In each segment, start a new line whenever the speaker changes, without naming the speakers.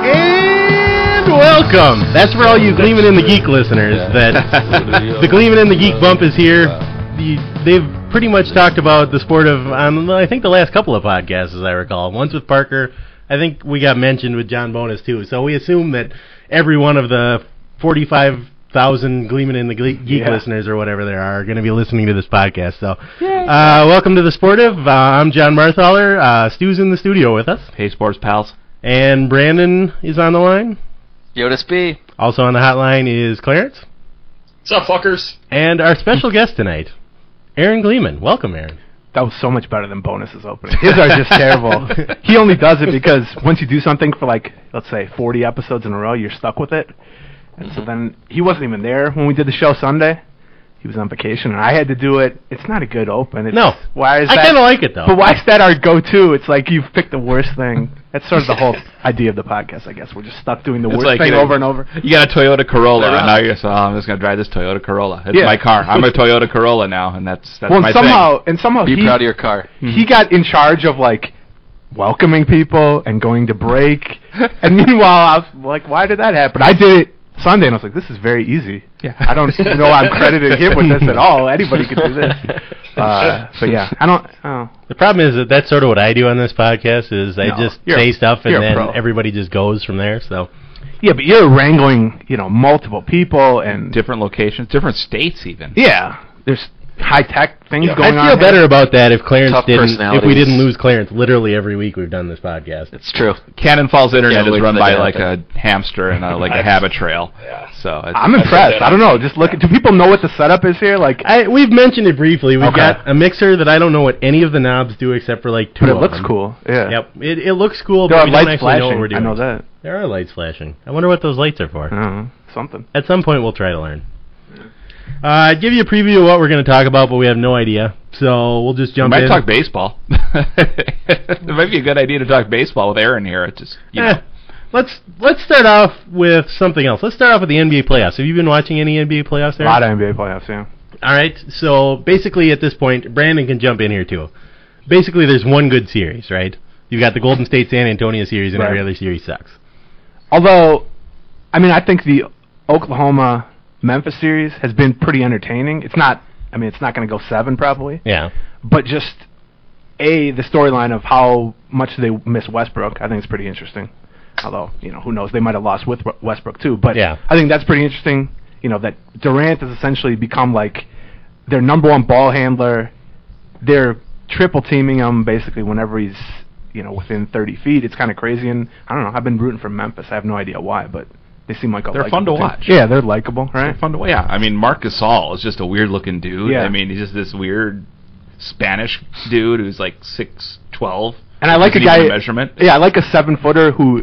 And welcome. That's for all you Gleaming in the Geek listeners. That the Gleaming in the Geek bump is here. The- they've pretty much talked about the sport of on I think the last couple of podcasts, as I recall. Once with Parker. I think we got mentioned with John Bonus too. So we assume that every one of the forty-five thousand Gleaming in the Gle- Geek listeners or whatever there are, are going to be listening to this podcast. So, uh, welcome to the Sportive. Uh, I'm John Marthaler. Uh, Stu's in the studio with us,
Hey, sports pals.
and Brandon is on the line.
Yodas B.
Also on the hotline is Clarence. What's up, fuckers? And our special guest tonight, Aaron Gleeman. Welcome, Aaron.
That was so much better than bonuses opening. His are just terrible. He only does it because once you do something for like let's say 40 episodes in a row, you're stuck with it. And so then he wasn't even there when we did the show Sunday. He was on vacation, and I had to do it. It's not a good open. It's,
No.
why is
I
that?
kind of like it though.
but why is that our go-to? It's like you've picked the worst thing. That's sort of the whole idea of the podcast, I guess. We're just stuck doing the worst
like,
thing
you know,
over and over.
You got a Toyota Corolla,
They're
and
out.
now you're so oh, I'm just gonna drive this Toyota Corolla. It's
Yeah.
my car. I'm a Toyota Corolla now, and that's that's
Well,
my
and somehow, and somehow
thing. Mm-hmm.
he,
your car.
Mm-hmm.
he got in charge of like welcoming people and going to break. and meanwhile, I was like, why did that happen? I did it Sunday, and I was like, this is very easy.
Yeah.
I don't know I'm credited here with this at all. Anybody could do this. Uh, but yeah, I don't. Oh.
the problem is that that's sort of what I do on this podcast is I
No,
just
you're-
say stuff
you're
and
a
then
pro.
everybody just goes from there. So
Yeah, but you're wrangling, you know, multiple people and
Different locations, different states, even.
yeah, there's high tech things going
I
on.
feel
here.
better about that if Clarence
Tough
didn't. If we
personalities.
didn't lose Clarence, literally every week we've done this podcast.
It's true.
Cannon Falls Internet
Yeah,
is
wait
run
for
by
that to
like a hamster and a, like a habit trail. Yeah. So it's,
I'm impressed. I don't know. Just look. at Do people know what the setup is here? Like,
I, we've mentioned it briefly. We've
Okay.
got a mixer that I don't know what any of the knobs do except for like two.
but it
of
looks
them.
cool. Yeah.
Yep, it, it looks cool,
There
but
are
we don't
lights
actually know what we're
flashing. I
doing.
know that.
There are lights flashing. I wonder what those lights are for.
Uh, something.
At some point, we'll try to learn. Uh, I'd give you a preview of what we're going to talk about, but we have no idea. So we'll just
We
jump
might
in.
talk baseball. it might be a good idea to talk baseball with Aaron here. It's just you
Eh,
know.
let's let's start off with something else. Let's start off with the NBA playoffs. Have you been watching any NBA playoffs
A
there?
lot of NBA playoffs, yeah.
All right. So basically, at this point, Brandon can jump in here too. Basically, there's one good series, right? You've got the Golden State San Antonio series, and every
Right.
other series sucks.
Although, I mean, I think the Oklahoma Memphis series has been pretty entertaining. It's not, I mean, it's not going to go seven probably,
Yeah.
but just a the storyline of how much they miss Westbrook, I think it's pretty interesting. Although, you know, who knows? They might have lost with Westbrook too, but
Yeah.
I think that's pretty interesting. You know, that Durant has essentially become like their number one ball handler. They're triple teaming him basically whenever he's you know within 30 feet. It's kind of crazy, and I don't know. I've been rooting for Memphis. I have no idea why, but they seem like a
They're
likable
fun to
team.
watch.
Yeah, they're likable, right?
fun to yeah. I mean, Marc Gasol is just a weird looking dude.
Yeah.
I mean, he's just this weird Spanish dude who's like six twelve.
And I like a guy.
measurement.
Yeah, I like a seven footer who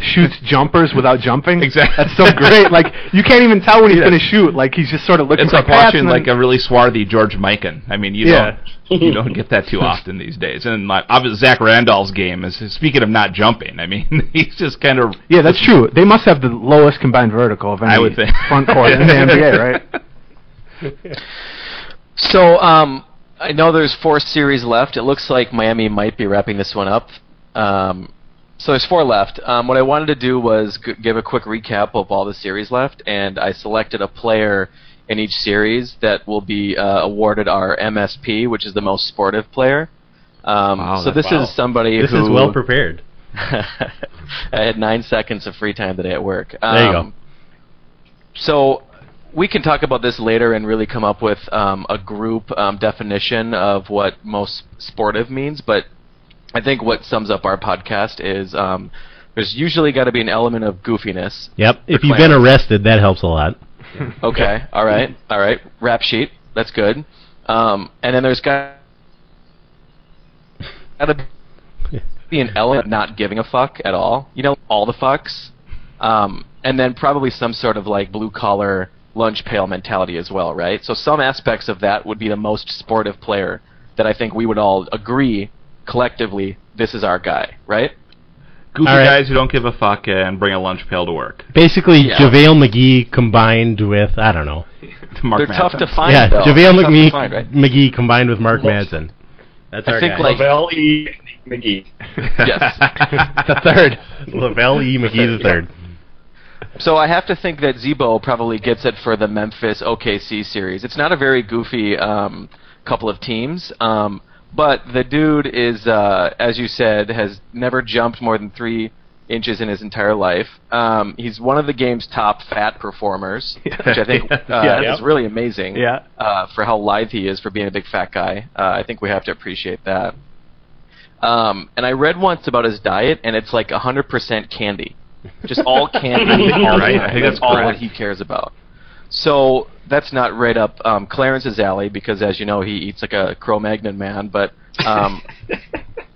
shoots jumpers without jumping.
Exactly.
That's so great. Like you can't even tell when he's gonna shoot. Like he's just sort of looking
It's
for
like
pass
watching
and
like
then-
a really swarthy George Mikan. I mean, you
Yeah.
don't you don't get that too often these days. And like, obviously Zach Randolph's game is speaking of not jumping. I mean, he's just kind of
yeah, that's true. They must have the lowest combined vertical of any
I would think
front court in the NBA, right?
So um, I know there's four series left. It looks like Miami might be wrapping this one up. Um, so there's four left. Um, what I wanted to do was g- give a quick recap of all the series left, and I selected a player in each series that will be uh, awarded our MSP, which is the most sportive player. Um,
Wow,
so
that-
this
wow.
is somebody
This
who
is well prepared.
I had nine seconds of free time today at work. Um,
There you go.
So we can talk about this later and really come up with um, a group um, definition of what most sportive means. But I think what sums up our podcast is um, there's usually got to be an element of goofiness.
Yep. If you've been arrested, that helps a lot.
Okay. All right. All right. Rap sheet. That's good. Um, and then there's got to be an element of not giving a fuck at all. You know, all the fucks. Um, and then probably some sort of like blue collar lunch pail mentality as well, right? So some aspects of that would be the most sportive player that I think we would all agree collectively. This is our guy, right?
Goofy
All right.
guys who don't give a fuck and bring a lunch pail to work.
Basically,
Yeah.
JaVale McGee combined with, I don't know.
Mark
They're tough
Manson.
to find.
yeah,
though.
JaVale
They're tough to
McGee,
find, right?
McGee combined with Mark Manson. That's
I
our
think,
guy.
like-
Lavelle E. McGee.
Yes.
the third. Lavelle E. McGee the third.
So I have to think that Zebo probably gets it for the Memphis OKC series. It's not a very goofy um, couple of teams, um, but the dude is, uh, as you said, has never jumped more than three inches in his entire life. Um, he's one of the game's top fat performers, which I think uh,
Yeah.
is really amazing
Yeah.
uh, for how lithe he is for being a big fat guy. Uh, I think we have to appreciate that. Um, and I read once about his diet, and it's like 100% candy. Just all candy. all the
Right,
time.
I think
that's
that's
all
correct.
what he cares about. So that's not right up um, Clarence's alley because, as you know, he eats like a Cro-Magnon man. But um,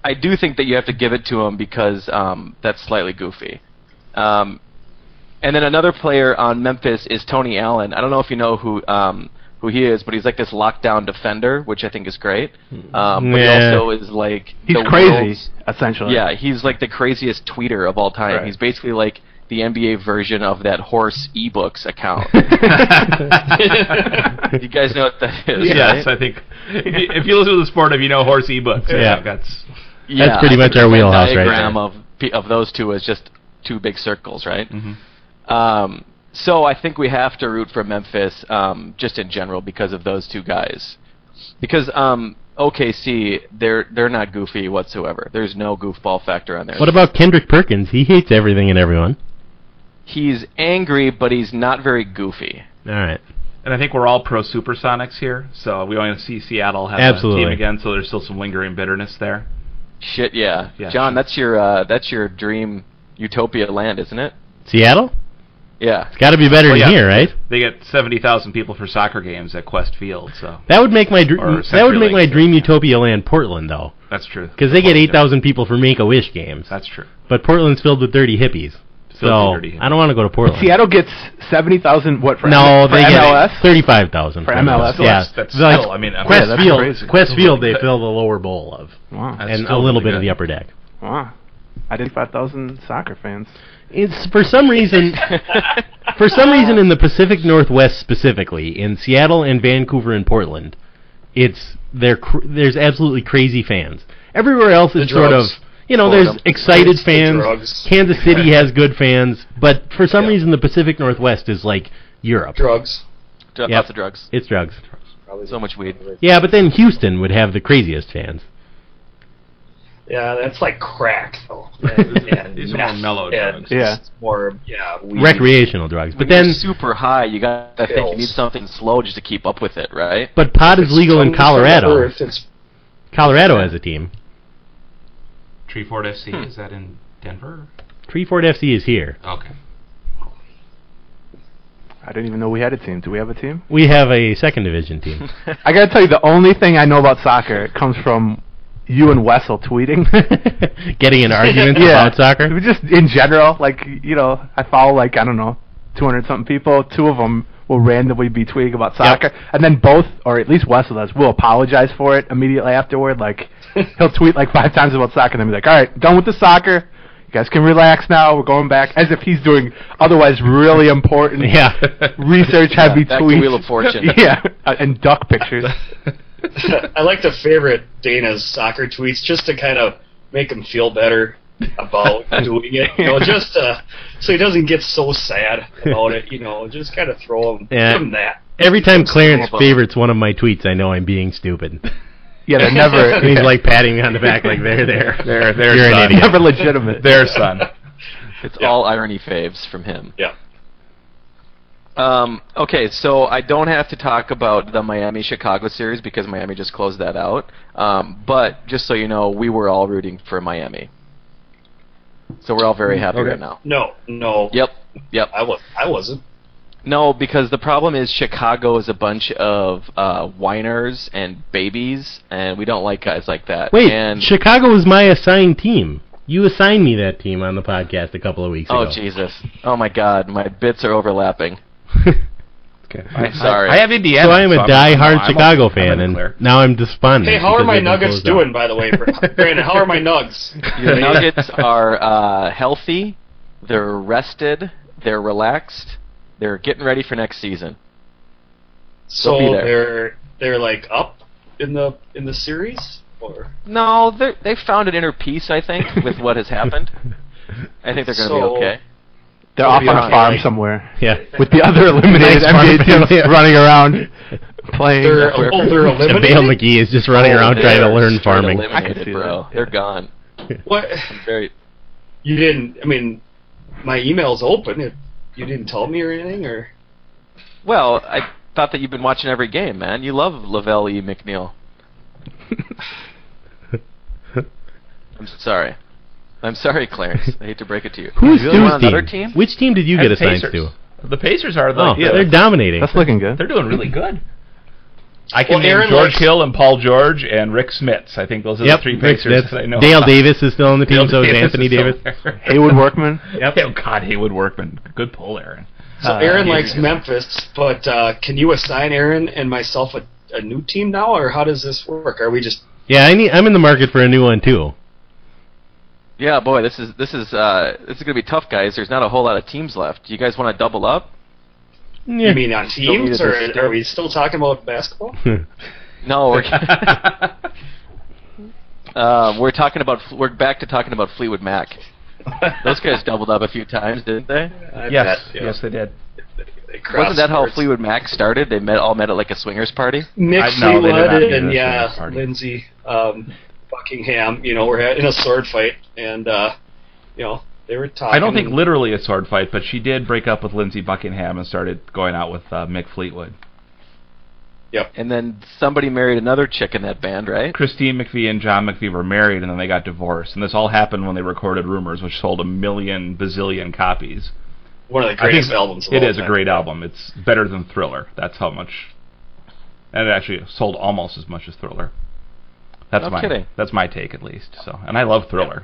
I do think that you have to give it to him because um, that's slightly goofy. Um, and then another player on Memphis is Tony Allen. I don't know if you know who um, who he is, but he's like this lockdown defender, which I think is great.
Hmm.
Um, but
Yeah.
he also is like
He's
the
crazy,
world's-
essentially.
yeah, he's like the craziest tweeter of all time.
Right.
He's basically like the NBA version of that horse ebooks account. you guys know what that is?
yes,
right?
I think if you listen to the sport, if you know horse ebooks,
Yeah.
I think that's
yeah,
That's pretty
I
much
think
our
the
wheelhouse right
diagram
there.
of pe- of those two is just two big circles, right?
Mm-hmm.
Um, so I think we have to root for Memphis um, just in general because of those two guys. Because um, OKC, they're they're not goofy whatsoever. There's no goofball factor on there.
What about Kendrick Perkins? He hates everything and everyone.
he's angry, but he's not very goofy.
All right.
And I think we're all pro Supersonics here, so we only see Seattle have
Absolutely.
a team again, so there's still some lingering bitterness there.
Shit, yeah.
Yeah,
John,
sure.
that's your uh, that's your dream utopia land, isn't it?
Seattle?
Yeah.
Got to be better
Well,
than
Oh, yeah.
here, right?
They get 70,000 people for soccer games at Quest Field, so
That would make my
Or
dr- that would
Century
make my
Link.
dream utopia land Portland though,
that's true.
because they get eight thousand people for Make a Wish games.
That's true.
But Portland's filled with dirty hippies, so
dirty hippies.
I don't want to go to Portland.
Seattle gets seventy thousand. What for?
no,
M-
they
for MLS.
get thirty-five thousand
For MLS?
Still,
Yeah,
that's- that's
Like,
still, I mean, I'm-
Quest
that's
Field,
crazy.
Quest
That's
Field,
really
they
good.
fill the lower bowl of,
Wow,
That's
and a
still
little
really
bit of
good.
the upper deck.
wow. Identified thousand soccer fans.
It's for some reason, for some reason, in the Pacific Northwest specifically, in Seattle and Vancouver and Portland, it's they're cr- there's absolutely crazy fans. Everywhere else, it's sort of
drugs.
you know,
Boredom.
there's excited
It's the
fans.
drugs.
Kansas City has good fans, but for some
Yeah.
reason, the Pacific Northwest is like Europe.
Drugs.
Dr-
Yep.
Lots of drugs.
It's drugs.
Probably
So much weed.
Yeah, but then Houston would have the craziest fans.
Yeah, that's like crack though.
These are more mellow drugs.
Yeah.
It's more yeah. Weed.
Recreational drugs, but
When you're
then.
super high, you got I think you
Pills.
need something slow just to keep up with it, right?
But pot is
It's
legal
from
in
the
Colorado.
earth, it's-
Colorado has a team.
Treeford FC
Hmm.
is that in Denver?
Treeford FC is here.
Okay.
I didn't even know we had a team. Do we have a team?
We have a second division team.
I gotta tell you, the only thing I know about soccer comes from you and Wessel tweeting.
Getting in arguments about soccer.
Just in general, like you know, I follow like I don't know, 200 something people. Two of them will randomly be tweeting about soccer, and then both, or at least Wessel does, will apologize for it immediately afterward. Like he'll tweet like five times about soccer, and then be like, "All right, done with the soccer. You guys can relax now. We're going back as if he's doing otherwise really important
Yeah.
research heavy
back to
tweets.
Wheel of Fortune.
yeah, uh, and duck pictures.
I like to favorite Dana's soccer tweets just to kind of make him feel better about doing it. You know, just uh, so he doesn't get so sad about it. You know, just kind of throw him,
Yeah.
give him that.
Every time Clarence
Well-
favorites one of my tweets, I know I'm being stupid.
Yeah, they're never.
And he's like patting me on the back, like there, there,
There, there,
You're an
son.
idiot.
never legitimate.
There, son.
It's all irony faves from him.
Yeah.
Um, okay, so I don't have to talk about the Miami Chicago series because Miami just closed that out. Um, but just so you know, we were all rooting for Miami. So we're all very happy right now.
No, no.
Yep, yep.
I was. I wasn't.
No, because the problem is Chicago is a bunch of uh, whiners and babies, and we don't like guys like that.
Wait,
and
Chicago was my assigned team. You assigned me that team on the podcast a couple of weeks
oh
ago.
Jesus, oh my God, my bits are overlapping. I'm sorry.
I have Indiana.
So I am a
I'm-
die-hard
I'm- I'm-
Chicago
I'm in
fan, and
Claire.
now I'm despondent.
Hey, how are
because
my
they didn't
Nuggets
close out.
doing, by the way, Bra- Brandon? How are my Nugs?
Your Nuggets are uh, healthy. They're rested. They're relaxed. They're getting ready for next season.
So
They'll be there.
they're they're like up in the in the series, or
No, they're- they found an inner peace, I think, with what has happened. I think they're going to
So-
be okay.
They're off on a
okay,
farm
like-
somewhere
Yeah.
with the other
Nice
eliminated
farm
NBA teams
family.
running around playing.
they're
that's where-
oh they're
And Bale
eliminated.
McGee is just running around trying to learn farming.
I can
see
bro.
that,
They're gone.
What?
Very.
You didn't. I mean, my email's open. If you didn't tell me or anything, or
Well, I thought that you've been watching every game, man. You love Lavelle E. McNeil. I'm sorry. I'm sorry, Clarence. I hate to break it to you.
Who's
you
Stu's
on
team?
another team?
Which team did you
And
get assigned
Pacers.
to?
The Pacers are the
Oh,
yeah,
they're
they're,
dominating.
That's looking good.
they're doing really good. I can
Well,
name
Aaron
George
likes-
Hill and Paul George and Rick Smits. I think those are
yep.
the three
Rick-
Pacers
that's-
that I know.
Dale Davis is still on the
Dale
team, so is
Davis
Anthony
still
Davis.
there.
Haywood Workman.
Yep. Oh God, Haywood Workman. Good pull, Aaron.
so
Uh,
Aaron likes Memphis, but uh, can you assign Aaron and myself a, a new team now, or how does this work? Are we just
Yeah, I need, I'm in the market for a new one too.
Yeah, boy, this is this is uh, this is gonna be tough, guys. There's not a whole lot of teams left. You guys want to double up?
Yeah.
you mean on teams, or are we still talking about basketball?
No, we're uh, we're talking about we're back to talking about Fleetwood Mac. Those guys doubled up a few times, didn't they?
yes, yes, they did.
Wasn't that how Fleetwood Mac started? They met all met at like a swingers party.
Nick
I- no, they did not
Fleetwood
do
and
this in
yeah,
that party.
Lindsey um, Buckingham, you know, were in a sword fight, and uh, you know they were talking.
I don't think literally a sword fight, but she did break up with Lindsey Buckingham and started going out with uh, Mick Fleetwood.
And then somebody married another chick in that band, right?
Christine McVie and John McVie were married, and then they got divorced. And this all happened when they recorded "Rumors," which sold a million bazillion copies.
one of the
I
greatest
think
albums. Of
It
all
is a
time.
great album. It's better than Thriller. That's how much. And it actually sold almost as much as Thriller. That's
No
my
kidding.
that's my take at least. So, and I love Thriller.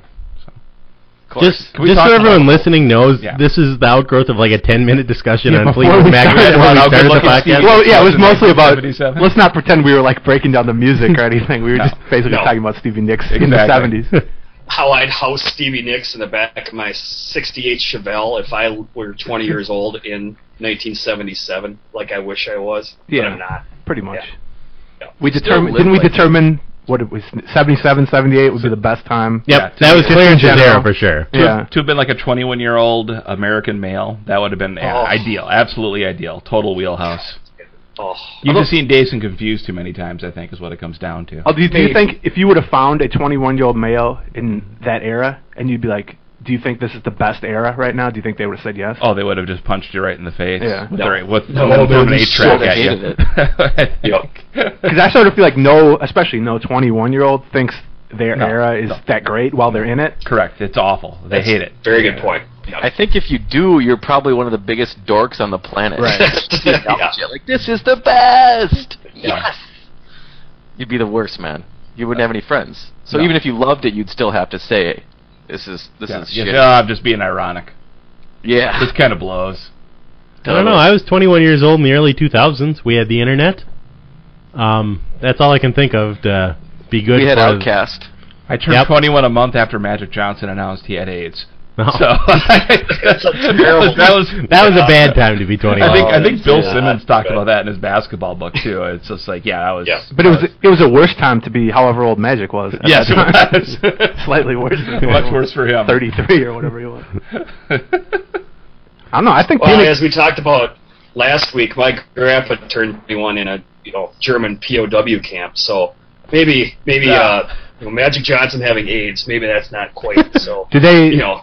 Of course.
Just,
Can we
just
talk
so
about-
everyone listening knows,
Yeah.
this is the outgrowth of like a 10 minute discussion on
before
Fleetwood
we
Mac
started,
before we
how
started the
good-looking
podcast.
Steve
Well, yeah, it was mostly about.
77.
Let's not pretend we were like breaking down the music or anything. We were just basically
No.
talking about Stevie Nicks in the
Exactly.
seventies.
How I'd house Stevie Nicks in the back of my '68 Chevelle if I were 20 years old in 1977, like I wish I was,
Yeah.
but I'm not.
Pretty much.
Yeah.
We determined.
live
Didn't we
like-
determine what it was? 77, 78 would be the best time.
Yep,
Yeah, to
that was
in
Clarence's era
general.
for sure.
To,
Yeah.
have, to have been like a 21 year old American male, that would have been yeah,
Oh.
ideal. Absolutely ideal. Total wheelhouse.
Oh,
You've just seen Dazed and Confused too many times. I think is what it comes down to.
Oh, do you, do you think if you would have found a 21 year old male in that era, and you'd be like, "Do you think this is the best era right now?" Do you think they would have said yes?
Oh, they would have just punched you right in the face.
Yeah.
With their, with
No,
with
they would
an
be
eight
so
track at
hated
you.
it.
I think.
Because I sort of feel like no, especially no 21 year old thinks their
No.
era is that great while they're in it.
Correct. It's awful. They
that's
hate it.
Very good point. Yeah.
I think if you do, you're probably one of the biggest dorks on the planet.
yeah.
Like this is the best. Yes. You'd be the worst, man. You wouldn't have any friends. So
No.
even if you loved it, you'd still have to say, "This is this
Yeah,
is
yeah,
shit."
no, I'm just being ironic.
Yeah.
This kind of blows.
I don't know. I was 21 years old in the early 2000s. We had the internet. Um, that's all I can think of to be good
we had
for
Outcast.
I turned
Yep.
21 a month after Magic Johnson announced he had AIDS.
No.
So
That's a terrible-
that was
that was a bad time to be 21.
I think I think Bill
Yeah,
Simmons
that's
talked
bad.
about that in his basketball book too. It's just like yeah, that was
Yeah.
But it was it was a worse time to be however old Magic was. at
yes,
that
it
time.
was
Slightly worse than
much worse for him.
33 or whatever he was. I don't know. I think
Well,
Phoenix.
as we talked about last week, my grandpa turned 21 in a you know German POW camp, so maybe maybe
Yeah.
uh, you know, Magic Johnson having AIDS, maybe that's not quite so.
Do they?
you know,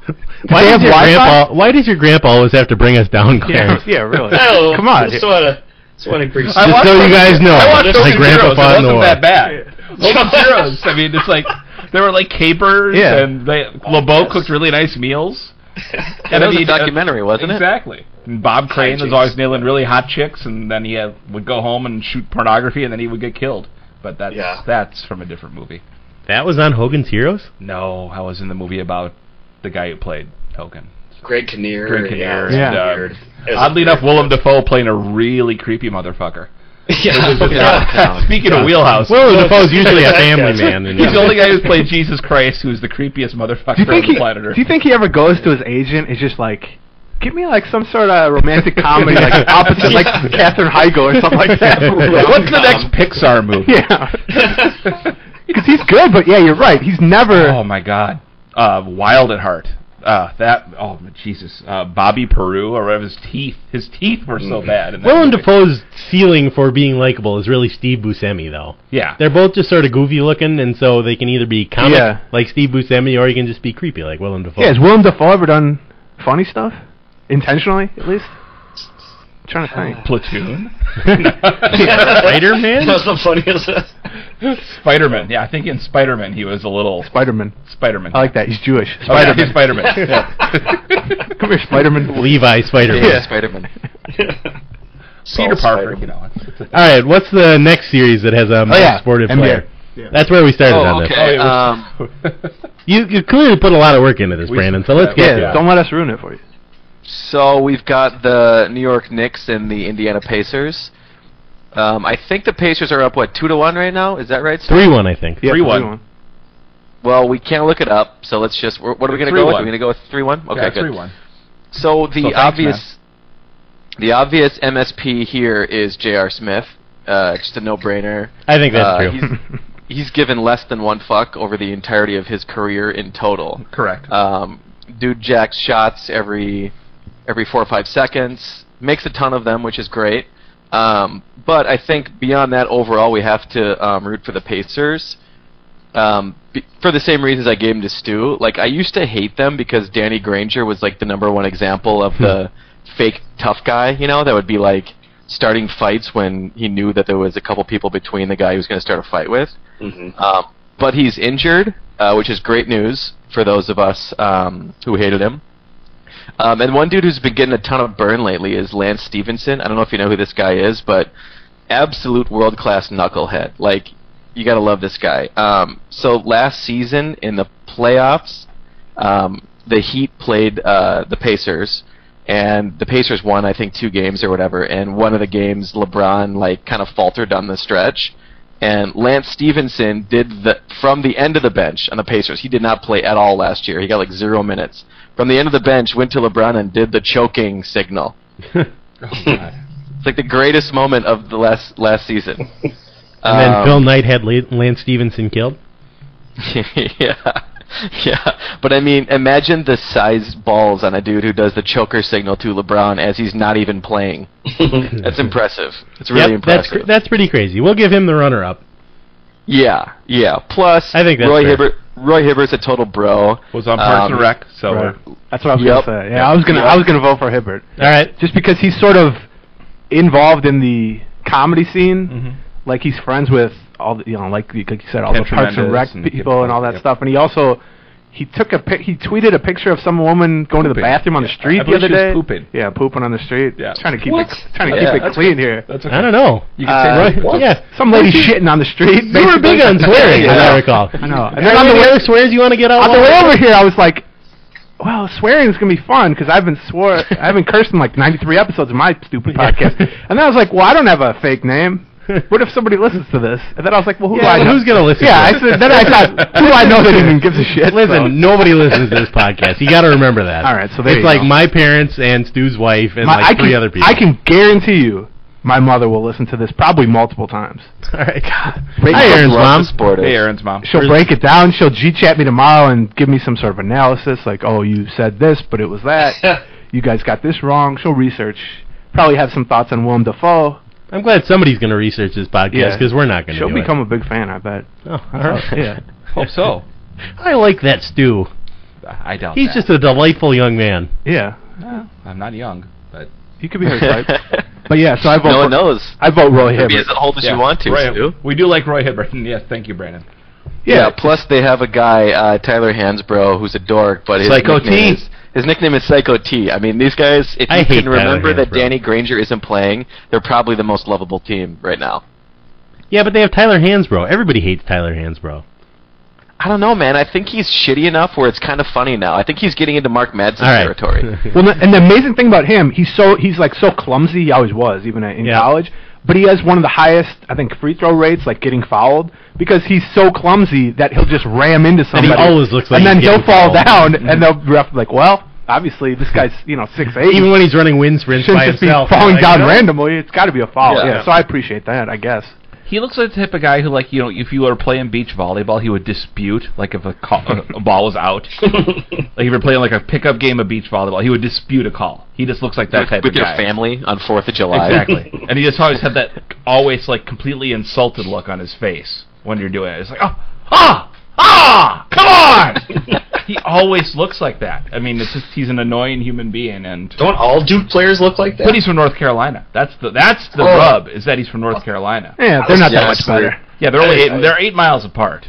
why,
Why do you
does your
have Wi-Fi?
grandpa, why does your grandpa always have to bring us down,
Yeah,
Clarence?
yeah, really.
I don't know,
Come on.
Just want to just want to bring.
I
Just
watched
so you
Open-
guys know,
I watched
it's
Open
my grandpa
Zeros. It
fought in the
wasn't
war.
that bad. Open Zeros. I mean, it's like there were like capers
Yeah.
and they, LeBeau cooked really nice meals.
That
I
was a
mean, uh,
documentary, wasn't it?
Exactly. And Bob Crane was
Hijinks.
always nailing really hot chicks, and then he had, would go home and shoot pornography, and then he would get killed. But that's
Yeah.
that's from a different movie.
That was on Hogan's Heroes.
No, I was in the movie about the guy who played Hogan.
Greg Kinnear.
Greg Kinnear
Yeah.
and, uh,
Weird. As a
Oddly enough,
weird-
Willem Dafoe playing a really creepy motherfucker.
Yeah.
Speaking of Wheelhouse,
Well, Dafoe's usually a
that
family
guy's-
man. And uh,
he's the only guy who's played Jesus Christ, who's the creepiest motherfucker
do you think
on
he?
the planet Earth.
Do you think he ever goes to his agent? Is just like. Give me like some sort of romantic comedy, like opposite, like Catherine Heigl or something like that.
Like, What's the next Pixar movie?
Yeah, because he's good, but yeah, you're right. He's never.
Oh my God, uh, Wild at Heart. Uh, that oh my Jesus, uh, Bobby Peru or whatever his teeth. His teeth were
Mm-hmm.
so bad. in that
Willem
movie.
Dafoe's ceiling for being likable is really Steve Buscemi, though.
Yeah.
They're both just sort of goofy looking, and so they can either be comic
Yeah.
like Steve Buscemi, or you can just be creepy like Willem Dafoe.
Yeah, has Willem Dafoe ever done funny stuff? Intentionally, at least? trying to think.
Platoon.
Spider-Man?
That's the funniest.
Spider-Man. Yeah, I think in Spider-Man he was a little
Spider Man.
Spider-Man.
I like that. He's Jewish.
Oh, yeah,
Spider Man.
he's Spider-Man. Yeah.
Come here, Spider Man.
Levi Spider-Man.
Yeah, Spider-Man.
Peter
Saul
Parker.
Spider-Man.
You know. it's- it's a-
All right, what's the next series that has a most
yeah,
supportive
NBA.
player? That's where we started
Oh,
on this.
okay. Um,
You, you clearly put a lot of work into this,
We-
Brandon. So let's
Yeah,
get to it.
don't let us ruin it for you.
So we've got the New York Knicks and the Indiana Pacers. Um, I think the Pacers are up what two to one right now. Is that right? Stu?
Three one, I think.
Yeah,
3-1.
Well, we can't look it up, so let's just. What are we going to go with?
3-1.
We're going to go with three one. Okay,
yeah,
good.
three-one.
So the
thanks,
obvious, the obvious MSP here is J.R. Smith. Uh, just a no-brainer.
I think that's
Uh,
true.
He's, he's given less than one fuck over the entirety of his career in total.
Correct.
Um, dude jacks shots every every four or five seconds, makes a ton of them, which is great. Um, but I think beyond that, overall, we have to um, root for the Pacers um, be, for the same reasons I gave him to Stu. Like I used to hate them because Danny Granger was like the number one example of the fake tough guy. You know, that would be like starting fights when he knew that there was a couple people between the guy he was going to start a fight with. Um, but he's injured, uh, which is great news for those of us um, who hated him. Um, and one dude who's been getting a ton of burn lately is Lance Stevenson. I don't know if you know who this guy is, but absolute world class knucklehead. Like you gotta love this guy. Um, so last season in the playoffs, um, the Heat played uh, the Pacers, and the Pacers won I think two games or whatever. And one of the games, LeBron like kind of faltered on the stretch, and Lance Stevenson did the from the end of the bench on the Pacers. He did not play at all last year. He got like zero minutes from the end of the bench. Went to LeBron and did the choking signal. It's like the greatest moment of the last last season.
and then
Um,
Phil Knight had La- Lance Stevenson killed.
yeah, yeah. But I mean, imagine the size balls on a dude who does the choker signal to LeBron as he's not even playing. that's impressive. It's really
Yep, that's
impressive.
cr- that's pretty crazy. We'll give him the runner up.
yeah, yeah. Plus,
I think that's
Roy
fair.
Hibbert. Roy Hibbert's a total bro.
Was on Parks
Um,
and Rec, so
Right. That's what I was
Yep.
gonna say. Yeah, I was gonna I was gonna vote for Hibbert.
All right.
Just because he's sort of involved in the comedy scene.
Mhm.
Like he's friends with all the, you know, like you, like you said, all the
Ted
Parks and
Tremendous
Rec
and-
people and all that
yep.
stuff. And he also he took a pic, he tweeted a picture of some woman going to the
Pooping.
bathroom on
Yeah.
the street
I
the
believe
other
she was
day.
pooping.
Yeah, pooping on the street.
Yeah.
Trying to keep
What?
it trying to
Yeah,
keep it
that's
clean here.
that's okay.
I don't know.
You
Uh,
can say that.
Yeah.
Some lady shitting on the street.
You were big on swearing, as I recall.
I know. And
And
then on the way
swears you want to get out.
on the way over here, I was like, "Well, swearing is gonna be fun because I've been swore, I haven't cursed in like 93 episodes of my stupid
Yeah.
podcast." And then I was like, "Well, I don't have a fake name." What if somebody listens to this? And then I was like, well, who do I know?
who's gonna listen?
yeah, I
to
said, then I thought, who do I know that even gives a shit?
Listen,
So-
nobody listens to this podcast. You got to remember that.
All right, so there
it's
you
like
go.
my parents and Stu's wife and
My-
like
I
three
can,
other people.
I can guarantee you, my mother will listen to this probably multiple times.
All right. God.
Rachel
Hi, Aaron's
Rough
mom.
and sportive.
Hey, Aaron's mom.
She'll break it down. She'll G chat me tomorrow and give me some sort of analysis, like, "Oh, you said this, but it was that. you guys got this wrong." She'll research. Probably have some thoughts on Willem Dafoe.
I'm glad somebody's going to research this podcast
Yeah.
because we're not going to.
She'll
do
become a big fan, I bet.
It. Oh, all right.
Yeah.
Hope Oh, so.
I like that Stu.
I doubt
He's
that.
just a delightful young man.
Yeah,
No, I'm not young, but
you could be her type. but yeah, so I vote.
no
for,
one knows.
I vote Roy
Be
Hibbert.
as old as
Yeah,
you want to.
Roy-
Stu.
we do like Roy Hibbert. Yes, thank you, Brandon.
Yeah. Plus, they have a guy, uh, Tyler Hansbrough, who's a dork, but his
Psycho
nickname
T.
Is, his nickname is Psycho T. I mean, these guys. If you
I hate
can
Tyler
remember that
Hansbrough.
Danny Granger isn't playing, they're probably the most lovable team right now.
Yeah, but they have Tyler Hansbrough. Everybody hates Tyler Hansbrough.
I don't know, man. I think he's shitty enough where it's kind of funny now. I think he's getting into Mark Madsen
All right.
territory.
Well, the- and the amazing thing about him, he's so he's like so clumsy. He always was, even in
Yeah.
college. But he has one of the highest, I think, free throw rates, like getting fouled, because he's so clumsy that he'll just ram into somebody.
always looks like
and then
he's
he'll
getting
fall
fouled. Mm-hmm.
down, and they'll be ref like, well, obviously this guy's you know six eight.
Even when he's running wind sprints
shouldn't
by
just be
himself,
falling
like,
down
you know,
randomly. It's got to be a foul.
Yeah.
Yeah. So I appreciate that, I guess.
He looks like the type of guy who, like, you know, if you were playing beach volleyball, he would dispute, like, if a, call, a ball was out. like, if you're playing, like, a pickup game of beach volleyball, he would dispute a call. He just looks like that type
with
of
your
guy.
family on Fourth of July.
Exactly. and he just always had that, always, like, completely insulted look on his face when you're doing it. It's like, oh, ah, ah, come on! he always looks like that. I mean, it's just, he's an annoying human being, and.
Don't all Duke players look like that?
But he's from North Carolina. That's the that's the
Oh.
rub is that he's from North Carolina.
Yeah, they're not
Yeah,
that much
absolutely.
better.
Yeah, they're only eight,
I-
they're eight miles apart.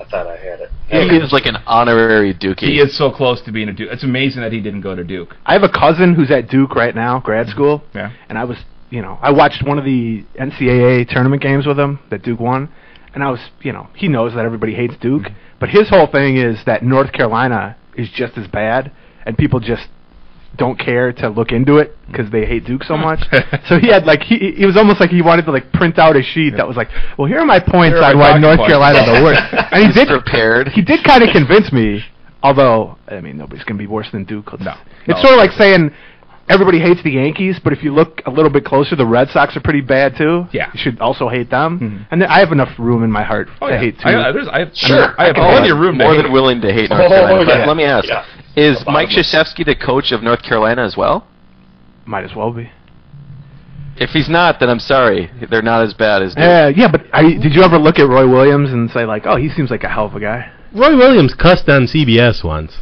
I thought I had it.
He is like an honorary Dookie.
He is so close to being a Duke. It's amazing that he didn't go to Duke.
I have a cousin who's at Duke right now, grad school.
Mm-hmm. Yeah.
And I was, you know, I watched one of the NCAA tournament games with him that Duke won, and I was, you know, he knows that everybody hates Duke,
Mm-hmm.
but his whole thing is that North Carolina is just as bad, and people just don't care to look into it
Mm-hmm.
because they hate Duke so much. so he had like he he was almost like he wanted to like print out a sheet that was like, well, here are my points
Here are
on
my
why
talking
North
points.
Carolina the worst, and he did
prepared.
he did kind of convince me. Although, I mean, nobody's going to be worse than Duke. Let's-
No.
It's
No.
sort of like saying everybody hates the Yankees, but if you look a little bit closer, the Red Sox are pretty bad too.
Yeah.
you should also hate them. And then I have enough room in my heart to
Oh, yeah.
hate too.
I, I, there's, I have,
Sure,
I, have
I can
plenty
do
of room to
Oh, more
hate.
than willing to hate North
Oh,
Carolina. But
yeah.
let me ask:
Yeah.
Is Mike
Bottomless.
Krzyzewski the coach of North Carolina as well?
Might as well be.
If he's not, then I'm sorry. They're not as bad as Duke.
Yeah, yeah. But I, did you ever look at Roy Williams and say like, oh, he seems like a hell of a guy?
Roy Williams cussed on CBS once.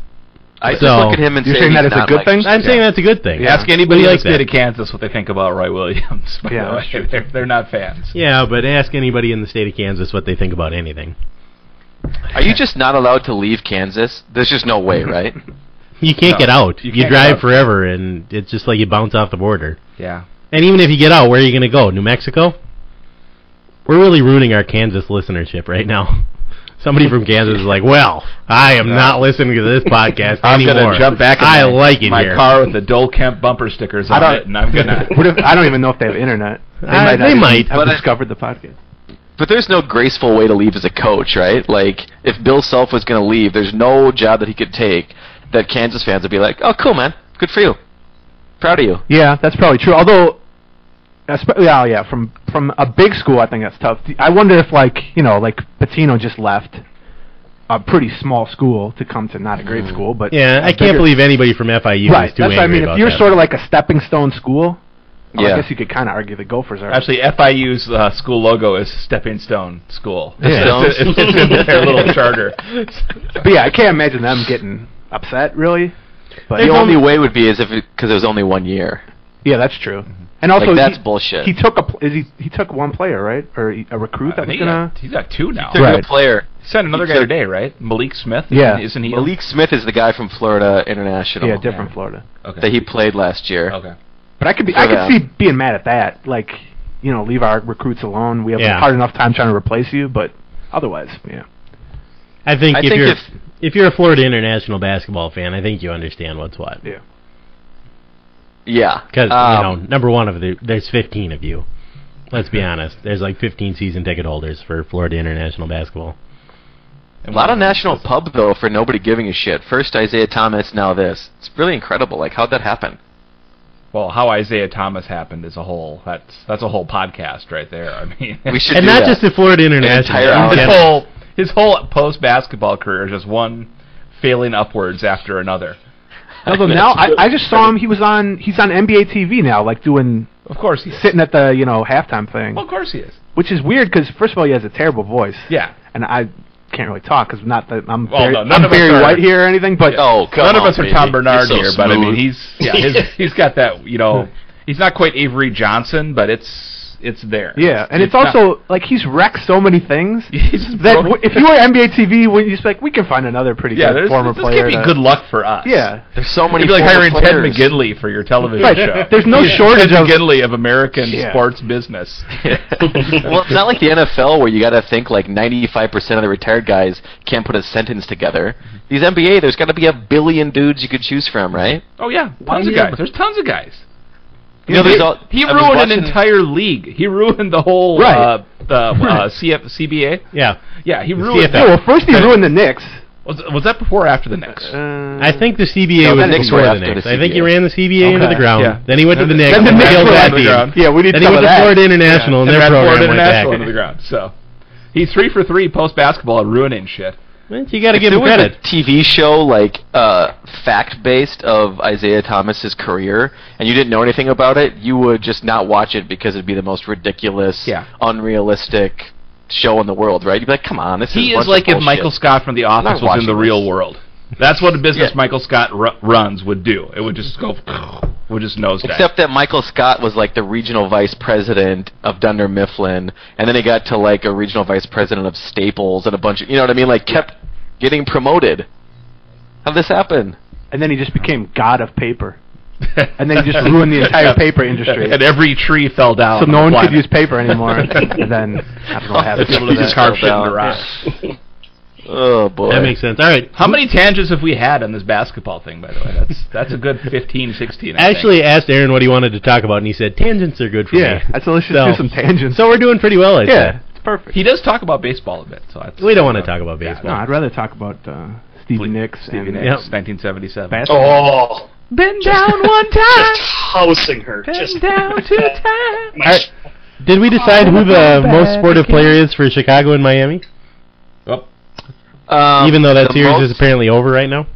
I just
So,
look at him and
you're
say
saying
he's
that is a
not
good
Mike
thing?
Krzyzewski.
I'm saying that's a good thing.
Ask anybody
We
in
like
the state
that.
of Kansas what they think about Roy Williams. by the
Yeah, that's
way. They're, they're not fans.
Yeah, but ask anybody in the state of Kansas what they think about anything.
Are you just not allowed to leave Kansas? There's just no way, right?
You can't
No,
get out.
you
You,
can't get
drive
out.
forever, and it's just like you bounce off the border.
Yeah.
And even if you get out, where are you going to go? New Mexico? We're really ruining our Kansas listenership right now. Somebody from Kansas is like, "Well, I am not listening to this podcast
I'm
anymore.
gonna jump back. In
I
my,
like it
My
here.
car with the Dole Kemp bumper stickers on it, and I'm gonna.
what if, I don't even know if they have internet. They
Uh,
might. not
they
even
might,
have
but I-
discovered the podcast.
But there's no graceful way to leave as a coach, right? Like if Bill Self was going to leave, there's no job that he could take that Kansas fans would be like, "Oh, cool, man. Good for you. Proud of you."
Yeah, that's probably true. Although, espe- yeah, yeah, from from a big school, I think that's tough. D- I wonder if like you know, like Patino just left a pretty small school to come to not a great school, but
Yeah,
a
I can't
bigger-
believe anybody from FIU
Right,
is too
that's
angry
what I mean.
about
If you're
that.
sort of like a stepping stone school, well, I
yeah.
guess you could kind of argue the Gophers are.
Actually, FIU's uh, school logo is Stepping Stone School.
Yeah.
It's, it's, it's in their little charter.
But yeah, I can't imagine them getting upset really. But
the only way would be as if because it, was only one year.
yeah, that's true. And also,
like that's
Oh, he,
bullshit.
he took a pl- is he he took one player right or he- a recruit
I
that
think
was
he
gonna.
got- he's got two now.
Took
Right.
a player.
He signed another
He
guy
took-
today, right? Malik Smith.
Yeah.
Isn't he?
Malik Smith is the guy from Florida International
Yeah, different Florida.
Okay.
that he played last year.
okay.
But I could be,
So
I could
that-
see being mad at that. Like, you know, leave our recruits alone. We have
Yeah.
a hard enough time trying to replace you, but otherwise, yeah.
I think
I
if
think
you're
if-
if you're a Florida international basketball fan, I think you understand what's what.
Yeah.
Yeah.
Because
Um,
you know, number one of the there's 15 of you. Let's be honest. There's like 15 season ticket holders for Florida International Basketball.
A lot of national pub though for nobody giving a shit. First Isaiah Thomas, now this. It's really incredible. Like how'd that happen?
Well, how Isaiah Thomas happened is a whole that's that's a whole podcast right there. I mean,
We should
And
do
not
that.
just the Florida International.
entire
I'm
hour.
his
getting-
whole his whole post basketball career is just one failing upwards after another.
Although now I, I just saw him. He was on. He's on NBA TV now, like doing
Of course he is.
sitting at the you know halftime thing,
Well, of course he is.
which is weird because first of all he has a terrible voice.
Yeah.
and I can't really talk because not that I'm
Well,
very,
no, none
I'm
of us
very
are.
white here or anything, but
Oh, come
None of
on,
us are
baby.
Tom Bernard
You're so
here, but I mean
smooth.
he's yeah his, he's got that you know he's not quite Avery Johnson, but it's it's there.
yeah, and it's,
not-
also like he's wrecked so many things
he's just
that
broken-
w- if you were NBA TV, would you just be like we can find another pretty
yeah,
good
there's,
former
this
player?
could be
to-
good luck for us.
Yeah,
There's so many.
It'd be like
former
hiring Ted
players.
McGinley for your television
Right.
show.
There's no
Yeah.
shortage
Ted
of-
McGinley of American
Yeah.
sports business.
well, it's not like the NFL where you got to think like 95% of the retired guys can't put a sentence together. These NBA, there's got to be a billion dudes you could choose from, right?
Oh yeah, tons of
yeah,
guys.
but-
There's tons of guys.
You know, there's all-
he
I was
ruined an
watching-
entire league. He ruined the whole
Right.
uh, uh, uh, CF, CBA.
yeah.
Yeah, he ruined.
yeah. Oh, Well, first he ruined the Knicks.
Was, was that before or after the Knicks?
Uh,
I think the CBA
No,
was
the Knicks
before
were
the
after the
Knicks. I think he
CBA.
ran the CBA into the
Okay.
ground.
Yeah.
Then he went to the
Then
Knicks.
the
and
Knicks
killed
were
that
under the
team.
ground.
yeah, we need
Then he
some
went
of
to
that.
Florida International, and
then
their
ran
program
Florida
went
International
back.
into the ground. So he's three for three post basketball and ruining shit.
Well, You got to
If
give
there
him
was
credit.
a TV show like uh, fact based of Isaiah Thomas's career, and you didn't know anything about it, you would just not watch it because it'd be the most ridiculous,
Yeah.
unrealistic show in the world, right? You'd be like, come on, this
He
is, a
is
bunch
like
of
if Michael
bullshit.
Scott from The Office was
not
in the
watching
real
this.
world. That's what a business
Yeah.
Michael Scott r- runs would do. It would just go, would just nosedive.
Except that Michael Scott was like the regional vice president of Dunder Mifflin, and then he got to like a regional vice president of Staples and a bunch of you know what I mean, like kept getting promoted. How'd this happen?
and then he just became god of paper, and then he just ruined the
Yeah.
entire paper industry.
and every tree fell down.
so
on
no
the
one
planet.
could use paper anymore. and then I don't know what happened.
If
People just
that
carve shit
fell
into
down.
rocks.
Oh boy.
That makes sense. All right.
How many tangents have we had on this basketball thing, by the way? That's that's a good 15, 16. I
I
think.
actually asked Aaron what he wanted to talk about, and he said tangents are good for
Yeah,
me.
I said let's just
So-
do some tangents.
So we're doing pretty well, I
yeah,
think.
it's perfect.
he does talk about baseball a bit. So that's,
We don't want to talk about
Yeah,
baseball.
No, I'd rather talk about uh, Stevie Nicks
Stevie
and
Nicks,
Yep.
1977.
basketball.
Oh,
Been down one time,
just housing her. Just
down two times.
my
Did we decide who the most sportive player is for Chicago and Miami?
Oh,
Um,
Even though that
the
series
most-
is apparently over right now?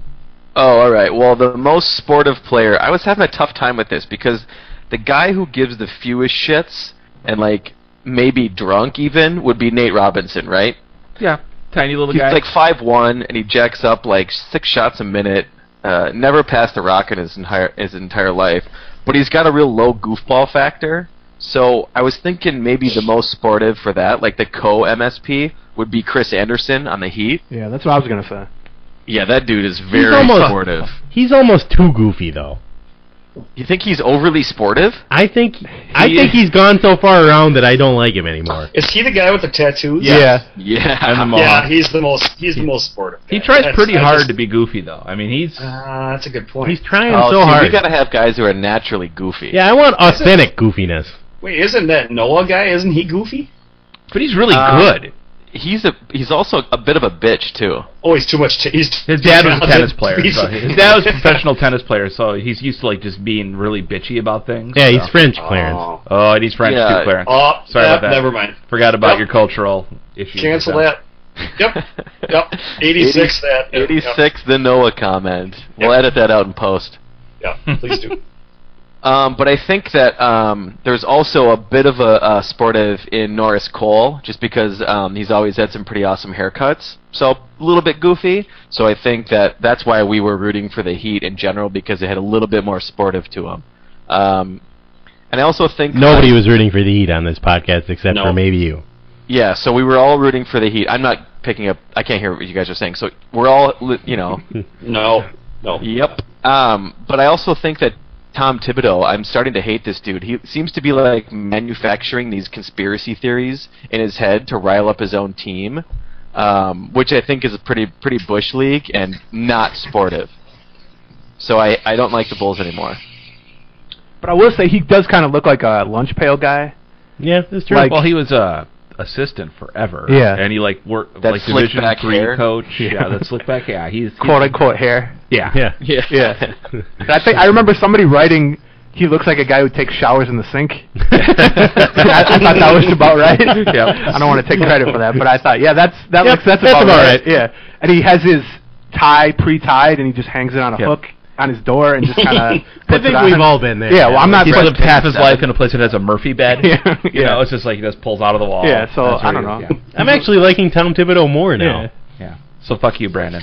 Oh, all right. Well, the most sportive player. I was having a tough time with this because the guy who gives the fewest shits and like maybe drunk even would be Nate Robinson, right?
yeah, tiny little
He's
guy.
like five one, and he jacks up like six shots a minute. Uh, never passed a rock in his entire his entire life, but he's got a real low goofball factor. So I was thinking maybe the most sportive for that, like the co MSP, would be Chris Anderson on the Heat.
Yeah, that's what I was gonna say.
Yeah, that dude is very
almost-
sportive.
He's almost too goofy, though.
You think he's overly sportive?
I think I think he's gone so far around that I don't like him anymore.
Is he the guy with the tattoos?
Yeah.
Yeah, he's the most. He's the most sportive.
he tries pretty hard to be goofy, though. I mean, he's
Uh, that's a good point.
He's trying
Oh,
so
see,
hard.
We gotta have guys who are naturally goofy.
yeah, I want authentic goofiness.
Wait, isn't that Noah guy? Isn't he goofy?
but he's really
Uh,
good.
He's a he's also a bit of a bitch too.
Oh, he's too much. T- he's
His dad was a tennis player. So his dad was a professional tennis player, so he's used to like just being really bitchy about things.
Yeah,
so.
he's French, Clarence.
Oh,
Oh, and he's French
Yeah.
too, Clarence.
oh
Sorry
yep,
about that.
never mind.
Forgot about
Yep.
your cultural issues.
Cancel that. Yep. Yep. 86 that. Yep,
86, the Noah comment. We'll edit that out in post.
Yep, yep, please do.
Um, but I think that um, there's also a bit of a uh, sportive in Norris Cole, just because um, he's always had some pretty awesome haircuts. So a little bit goofy. So I think that that's why we were rooting for the Heat in general because they had a little bit more sportive to them. Um, and I also think
Nobody
that-
was rooting for the Heat on this podcast except
No.
for maybe you.
Yeah, so we were all rooting for the Heat. I'm not picking up. I can't hear what you guys are saying. So we're all, li- you know,
No. No.
Yep. Um, but I also think that Tom Thibodeau, I'm starting to hate this dude. He seems to be like manufacturing these conspiracy theories in his head to rile up his own team, um, which I think is a pretty pretty bush league and not sportive. So I, I don't like the Bulls anymore.
But I will say he does kind of look like a lunch pail guy.
Yeah, it's true.
Like-
well, he was a assistant forever.
Yeah.
and he like worked
That
like
slick
Division
back
three
hair.
coach.
Yeah.
Yeah, that slick back. Yeah, he's, he's
quote unquote hair.
yeah.
yeah.
Yeah.
Yeah. And I think I remember somebody writing. He looks like a guy who takes showers in the sink. I, I thought that was about right.
Yeah.
I don't want to take credit for that, but I thought, yeah, that's
Yep,
that looks that's,
that's about right.
Yeah, and he has his tie pre-tied, and he just hangs it on a
Yep.
hook on his door, and just kind of.
I think we've all been there.
Yeah, well, I'm not.
He's
Right.
lived half his life in a place that has a Murphy bed.
Yeah,
You
yeah.
know, it's just like he just pulls out of the wall.
Yeah, so
That's
I
where
don't know.
he is,
I'm actually liking Tom Thibodeau more now.
Yeah. yeah. So fuck you, Brandon.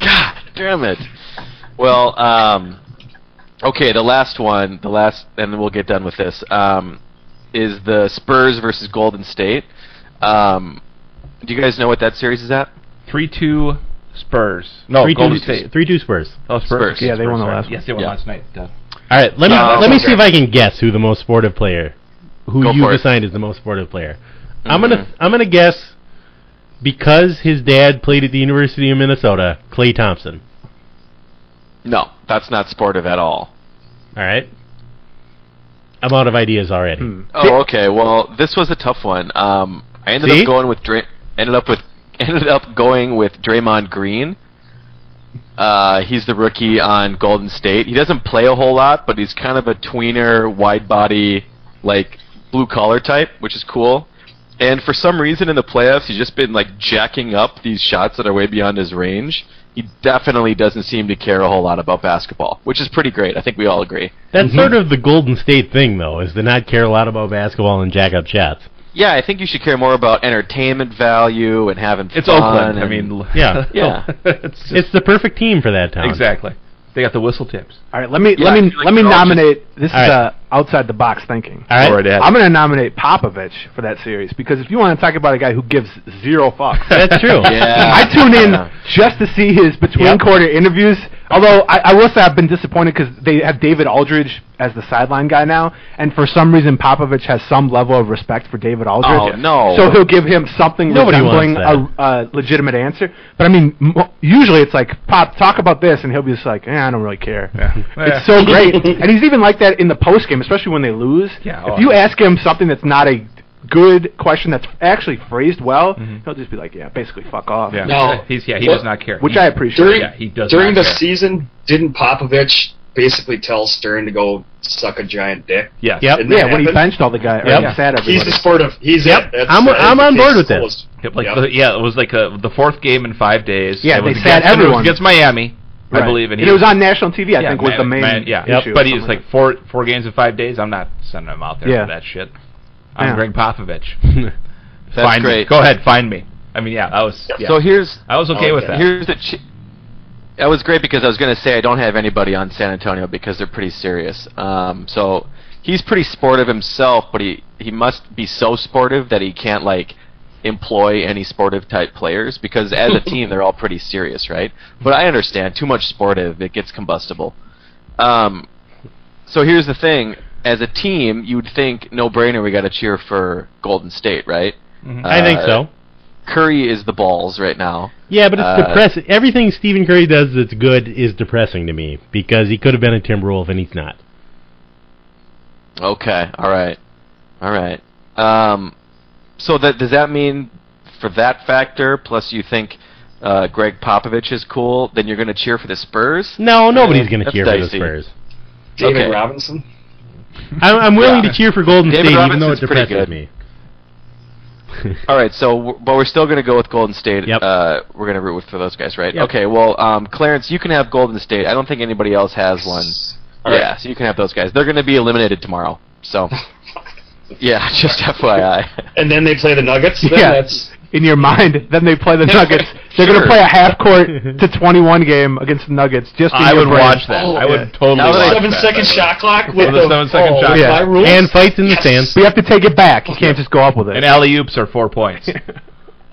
God damn it. Well, um, okay, the last one, the last, and then we'll get done with this, um, is the Spurs versus Golden State. Um, do you guys know what that series is at?
Three two Spurs. No,
Oh,
Three
Golden
two,
State.
three two Spurs.
Oh, Spurs.
Spurs. Yeah,
they won the
sorry.
last one.
Yes, they won
Yeah.
last night. Duh.
All right, let me
Uh,
let me
okay.
see if I can guess who the most sportive player, who
Go
you've
for it. Mm-hmm.
assigned as the most sportive player. I'm gonna I'm gonna guess because his dad played at the University of Minnesota, Clay Thompson.
No, that's not sportive at all.
All right, I'm out of ideas already.
Oh, okay. Well, this was a tough one. Um, I ended
See?
up going with Dray- ended up with ended up going with Draymond Green. Uh, he's the rookie on Golden State. He doesn't play a whole lot, but he's kind of a tweener, wide body, like blue collar type, which is cool. And for some reason in the playoffs, he's just been like jacking up these shots that are way beyond his range. He definitely doesn't seem to care a whole lot about basketball, which is pretty great. I think we all agree.
That's sort of the Golden State thing, though, is to not care a lot about basketball and jack up shots.
Yeah, I think you should care more about entertainment value and having
It's
fun.
Oakland. I
and-
mean, l-
Yeah.
Yeah.
it's just,
It's the perfect team for that town.
exactly. They got the whistle tips.
All right, let me
Yeah,
let
I
me
feel like
let me
they're all just-
nominate. This
All
is
right.
uh, outside the box thinking.
All right.
I'm going to nominate Popovich for that series because if you want to talk about a guy who gives zero fucks,
That's true.
Yeah.
I tune in
Yeah.
just to see his between
Yep.
quarter interviews. Although I, I will say I've been disappointed because they have David Aldridge as the sideline guy now, and for some reason Popovich has some level of respect for David Aldridge.
Oh, no.
So he'll give him something
Nobody
resembling
wants
a, a legitimate answer. But I mean, mo- usually it's like Pop, talk about this, and he'll be just like, eh, I don't really care. It's so great, and he's even like that in the post game, especially when they lose.
Yeah,
if
oh,
you
yeah.
ask him something that's not a good question that's actually phrased well, he'll just be like, "Yeah, basically, fuck off."
Mm-hmm. Yeah.
No.
He's yeah. He
What-
does not care.
which
He-
I appreciate.
During,
Yeah, he does
during
not
the
care.
season, didn't Popovich basically tell Stern to go suck a giant dick?
Yes.
Yep.
Didn't that
yeah, when he
happen?
benched all the guy, or
Yep.
he sat everybody.
He's the sport of. He's
Yep.
it. That's,
I'm-
that's
I'm
the
on
case
board with
closed.
this.
Yep, like
Yep.
The, yeah, it was like a, the fourth game in five days.
Yeah,
it was
they sat
against, and it was
everyone.
against Miami,
Right.
I believe, and
And
he
it was on national TV. I
yeah,
think was the
Ma-
main
Ma- yeah,
issue. or
but he was
something
like four four games in five days. I'm not sending him out there
Yeah.
for that shit. I'm
Yeah.
Greg Popovich.
That's
find me.
great.
Go ahead, find me. I mean, yeah, I was. Yeah.
So here's
I was
Oh,
okay with that.
here's the. Ch- that was great because I was going to say I don't have anybody on San Antonio because they're pretty serious. Um, so he's pretty sportive himself, but he he must be so sportive that he can't like employ any sportive type players because as a team they're all pretty serious, right? But I understand too much sportive it gets combustible. Um, so here's the thing: as a team, you'd think no brainer we got to cheer for Golden State, right?
I think
Uh,
so.
Curry is the balls right now.
Yeah, but it's
Uh,
depressing. Everything Stephen Curry does that's good is depressing to me because he could have been a Timberwolf and he's not.
Okay. All right. All right. Um, so that does that mean for that factor plus you think uh, Greg Popovich is cool, then you're going to cheer for the Spurs?
No, nobody's going to
that's
cheer for the
dicey.
Spurs.
David
Okay.
Robinson.
I'm, I'm willing
Yeah.
to cheer for Golden
David
State, even though it
Robinson's pretty
depresses
good.
me.
All right. So, w- but we're still going to go with Golden State.
Yep.
Uh, we're going to root with for those guys, right?
Yep.
Okay. Well, um, Clarence, you can have Golden State. I don't think anybody else has one. yeah. So you can have those guys. They're going to be eliminated tomorrow. So. Yeah, just FYI.
And then they play the Nuggets. Then
Yeah.
That's
in your mind. Then they play the Nuggets. They're going to
Sure.
play a half court to 21 game against the Nuggets. Just in
I
your
would
brain.
watch that.
Oh,
I would
yeah.
totally
Now that I-
watch
seven
that.
second shot clock with
With a
the
seven-second
oh,
shot
with
clock.
my rules.
And fights in the
Yes.
stands.
But you have to take it back. You can't just go up with it.
And alley oops are four points.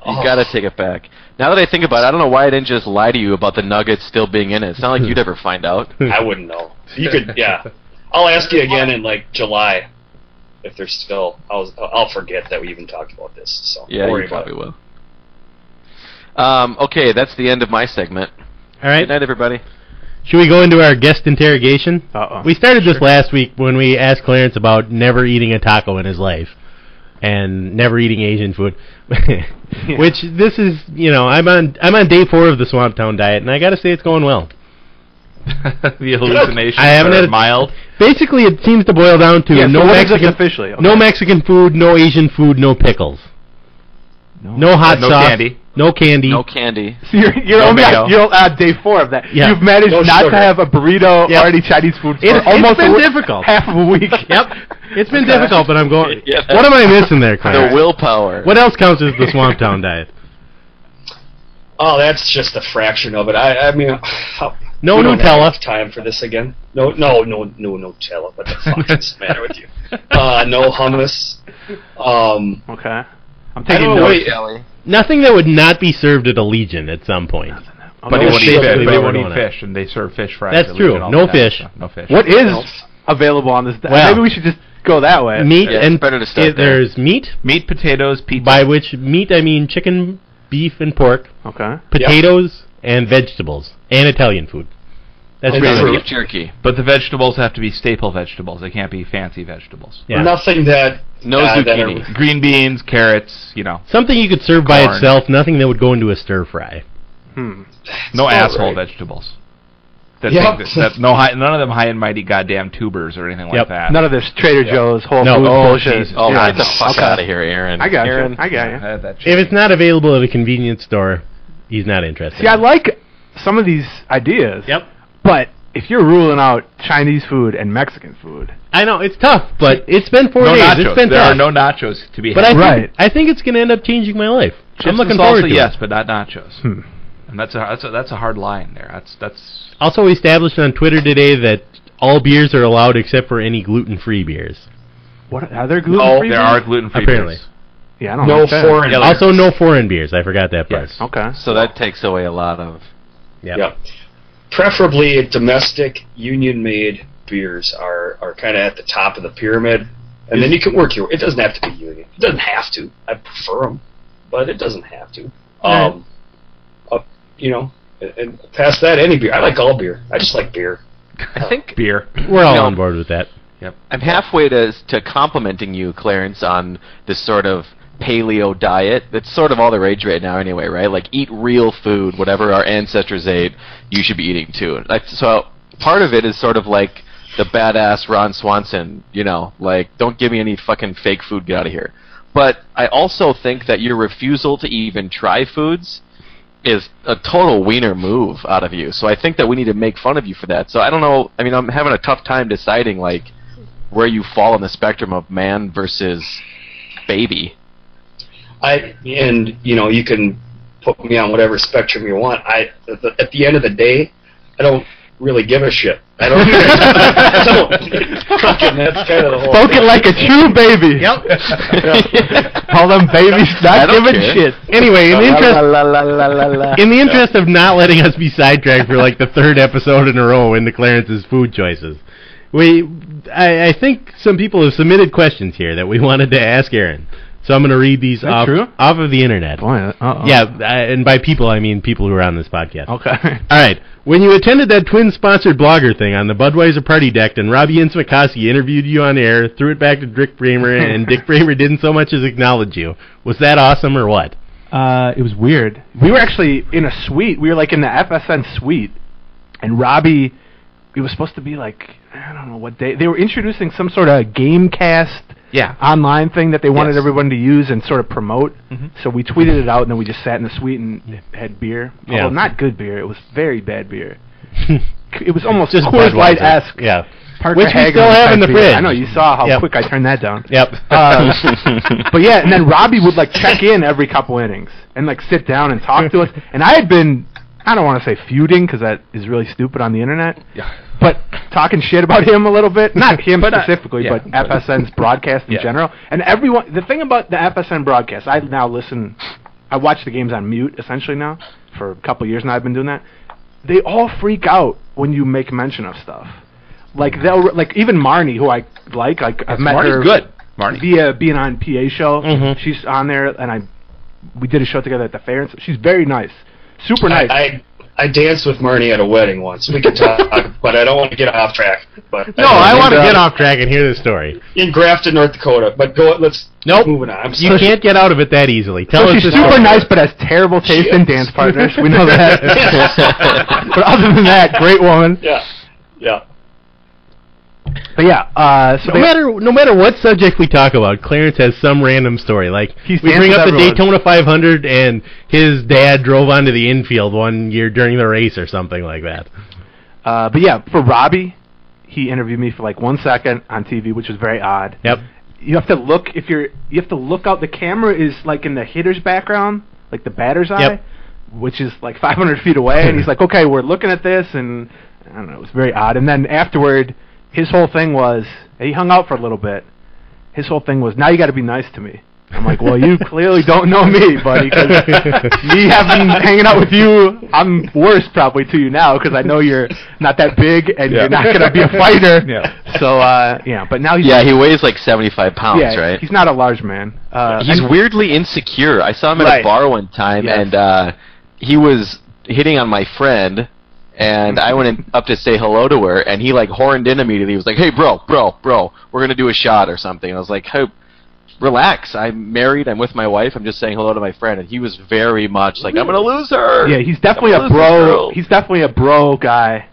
Oh,
You gotta take it back. Now that I think about it, I don't know why I didn't just lie to you about the Nuggets still being in it. It's not like you'd ever find out.
I wouldn't know. You could, yeah. I'll ask you again in like July if they're still. I'll I'll forget that we even talked about this. So
Yeah,
don't worry
you
about
probably
it.
will. Um, okay, that's the end of my segment.
All
Good
right,
night, everybody.
should we go into our guest interrogation?
Uh-oh.
We started this last week when we asked Clarence about never eating a taco in his life. and never eating Asian food. Which this is, you know, I'm on I'm on day four of the Swamp Town diet, and I got to say it's going well.
the hallucinations
I haven't
are
had a-
mild.
Basically, it seems to boil down to
Yeah,
no
so what is this
Mexican
officially. Okay.
no Mexican food, no Asian food, no pickles, no hot
No
sauce,
candy.
no candy.
No candy.
So you're you're
No
only
mayo.
on, you're on day four of that.
Yeah.
You've managed
No
not
sugar.
to have a burrito
Yeah.
or any Chinese food for
It's- it's
almost
been
a w-
difficult.
half of a week.
Yep, it's been difficult, but I'm going.
Yeah.
What am I missing there, Clarence?
The willpower.
What else counts as the Swamp Town diet?
Oh, that's just a fraction of it. I, I mean, how,
No
we don't have
Nutella.
enough time for this again. No, no, no, no Nutella. What the fuck is the matter with you? Uh, no hummus. Um,
Okay. I'm
I
taking
don't know.
notes.
Wait,
Nothing that would not be served at a Legion at some point.
I'm
But he
No
notes.
won't eat
fish,
fish. But he
please.
won't eat
No.
fish, and they serve fish fries.
That's
at Legion
true.
all
No
the time,
fish.
so No fish.
What is
No.
available on this? di-
Well-
Maybe we should just go that way.
Meat
Yeah,
and
it's better to start
it-
there.
there's meat,
Meat, potatoes, pizza.
by which meat I mean chicken, beef, and pork,
Okay.
potatoes, and vegetables, and Italian food. That's
And
really
fruit.
Beef jerky.
But the vegetables have to be staple vegetables. They can't be fancy vegetables.
yeah.
Nothing that
No
uh, that
zucchini.
are-
Green beans, carrots. You know,
Something you could serve by
Corn.
itself. Nothing that would go into a stir fry.
Hmm.
no
about
asshole
right.
vegetables. That
Yep.
thing that- that- no high, none of them high and mighty goddamn tubers or anything
Yep.
like that.
None of this Trader Joe's Whole
No.
Foods
Oh,
bullshit.
Jesus.
Oh,
Yeah.
get the fuck
Okay.
out of here, Aaron.
I got
Aaron.
you. I got you.
I had that shit.
If it's not available at a convenience store, he's not interested.
See, I like some of these ideas.
Yep.
But if you're ruling out Chinese food and Mexican food,
I know it's tough, but it's been four
no
days.
nachos.
It's been
there
tough.
are no nachos to be
but I
had.
think,
Right.
I think it's going to end up changing my life.
Chips
I'm
and
looking
salsa,
forward to it.
yes, but not nachos.
Hmm.
And that's a that's a, that's a hard line there. That's that's
Also established on Twitter today that all beers are allowed except for any gluten-free beers.
what are there gluten free?
oh, there are gluten free
Apparently.
Yeah, I don't
no
like that.
foreign.
Yeah,
Also, no foreign beers. I forgot that part.
Yes.
Okay.
So that takes away a lot of.
Yeah.
Yeah. Preferably a domestic union made beers are, are kind of at the top of the pyramid. And then you can work your It doesn't have to be union. It doesn't have to. I prefer them, but it doesn't have to. Um, uh, you know, and, and past that, any beer. I like all beer. I just like beer.
I think
beer.
We're all
No.
on board with that.
I'm halfway to to complimenting you, Clarence, on this sort of paleo diet. That's sort of all the rage right now, anyway, right? Like eat real food, whatever our ancestors ate, you should be eating too. Like, so part of it is sort of like the badass Ron Swanson, you know, like don't give me any fucking fake food, get out of here. But I also think that your refusal to even try foods is a total wiener move out of you. So I think that we need to make fun of you for that. So I don't know. I mean, I'm having a tough time deciding like where you fall on the spectrum of man versus baby.
I and you know you can put me on whatever spectrum you want. I at the, at the end of the day, I don't really give a shit. I don't. I don't. Fucking, that's kind of the whole
Spoken
thing.
like a true baby. Yep. Call them babies not
I don't
giving
care.
shit.
Anyway, in the
La,
interest
la, la, la, la, la.
in the interest of not letting us be sidetracked for like the third episode in a row into Clarence's food choices, we I, I think some people have submitted questions here that we wanted to ask Aaron. So I'm going to read these
that
off,
true?
off of the internet.
Boy, uh-oh.
Yeah, I, and by people I mean people who are on this podcast.
Okay.
All right. When you attended that twin-sponsored blogger thing on the Budweiser party deck, and Robbie Inspicasi interviewed you on air, threw it back to Dick Bramer, and Dick Bramer didn't so much as acknowledge you. Was that awesome or what?
Uh, it was weird. We were actually in a suite. We were like in the FSN suite, and Robbie, it was supposed to be like I don't know what day. They were introducing some sort of GameCast
Yeah.
online thing that they wanted
Yes.
everyone to use and sort of promote.
Mhm.
So we tweeted it out, and then we just sat in the suite and had beer.
Mm-hmm. Yeah.
Although not good beer. It was very bad beer. it was almost
Just
Coors
Budweiser.
Light esque.
Yeah.
Parker
Which we
Hagel
still have in the
type beer.
fridge.
I know you saw how
Yep.
quick I turned that down.
Yep. Um,
Uh, but yeah, and then Robbie would like check in every couple innings and like sit down and talk to us. And I had been, I don't want to say feuding because that is really stupid on the internet,
Yeah.
but talking shit about him a little bit. Not him
But, uh,
specifically,
yeah,
but
but-
FSN's broadcast in
Yeah.
general. And everyone, the thing about the FSN broadcast, I now listen, I watch the games on mute essentially now for a couple years now. I've been doing that. They all freak out when you make mention of stuff. Like they'll like even Marnie, who I like, like I've met
Marty's
her
good. Marty.
via being on PA show.
Mhm.
She's on there, and I we did a show together at the fair. And so she's very nice, super nice.
I, I danced with Marnie at a wedding once. We could talk, but I don't want to get off track. But
No, I want to
in,
get off track and hear the story.
in Grafton, North Dakota. But go. Let's
Nope.
moving on. I'm
You
sorry.
can't get out of it that easily. Tell
So
us
Oh, she's
the
super
story.
nice, but has terrible taste in dance partners. We know that. but other than that, great woman.
Yeah, yeah.
But yeah, uh, so
No
they-
matter no matter what subject we talk about, Clarence has some random story. Like
He
we
stands
bring
with
up the
everyone.
Daytona 500, and his dad drove onto the infield one year during the race or something like that.
uh, but yeah, for Robbie, he interviewed me for like one second on TV, which was very odd.
Yep.
You have to look if you're. You have to look out. The camera is like in the hitter's background, like the batter's eye,
Yep.
which is like 500 feet away, and he's like, "Okay, we're looking at this," and I don't know. It was very odd. And then afterward, his whole thing was he hung out for a little bit. His whole thing was, "Now you got to be nice to me." I'm like, "Well, you clearly don't know me, buddy, 'cause me having hanging out with you, I'm worse probably to you now because I know you're not that big and you're not gonna be a fighter.
Yeah.
So uh, yeah, but now he's
Yeah, he weighs like 75 pounds,
yeah,
right?
he's not a large man. Uh,
He's
and-
weirdly insecure. I saw him at
Right.
a bar one time,
Yes.
and uh, he was hitting on my friend. And I went in, up to say hello to her, and he like horned in immediately. He was like, "Hey, bro, bro, bro, we're gonna do a shot or something." And I was like, "Hey, relax. I'm married. I'm with my wife. I'm just saying hello to my friend." And he was very much like, "I'm gonna lose her."
yeah, he's definitely a
That was a
bro.
girl.
He's definitely a bro guy,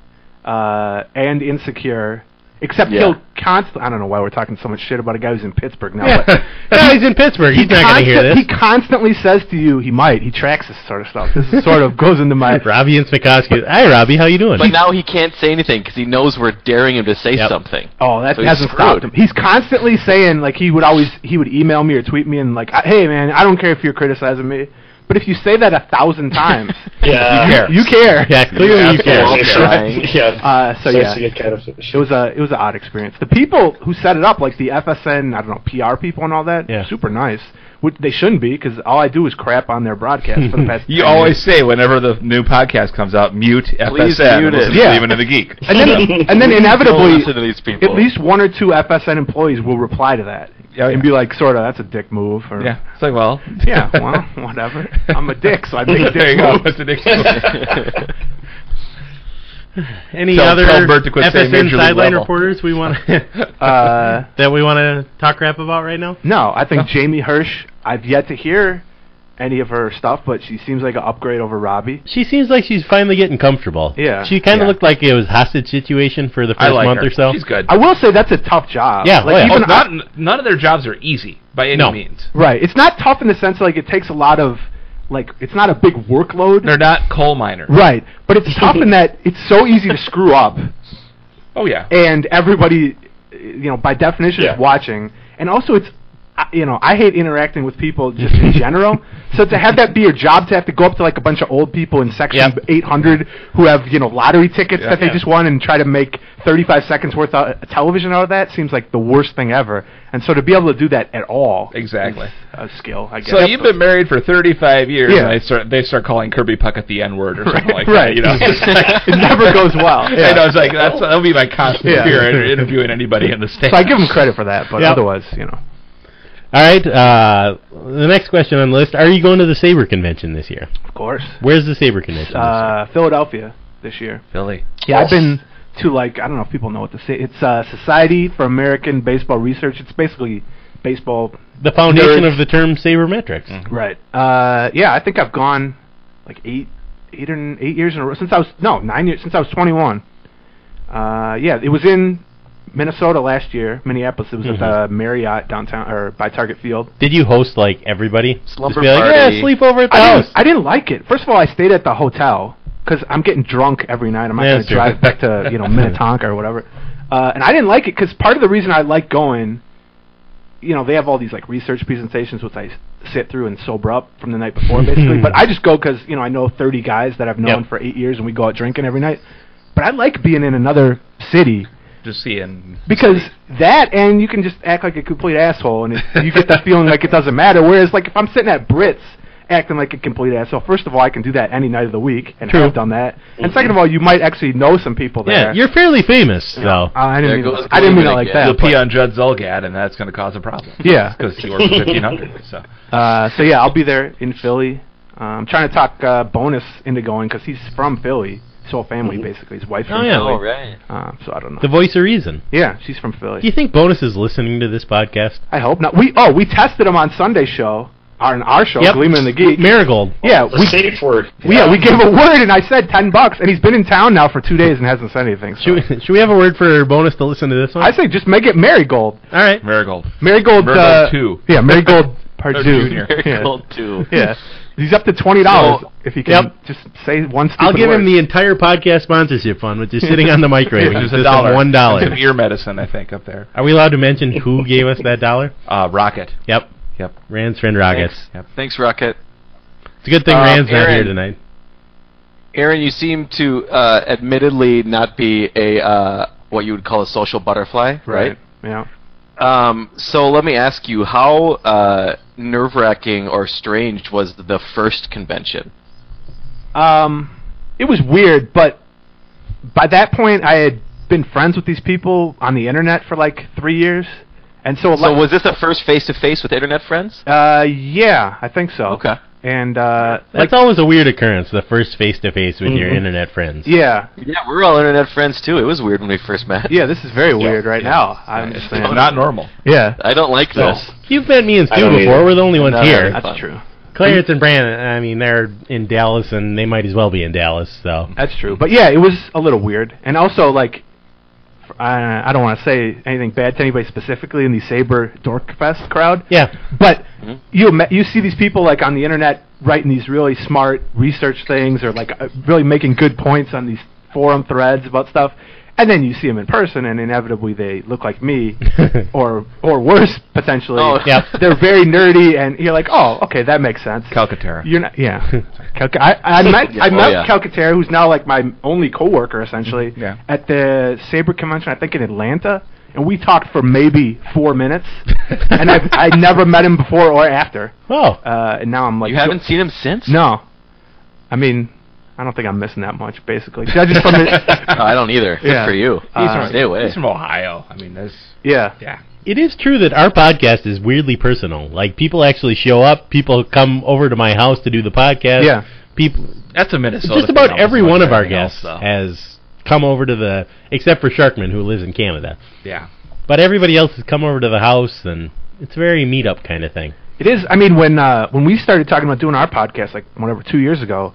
uh, and insecure. Except
Yeah.
he'll constantly. I don't know why we're talking so much shit about a guy who's in Pittsburgh now. But
no, he's in Pittsburgh. He's not going to hear
constant-
this.
He constantly says to you, he might. He tracks this sort of stuff. This is sort of goes into my
Robbie and Smikoski. Hi, Robbie. How you doing?
But now he can't say anything because he knows we're daring him to say
Yep.
something.
Oh, that
So he's
hasn't stopped
screwed.
him. He's constantly saying like he would always he would email me or tweet me and like, hey man, I don't care if you're criticizing me, but if you say that a thousand times,
Yeah.
you care. You care.
yeah, clearly you
Yeah.
care.
Okay.
yeah.
Uh, so
Starts
yeah,
to get kind of
it was a it was an odd experience. The people who set it up, like the FSN, I don't know, PR people and all that,
Yeah.
super nice. Which they shouldn't be because all I do is crap on their broadcast for the past.
You
10
always
years.
say whenever the new podcast comes out, mute FSN.
Please
and
mute it.
listen to
Yeah.
Leaving to the Geek.
and then and then
Don't
inevitably
listen to these people.
at least one or two FSN employees will reply to that
Yeah,
and
yeah.
be like, sort of, that's a dick move. Or,
Yeah. It's like, well.
Yeah, well, whatever. I'm a dick, so I make
there you
dick
go.
moves.
That's the dick move.
Any
Tell-
other
tell Bert to quit saying
FSN
Major League
sideline
level.
reporters we want
Uh,
that we want to talk crap about right now?
no, I think Jamie Hirsch. I've yet to hear any of her stuff, but she seems like an upgrade over Robbie.
She seems like she's finally getting comfortable.
Yeah.
She kind of
Yeah.
looked like it was hostage situation for the first
I like
month
her.
or so.
She's good.
I will say that's a tough job.
Yeah, oh, yeah.
like
Oh,
even
not, none of their jobs are easy by any
No.
means.
right. It's not tough in the sense like it takes a lot of like it's not a big workload.
They're not coal miners.
Right, but it's tough in that it's so easy to screw up,
Oh yeah.
and everybody, uh, you know, by definition
Yeah.
is watching. And also, it's I- you know, I hate interacting with people just in general. So to have that be your job, to have to go up to like a bunch of old people in section
Yep.
800 who have you know lottery tickets that they
Yeah.
just won and try to make 35 seconds worth of television out of that seems like the worst thing ever. And so to be able to do that at all,
Exactly.
a skill, I guess.
So you've been married for 35 years,
Yeah.
and they start they start calling Kirby Puckett the N word or something like
right.
that. You know,
it never goes well.
I know,
Yeah.
it's like that's that'll be my constant
Yeah.
fear in interviewing anybody in the state.
So I give him credit for that, but
Yep.
otherwise, you know.
All right. Uh, the next question on the list: Are you going to the Saber convention this year?
Of course.
Where's the Saber convention?
Uh, Philadelphia this year.
Philly.
Yeah, I've been to like I don't know if people know what to say. It's uh, Society for American Baseball Research. It's basically baseball.
this year? The foundation
nerds.
of the term sabermetrics.
Mm-hmm.
Right. Uh, yeah, I think I've gone like eight, eight or n- eight years in a row since I was no nine years since I was 21. Uh, yeah, it was in Minnesota last year, Minneapolis. It was at the Marriott downtown or by Target Field.
Did you host like everybody?
Slumber
Just be like,
party.
yeah, sleep over at the
I
house.
didn't, I didn't like it. First of all, I stayed at the hotel because I'm getting drunk every night. I'm not
Yeah,
going
that's
to
true.
drive back to you know Minnetonka or whatever. Uh, and I didn't like it because part of the reason I like going, you know, they have all these like research presentations which I s- sit through and sober up from the night before basically. but I just go because you know I know 30 guys that I've known
Yep.
for eight years and we go out drinking every night. But I like being in another city
Just seeing.
because that and you can just act like a complete asshole and it, you get that feeling like it doesn't matter whereas like if i'm sitting at brits acting like a complete asshole first of all i can do that any night of the week and
True.
have done that and second of all you might actually know some people
yeah,
there
you're fairly famous though.
uh, i
There
didn't mean
goes
i didn't mean it
Cleveland
like
again.
that
You'll
but,
pee on Judd Zulgad, and that's going to cause a problem.
yeah
Because he works for 1500. So
uh so yeah i'll be there in philly Uh, I'm trying to talk uh, Bonus into going because he's from Philly. His whole family, basically, his wife's from
Oh, yeah.
Philly.
All right.
Uh, so I don't know.
The voice of reason.
yeah, she's from Philly.
Do you think Bonus is listening to this podcast?
I hope not. We oh, we tested him on Sunday show, on our show, Gleeman and the Geek.
Marigold.
yeah,
The
we
safe word.
we- yeah we gave a word, and I said ten bucks, and he's been in town now for two days and hasn't said anything. So
Should we, should we have a word for Bonus to listen to this one?
I say just make it Marigold.
All right.
Marigold.
Marigold.
Marigold
uh,
two.
Yeah, Marigold Part
Or
Two.
Junior.
Miracle too.
Yeah. yeah. He's up to twenty dollars
So-
if he can
Yep.
just say one stupid
I'll give him
word.
the entire podcast sponsorship fund, which is sitting on the microwave.
Which is
It's
a
just
dollar.
One dollar.
It's an ear medicine, I think, up there.
Are we allowed to mention who gave us that dollar?
Uh, Rocket.
Yep.
Yep.
Rand's friend Rockets.
Thanks. Thanks, Rocket.
It's a good thing
Uh,
Rand's not here
Aaron.
tonight.
Aaron, you seem to uh, admittedly not be a uh, what you would call a social butterfly, right?
Yeah.
Um, so let me ask you, how uh, nerve-wracking or strange was the first convention?
Um, it was weird, but by that point, I had been friends with these people on the internet for like three years, and so,
So was this the first face-to-face with internet friends?
uh, yeah, I think so.
Okay.
And uh,
That's
like,
always a weird occurrence, the first face to face with your internet friends.
yeah,
Yeah, we're all internet friends too. It was weird when we first met.
yeah, this is very weird right now. I'm just
It's
saying.
not normal.
yeah,
I don't like this.
You've met me and
I
Stu
don't
before.
either.
We're the only ones
No,
here.
that's-
that's true.
Clarence and Brandon, I mean, they're in Dallas, and they might as well be in Dallas. So
That's true. But yeah, it was a little weird, and also like. f- I, I don't want to say anything bad to anybody specifically in the Saber Dorkfest crowd.
yeah,
But you ima- you see these people like on the internet writing these really smart research things or like uh, really making good points on these forum threads about stuff, and then you see them in person, and inevitably they look like me, or or worse potentially.
Oh.
Yep.
They're very nerdy, and you're like, oh, okay, that makes sense.
Calcaterra.
You're not, yeah. Calca- I, I met I
Oh,
met
yeah. Mm-hmm.
Calcaterra, who's now like my only coworker essentially,
Yeah.
at the Saber convention, I think in Atlanta, and we talked for maybe four minutes, and I I never met him before or after,
oh,
uh, and now I'm like
You haven't seen him since?
no, I mean. I don't think I'm missing that much, basically. Judging from the,
No, Oh, I don't either.
Yeah.
Good for you.
Uh,
Stay away.
He's Uh, from Ohio. I mean, there's
yeah,
yeah.
it is true that our podcast is weirdly personal. Like people actually show up. People come over to my house to do the podcast.
yeah,
people.
That's a Minnesota.
Just
thing
about
almost
every
like
one of our
everything
guests
else, though.
has come over to the, except for Sharkman, who lives in Canada.
yeah.
But everybody else has come over to the house, and it's a very meetup kind of thing.
it is. I mean, when uh, when we started talking about doing our podcast, like whatever, two years ago,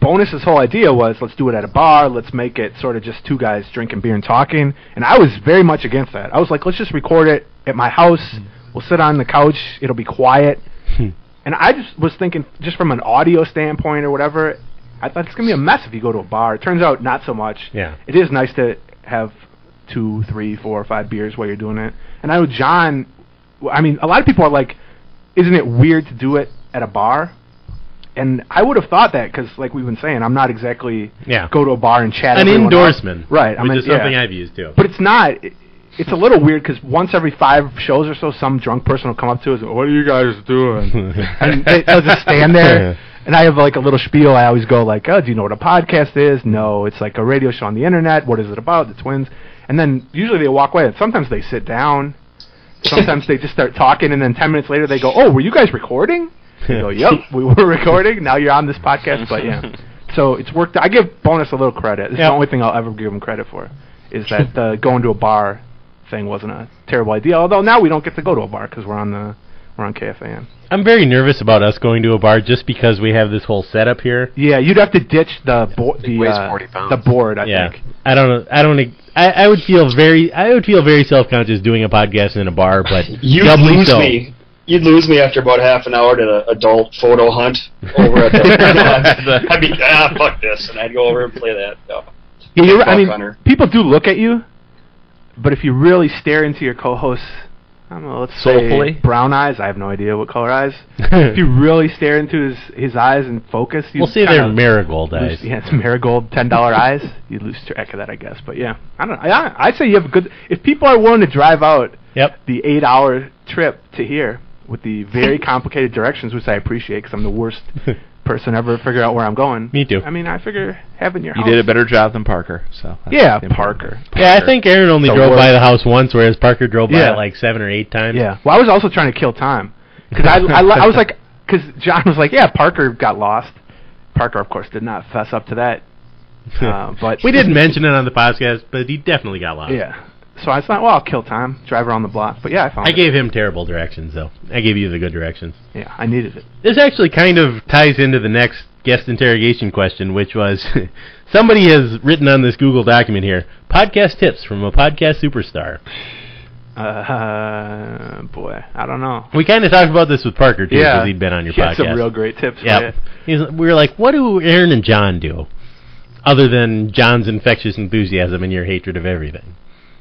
Bonus's whole idea was let's do it at a bar, let's make it sort of just two guys drinking beer and talking. And I was very much against that. I was like, let's just record it at my house. We'll sit on the couch. It'll be quiet. and I just was thinking, just from an audio standpoint or whatever, I thought it's gonna be a mess if you go to a bar. It turns out not so much.
Yeah.
It is nice to have two, three, four, or five beers while you're doing it. And I know John. w- I mean, a lot of people are like, isn't it weird to do it at a bar? and I would have thought that because, like we've been saying, I'm not exactly
Yeah.
go to a bar and chat.
An
everyone up.
endorsement,
right? I
Which
mean,
is
yeah.
something I've used too.
but it's not. it- It's a little weird because once every five shows or so, some drunk person will come up to us and, "What are you guys doing?" and it does just stand there. And I have like a little spiel. I always go like, "Oh, do you know what a podcast is?" No, it's like a radio show on the internet. What is it about? The twins. And then usually they walk away. And sometimes they sit down. Sometimes they just start talking, and then ten minutes later they go, "Oh, were you guys recording?" I go, yep, we were recording. Now you're on this podcast, but yeah. So it's worked. I give bonus a little credit. It's
Yeah.
the only thing I'll ever give him credit for, is that uh, going to a bar thing wasn't a terrible idea. Although now we don't get to go to a bar because we're on the we're on KFAN.
I'm very nervous about us going to a bar just because we have this whole setup here.
Yeah, you'd have to ditch the board. The,
weighs
uh,
40 pounds.
the board, I
yeah,
think.
I don't. I don't. I, I would feel very. I would feel very self conscious doing a podcast in a bar, but
You'd
doubly
lose
so.
me. You'd lose me after about half an hour to the adult photo hunt over at the. I'd be ah fuck this, and I'd go over and play that. No.
Yeah, you're right. I
Buck
mean,
Hunter.
people do look at you, but if you really stare into your co-host's, I don't know, let's
Soulfully?
say brown eyes. I have no idea what color eyes. if you really stare into his his eyes and focus, you
we'll say they're
kinda
marigold
lose-
eyes.
Yeah, it's marigold ten dollar eyes. You lose track of that, I guess. But yeah, I don't. know. I I'd say you have a good. If people are willing to drive out
Yep.
the eight hour trip to here with the very complicated directions, which I appreciate because I'm the worst person ever to figure out where I'm going.
Me too.
I mean, I figure having your
You
house-
did a better job than Parker. So that's
Yeah,
important.
Parker.
Yeah, I think Aaron only
The
drove by
worst.
the house once, whereas Parker drove by
Yeah.
it like seven or eight times.
Yeah. Well, I was also trying to kill time because I, I, li- I was like, because John was like, "Yeah, Parker got lost." Parker, of course, did not fess up to that. Uh, but
we didn't mention it on the podcast, but he definitely got lost.
Yeah. So I thought, well, I'll kill time, drive around the block. But yeah, I found
I
it.
gave him terrible directions, though. I gave you the good directions.
yeah, I needed it.
This actually kind of ties into the next guest interrogation question, which was somebody has written on this Google document here podcast tips from a podcast superstar.
Uh, boy, I don't know.
We kind of talked about this with Parker, too,
Yeah.
because he'd been on your
She had
podcast.
some real great tips. for
Yep.
you.
He's, we were like, what do Aaron and John do other than John's infectious enthusiasm and your hatred of everything?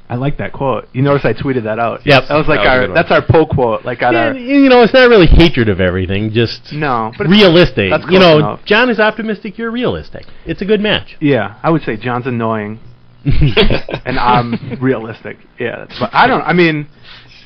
I like that quote. You notice I tweeted that out.
Yep.
That was like
That was a
our
good one.
that's our poll quote. Like on
Yeah,
our
you know, it's not really hatred of everything, just
no, but it's-
realistic.
that's
you
close
know,
enough.
John is optimistic, you're realistic. It's a good match.
yeah, I would say John's annoying and I'm realistic. Yeah, that's, but I don't. I mean,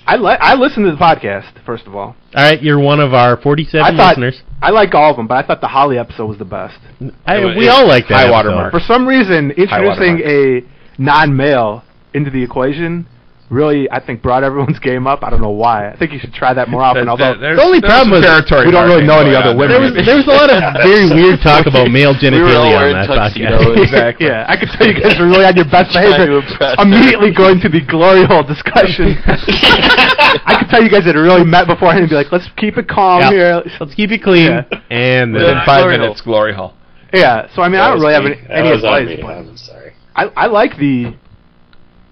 I li- I listen to the podcast first of all.
All right, you're one of our 47
I thought
listeners. Mm-hmm.
I like all of them, but I thought the Holly episode was the best.
I,
was-
we
it-
all like that.
high
episode.
watermark.
For some reason, introducing a non-male into the equation really, I think, brought everyone's game up. I don't know why. I think you should try that more often. although
The only problem was
territory
we don't really know any other
there was, there was a lot of very weird talk about male
we were all
genitalia
wearing
on that
tuxedos.
podcast.
exactly.
Yeah, I could tell you guys were really on your best
Trying to
behavior.
impress them.
Immediately going to the glory hole discussion. I could tell you guys had really met beforehand and be like, let's keep it calm
Yeah.
here.
Let's keep it clean.
Yeah.
And
Within
uh,
five
Glory
minutes, glory hall.
Yeah, so I mean, I
That
don't
was
really have any,
me. That
any
was on me.
advice, but
I'm sorry.
I, I like the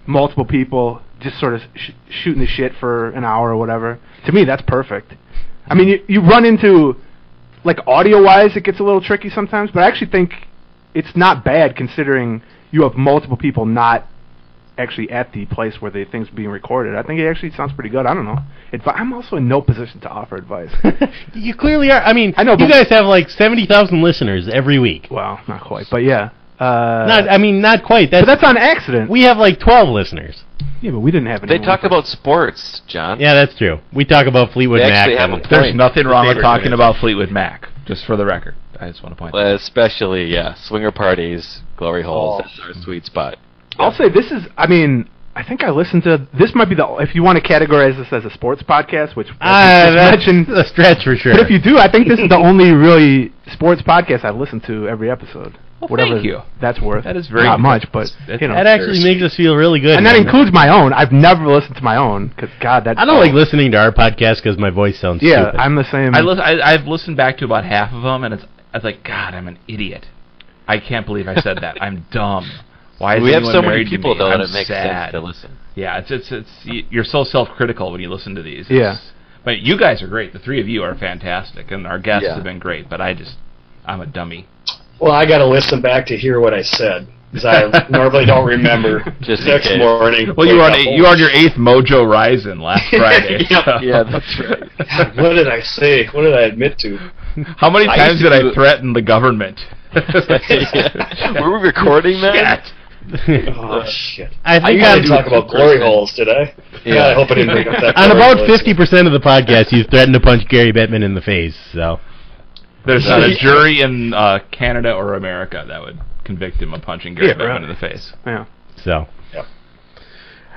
multiple people just sort of sh- shooting the shit for an hour or whatever. To me, that's perfect. I mean, you, you run into, like, audio wise, it gets a little tricky sometimes, but I actually think it's not bad considering you have multiple people not actually at the place where the thing's being recorded. I think it actually sounds pretty good. I don't know. Advi- I'm also in no position to offer advice.
you clearly are. I mean,
I know,
you
but-
guys have like 70,000 listeners every week.
well, not quite, but yeah. Uh,
Not, I mean, not quite. That's,
but that's on accident.
we have like 12 listeners.
yeah, but we didn't have any.
They talked about sports, John.
Yeah, that's true. We talk about Fleetwood
They
Mac.
actually have
and-
a point.
There's nothing wrong with
Favorite
talking
fans.
about Fleetwood Mac, just for the record. I just want to point.
Especially, yeah, swinger parties, glory holes.
Oh.
That's our sweet spot.
I'll say this is. I mean, I think I listened to this. Might be the if you want to categorize this as a sports podcast, which
Ah,
I
that's
just mentioned.
a stretch for sure.
But if you do, I think this is the only really sports podcast I've listened to every episode.
Well,
whatever
thank you.
that's worth.
That is very
not
good.
much, but
That's-
you know,
that actually makes us feel really good.
and that
man.
includes my own. I've never listened to my own because God, that
I don't like listening to our podcast because my voice sounds
Yeah,
stupid.
I'm the same.
I listen. I, I've listened back to about half of them, and it's. I was like, God, I'm an idiot. I can't believe I said that. I'm dumb. Why is
we have
anyone
so many
married to
people
me?
though
I'm
that it makes
sad.
sense to listen.
Yeah, it's it's it's y- you're so self-critical when you listen to these. It's-
Yeah.
But you guys are great. The three of you are fantastic, and our guests
Yeah.
have been great. But I just, I'm a dummy.
Well, I got to listen back to hear what I said because I normally don't remember.
Just in
next
case.
morning.
Well, you were on
wake up, oh,
eight, you were on your eighth Mojo Rising last Friday.
Yeah.
so-
Yeah, that's right.
What did I say? What did I admit to?
How many
I
times
used to
did I
do-
threaten the government?
Yeah. Were we recording that?
Shit.
Oh shit!
I
I
think
got
on,
to talk about glory holes, did I?
Yeah.
God, I hope I didn't bring up that.
on
glory
about
hole.
fifty percent of the podcast, you threatened to punch Gary Bettman in the face. So
There's not a jury in uh, Canada or America that would convict him of punching Gary
Yeah,
Bettman
right.
in the face.
Yeah.
so.
Yep.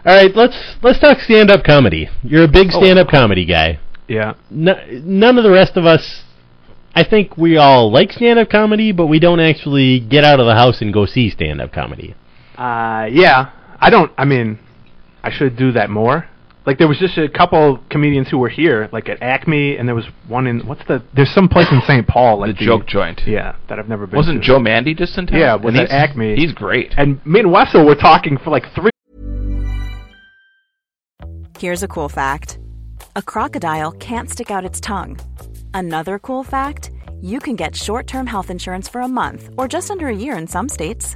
All right, let's let's talk stand-up comedy. You're a big
Oh.
stand-up comedy guy.
Yeah.
No, none of the rest of us. I think we all like stand-up comedy, but we don't actually get out of the house and go see stand-up comedy.
Uh, yeah. I don't. I mean, I should do that more. Like there was just a couple comedians who were here, like at Acme, and there was one in what's the? There's some place in St. Paul, like
The joke joint.
Yeah, that I've never been.
Wasn't
to.
Joe Mandy just in town?
Yeah, was
And
at
he's-
Acme.
He's great.
And me and Wessel were talking for like three.
Here's a cool fact a crocodile can't stick out its tongue. Another cool fact you can get short term health insurance for a month or just under a year in some states.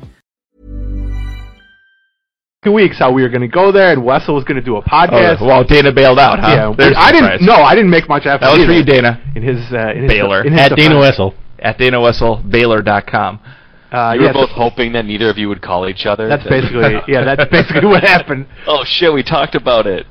Two weeks how we were going to go there and Wessel was going to do a podcast.
Oh, well, Dana bailed out, huh?
yeah,
There's
I didn't.
surprise.
No, I didn't make much effort.
That was for
either.
you, Dana.
In his uh, in his,
Baylor.
in his
At Dana
defense.
Wessel.
At Dana Wessel, Baylor.com.
Uh,
You
yeah,
were both
so
hoping that neither of you would call each other.
that's basically yeah. That's basically what happened.
Oh shit, we talked about it.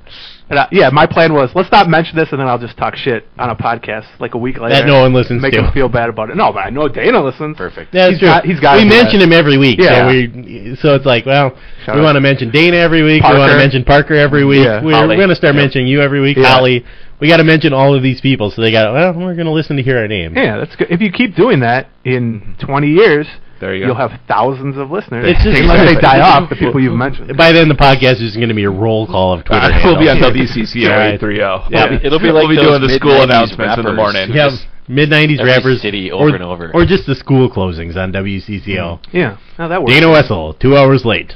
And I, yeah, my plan was let's not mention this, and then I'll just talk shit on a podcast like a week later.
That no one listens
make
to.
him feel bad about it. No, but I know Dana listens.
Perfect.
That's
He's
true.
got- he's got
we
it,
mention
right?
him every week.
Yeah.
So, we, so it's like, well,
Shout
we
out.
want to mention Dana every week. We want
Parker.
to mention Parker every week.
Yeah.
We're,
Holly.
going to start
Yeah.
mentioning you every week,
Yeah.
Holly. We got to mention all of these people, so they got. Well, we're going to listen to hear our name.
Yeah, that's good. If you keep doing that in 20 years,
There you go.
you'll have thousands of listeners.
It's just-
unless they die off, the people you've mentioned.
By then, the podcast is going to be a roll call of Twitter.
Uh, we'll be on
handles.
WCCO
Yeah.
830.
Yeah.
We'll be-
It'll be
oh. we'll
like
be doing
those
the school
mid-nineties
announcements in the
rappers.
morning.
Yeah, mid '90s
Every
rappers,
city
or,
over and over.
or just the school closings on WCCO.
yeah, no, that works.
Dana Wessel, two hours late.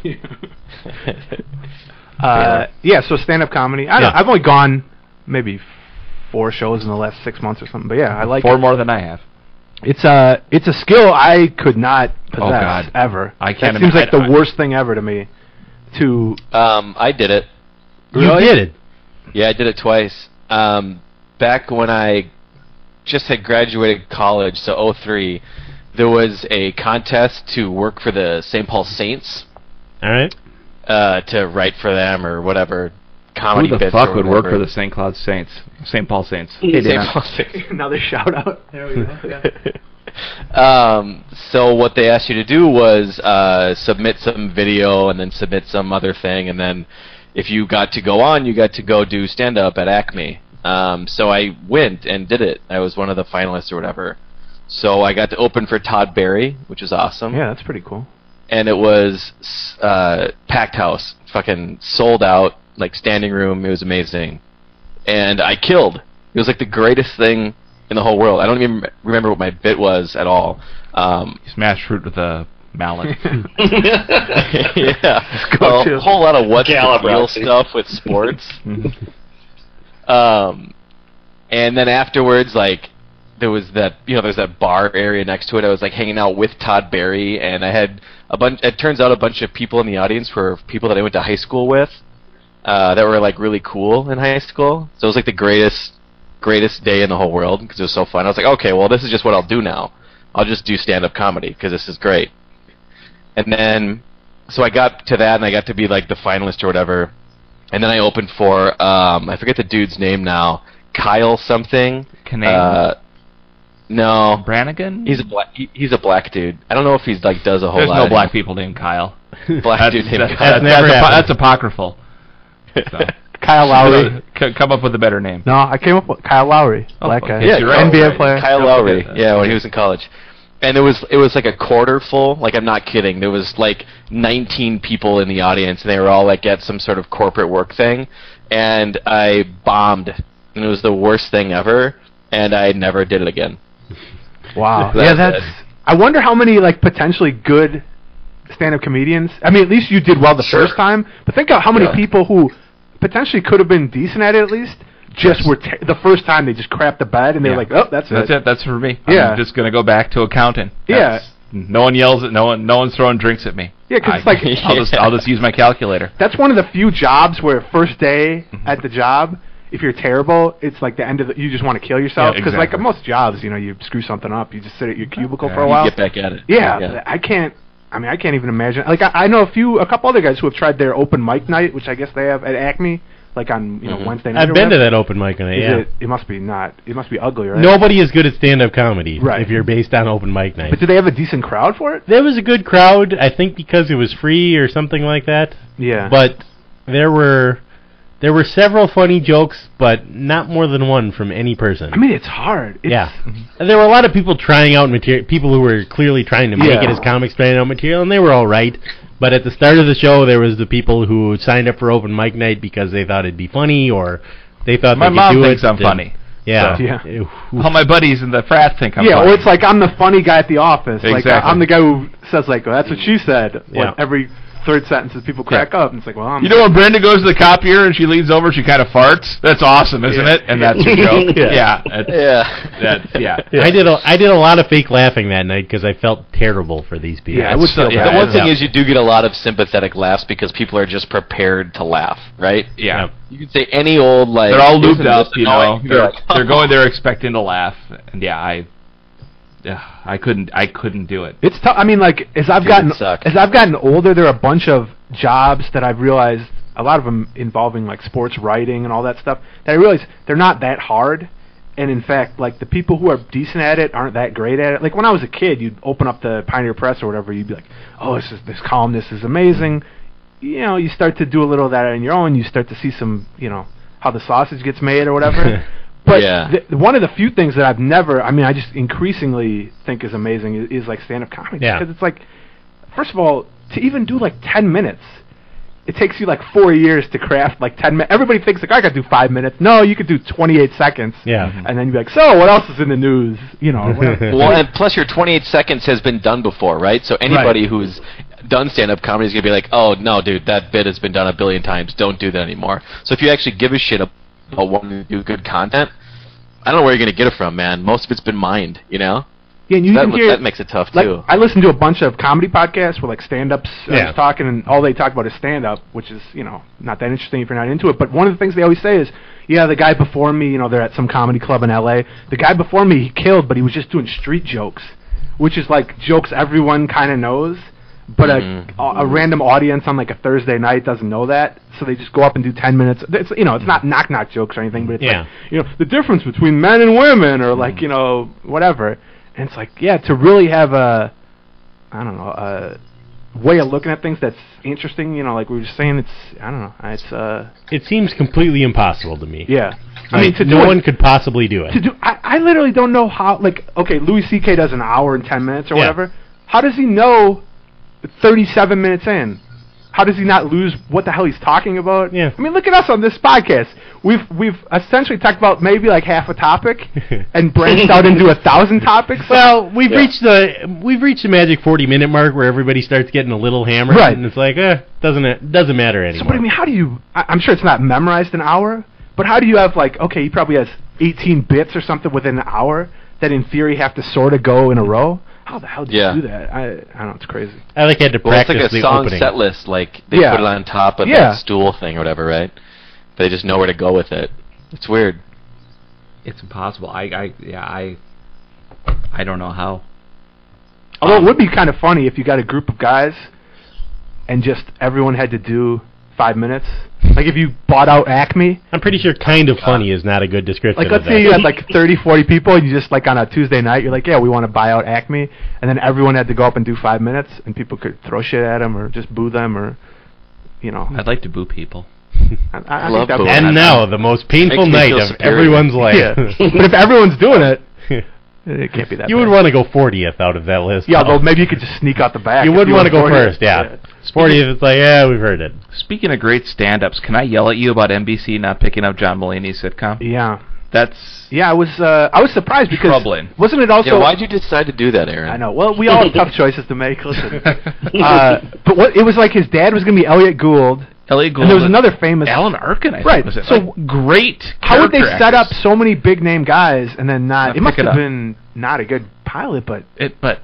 Uh, yeah, so stand-up comedy. I don't,
Yeah.
I've only gone maybe four shows in the last six months or something. But yeah, I like
Four
it.
more than I have.
It's a it's a skill I could not possess
Oh,
God.
ever.
I can't
That seems
ima-
like
I-
the
I-
worst thing ever to me. To
Um, I did it.
You did it.
Yeah, I did it twice. Um, back when I just had graduated college, so 03, there was a contest to work for the St. Paul Saints,
All right.
uh, to write for them or whatever comedy
Who the
bits
fuck
or
would work for
whatever.
the St. Cloud Saints? St. Paul Saints.
St. Paul Saints?
another shout out. There we go.
um, so what they asked you to do was uh, submit some video and then submit some other thing, and then if you got to go on, you got to go do stand up at Acme. Um, so I went and did it. I was one of the finalists or whatever. So I got to open for Todd Barry, which is awesome.
Yeah, that's pretty cool.
And it was uh, packed house, fucking sold out, like standing room. It was amazing, and I killed. It was like the greatest thing in the whole world. I don't even remember what my bit was at all. Um,
Smash fruit with a mallet.
yeah, well,
to-
a whole lot of what's the deal
Galabrowski.
stuff with sports. um, and then afterwards, like there was that you know there's that bar area next to it. I was like hanging out with Todd Barry, and I had a bunch. It turns out a bunch of people in the audience were people that I went to high school with, uh, that were like really cool in high school. So it was like the greatest, greatest day in the whole world because it was so fun. I was like, okay, well this is just what I'll do now. I'll just do stand up comedy because this is great. And then, so I got to that, and I got to be like the finalist or whatever. And then I opened for um, I forget the dude's name now, Kyle something.
Canadian.
Uh, no,
Brannigan?
he's a black. He, he's a black dude. I don't know if he's like does a whole
There's
lot.
no
of-
black people named Kyle.
black dude named
That's-
Kyle.
that's-
never
that's apo-
happened.
that's apocryphal. So.
Kyle Lowry.
C- come up with a better name.
No, I came up with Kyle Lowry,
Oh,
black
okay,
guy,
Yeah,
you're right.
NBA player.
Kyle
Don't
Lowry.
forget that.
Yeah, when he was in college. And it was it was like a quarter full. Like I'm not kidding. There was like 19 people in the audience, and they were all like at some sort of corporate work thing. And I bombed, and it was the worst thing ever. And I never did it again.
Wow.
That-
yeah, that's. I wonder how many like potentially good stand-up comedians. I mean, at least you did well the
Sure.
first time, but think of how many
Yeah.
people who potentially could have been decent at it at least just were ter- the first time they just crapped the bed and they're
Yeah.
like, oh, that's,
That's it. That's for me.
Yeah.
I'm just gonna go back to accounting.
Yeah.
That's- No one yells at no one. No one's throwing drinks at me.
Yeah, 'cause
I-
it's like-
I'll just I'll just use my calculator.
That's one of the few jobs where first day
Mm-hmm.
at the job, if you're terrible, it's like the end of the. You just want to kill yourself
Yeah,
because like
exactly.
most jobs, you know, you screw something up, you just sit at your cubicle for
Yeah,
a
you
while.
You get back at it.
Yeah, I can't. I mean, I can't even imagine. Like, I, I know a few, a couple other guys who have tried their open mic night, which I guess they have at Acme, like on you know
Mm-hmm.
Wednesday night.
I've been to that open mic night. Yeah.
It, it must be not. It must be ugly, right?
Nobody is good at stand-up comedy
Right.
if you're based on open mic night.
But do they have a decent crowd for it?
there was a good crowd, I think, because it was free or something like that.
Uh-huh.
Yeah.
But there were there were several funny jokes, but not more than one from any person.
I mean, it's hard. It's,
yeah, And there were a lot of people trying out material, people who were clearly trying to make
Yeah.
it as comics trying out material, and they were all right. But at the start of the show, there was the people who signed up for open mic night because they thought it'd be funny or they thought
My
they
mom
could do
thinks
it.
I'm
and-
funny.
Yeah,
So-
Yeah.
All my buddies in the frat think I'm
yeah,
funny.
or it's like uh, I'm the funny guy at the office. Like I-
Exactly.
I'm the guy who says like, well, "That's what she said."
Yeah.
Like, every third sentences, people crack up, and it's like, well, I'm
You know when Brenda goes to the copier and she leans over, she kind of farts. That's awesome, isn't it? And that's your joke.
Yeah.
yeah. That's,
Yeah.
That's, yeah.
I did a, I did a lot of fake laughing that night because I felt terrible for these people.
Yeah, I would
so-
feel
yeah,
bad.
The one thing
Yeah.
is you do get a lot of sympathetic laughs because people are just prepared to laugh, right?
Yeah.
You can say any old like
They're all looped
"Isn't
up,
this
you know.
annoying?"
They're,
like,
they're going there expecting to laugh. And yeah, I yeah, I couldn't I couldn't do it.
It's tough. I mean, like as I've
Dude,
gotten
it sucked.
as I've gotten older, there are a bunch of jobs that I've realized a lot of them involving like sports writing and all that stuff. That I realize they're not that hard, and in fact, like the people who are decent at it aren't that great at it. Like when I was a kid, you'd open up the Pioneer Press or whatever, you'd be like, "Oh, this is this column, this is amazing." You know, you start to do a little of that on your own. You start to see some, you know, how the sausage gets made or whatever. But
Yeah.
th- one of the few things that I've never, I mean, I just increasingly think is amazing is, is like stand up comedy.
Yeah.
Because it's like, first of all, to even do like 10 minutes, it takes you like four years to craft like 10 minutes. Everybody thinks, like, I got to do five minutes. No, you could do 28 seconds.
Yeah.
And then you'd be like, so what else is in the news? You know, whatever.
Well, and plus your 28 seconds has been done before, right? So anybody who's done stand-up comedy is gonna be like, "Oh no, dude, that bit has been done a billion times. Don't do that anymore." So if you actually give a shit about wanting to do good content, I don't know where you're gonna get it from, man. Most of it's been mined, you know.
yeah, and you
That,
can
was-
hear,
that makes it tough
like,
too.
I listen to a bunch of comedy podcasts where like stand-ups are
Yeah.
just talking, and all they talk about is stand-up, which is you know not that interesting if you're not into it. But one of the things they always say is, yeah, the guy before me, you know, they're at some comedy club in L.A. The guy before me, he killed, but he was just doing street jokes, which is like jokes everyone kind of knows, but
Mm-hmm.
a, a a random audience on like a Thursday night doesn't know that, so they just go up and do ten minutes. It's you know, it's not knock-knock jokes or anything, but it's
Yeah. Mm.
like, you know the difference between men and women or like you know whatever and it's like yeah to really have a i don't know a way of looking at things that's interesting you know like we were just saying it's i don't know it's uh
It seems completely impossible to me.
yeah i
Like,
mean to
no
do
one
it,
could possibly do it.
to do I, I literally don't know how like okay louis ck does an hour and 10 minutes or
Yeah.
whatever how does he know 37 minutes in how does he not lose what the hell he's talking about?
Yeah.
I mean, look at us on this podcast. We've we've essentially talked about maybe like half a topic and branched out into a thousand topics.
well, we've reached the we've reached the magic forty minute mark where everybody starts getting a little hammered,
Right.
and it's like, eh, doesn't it doesn't matter anymore.
but I mean, how do you? I, I'm sure it's not memorized an hour, but how do you have like okay, he probably has 18 bits or something within an hour that in theory have to sort of go in a row. How the hell do
Yeah.
you do that? I I don't know. It's crazy.
I like had to
Well, it's
practice
like a
the
song
opening.
set list. Like they
Yeah.
put it on top of
Yeah.
that stool thing or whatever, right? They just know where to go with it. It's weird.
It's impossible. I, I yeah, I I don't know how.
Although it would be kind of funny if you got a group of guys and just everyone had to do five minutes. Like if you bought out Acme.
I'm pretty sure kind of funny is not a good description.
Like, let's
of
say you
that.
had like 30, 40 people, and you just like on a Tuesday night, you're like, yeah, we want to buy out Acme, and then everyone had to go up and do five minutes, and people could throw shit at them or just boo them or, you know,
I'd like to boo people.
I, I, I
Love
think that'd be-
booing.
and now the most painful
Makes me
night
feel
of
superior.
everyone's life.
yeah. but if everyone's doing it, it can't be that.
you
bad.
would want to go 40th out of that list.
yeah,
though.
well, maybe you could just sneak out the back.
you
if
would want
were
to go
bored.
first. Yeah, 40th. It's like, yeah, we've heard it.
Speaking of great stand-ups, can I yell at you about NBC not picking up John Mulaney's sitcom?
yeah,
That's
yeah. I was, uh, I was surprised because
Troubling.
wasn't it also?
Yeah, why'd you decide to do that, Aaron?
I know. Well, we all have tough choices to make. Listen, uh, but what it was like his dad was going to be Elliot Gould,
Elliot Gould.
and there was another famous
Alan Arkin, I think.
Right,
Was it.
so
Like, great.
How would they
character
set up
actors.
so many big name guys and then not?
Not
it must
pick it
have
up.
been not a good pilot, but
It, but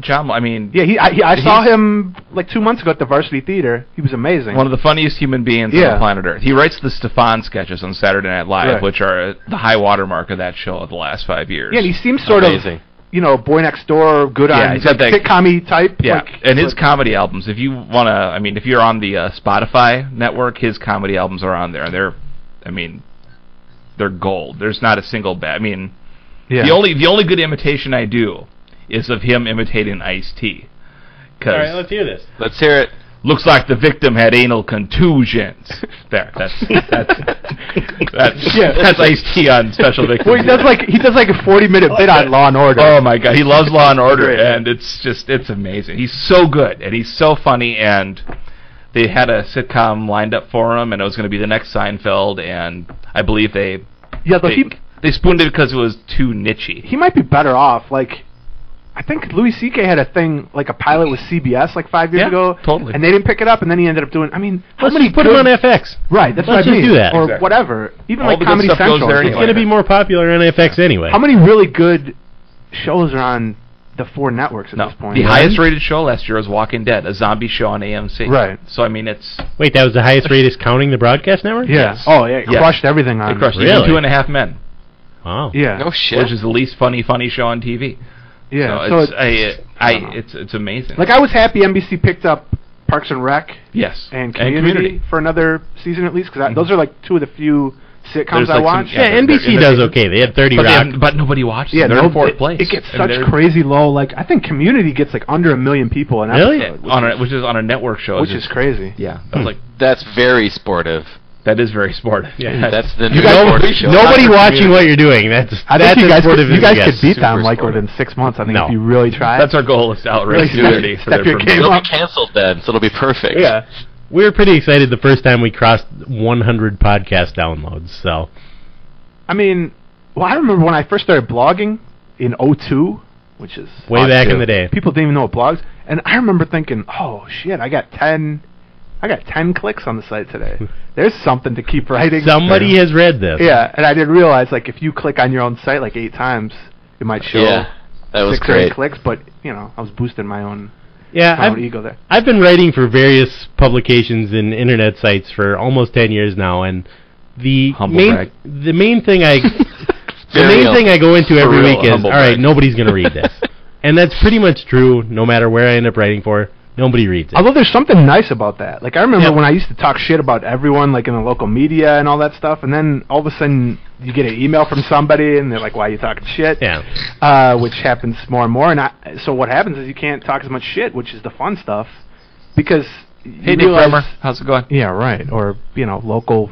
John, I mean,
yeah, he I, he, I
He's-
saw him like two months ago at the Varsity Theater. He was amazing.
one of the funniest human beings on
Yeah.
the planet Earth. He writes the Stefan sketches on Saturday Night Live,
Right.
which are the high watermark of that show of the last five years.
yeah, and he seems sort
Amazing.
of you know boy next door, good
Yeah,
on
he's
like,
got that-
sitcom type.
Yeah,
like-
and his
like-
comedy albums. If you wanna, I mean, if you're on the uh, Spotify network, his comedy albums are on there, and they're, I mean, they're gold. There's not a single bad. I mean,
yeah.
the only the only good imitation I do is of him imitating Ice T, because
hear this.
Let's hear it.
looks like the victim had anal contusions. there, that's that's that's,
Yeah.
that's Ice T on Special Victims.
well, he does like he does like a forty minute bit on Law and Order.
Oh my god, he loves Law and Order,
Great.
and it's just it's amazing. He's so good, and he's so funny, and they had a sitcom lined up for him, and it was going to be the next Seinfeld, and I believe they
yeah, though
they,
he
they spooned it because it was too nichey.
he might be better off. Like I think Louis C.K. had a thing like a pilot with CBS like five years
Yeah,
ago,
totally.
and they didn't pick it up, and then he ended up doing. I mean,
Let's
many
just put him
good-
on FX.
Right,
Let's
that's what I
just
mean,
do that.
or
Exactly.
whatever. Even
All
like
the good
Comedy
stuff goes
Central.
there
or something
anyway. It's gonna be more popular on FX anyway.
How many really good shows are on the four networks at
No,
this point?
the highest rated show last year was Walking Dead, a zombie show on AMC.
Right.
So I mean, it's
Wait, that was the highest rate, is counting the broadcast network.
Yeah. Oh yeah, it crushed everything on.
It crushed
Really?
even Two and a Half Men.
Wow.
Yeah.
No shit.
Which is the least funny, funny show on TV.
Yeah,
So,
so
it's, I, I, it's it's amazing.
Like I was happy NBC picked up Parks and Rec.
Yes.
And
And
Community,
Community. Mm-hmm.
for another season at least, because those are like two of the few sitcoms
There's, like,
I
some-
watch.
yeah, Yeah, they're- NBC they're- does they're- okay. They had 30
but
Rock. but nobody watches.
Yeah,
They're in
no,
fourth
it,
place.
It gets
I mean,
such
they're-
crazy low. Like I think Community gets like under a million people an episode.
on a, which is on a network show,
which is crazy.
Yeah, I was like,
That's very sportive.
That is very sportive.
Yeah, that's the
You
new
guys-
sports show.
Nobody watching what you're doing. That's
I
that's
think you
as
guys could,
supportive
you
as
guys
gets.
could beat them like within six months. I think
No.
if you really try.
That's our goal is to outrace
Really
nudity for
step
their
your
permission.
game up.
canceled then, so it'll be perfect.
Yeah.
We were pretty excited the first time we crossed 100 podcast downloads. So
I mean, well, I remember when I first started blogging in '02, which is
Way
odd,
back in
too.
the day.
People didn't even know what blogs. And I remember thinking, "Oh shit, I got 10 I got 10 clicks on the site today. There's something to keep writing."
somebody has read this.
Yeah, and I didn't realize like if you click on your own site like 8 times, it might show
Yeah, that was
six or eight
great.
clicks, but you know, I was boosting my own
Yeah,
my
I've,
own ego there.
I've been writing for various publications and internet sites for almost 10 years now, and the
Humble
main
brag.
the main thing I the
Very
main
hum-
thing I go into every
for real,
week is
humble
all right,
brag."
nobody's going to read this, and that's pretty much true. No matter where I end up writing for, nobody reads it.
Although there's something nice about that. Like I remember when I used to talk shit about everyone, like in the local media and all that stuff, and then all of a sudden you get an email from somebody and they're like, "Why are you talking shit?"
Yeah.
Uh, which happens more and more. And I, so what happens is you can't talk as much shit, which is the fun stuff, because
Hey,
you
Nick
realize-
Bremer, how's it going?
Yeah, right. Or you know, local,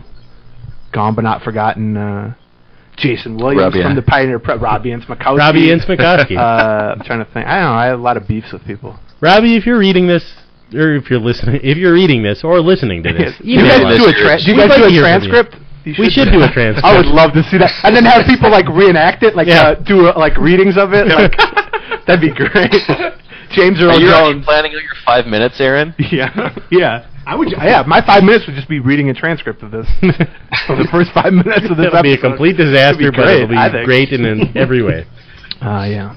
gone but not forgotten. Uh, Jason Williams
Robbie.
from the Pioneer Prep, Robbie and Smakowski.
Robbie and Smikowski.
Uh, I'm trying to think. I don't know. I had a lot of beefs with people.
Robbie, if you're reading this, or if you're listening, if you're reading this or listening to this,
Do you
email us.
guys do a, tra- do you
We'd
guys
like
do
to
a
hear from you.
transcript? You
We should do a transcript.
I would love to see that, and then have people like reenact it, like
Yeah.
uh, do uh, like readings of it. Like, that'd be great. James Earl
Are you already
Jones.
planning on your five minutes, Aaron?
Yeah, yeah. I would. Yeah, my five minutes would just be reading a transcript of this. So the first five minutes of this
It'll be a
episode.
complete disaster,
It'll
but it'll
I think.
be great in, in every way.
Uh, yeah.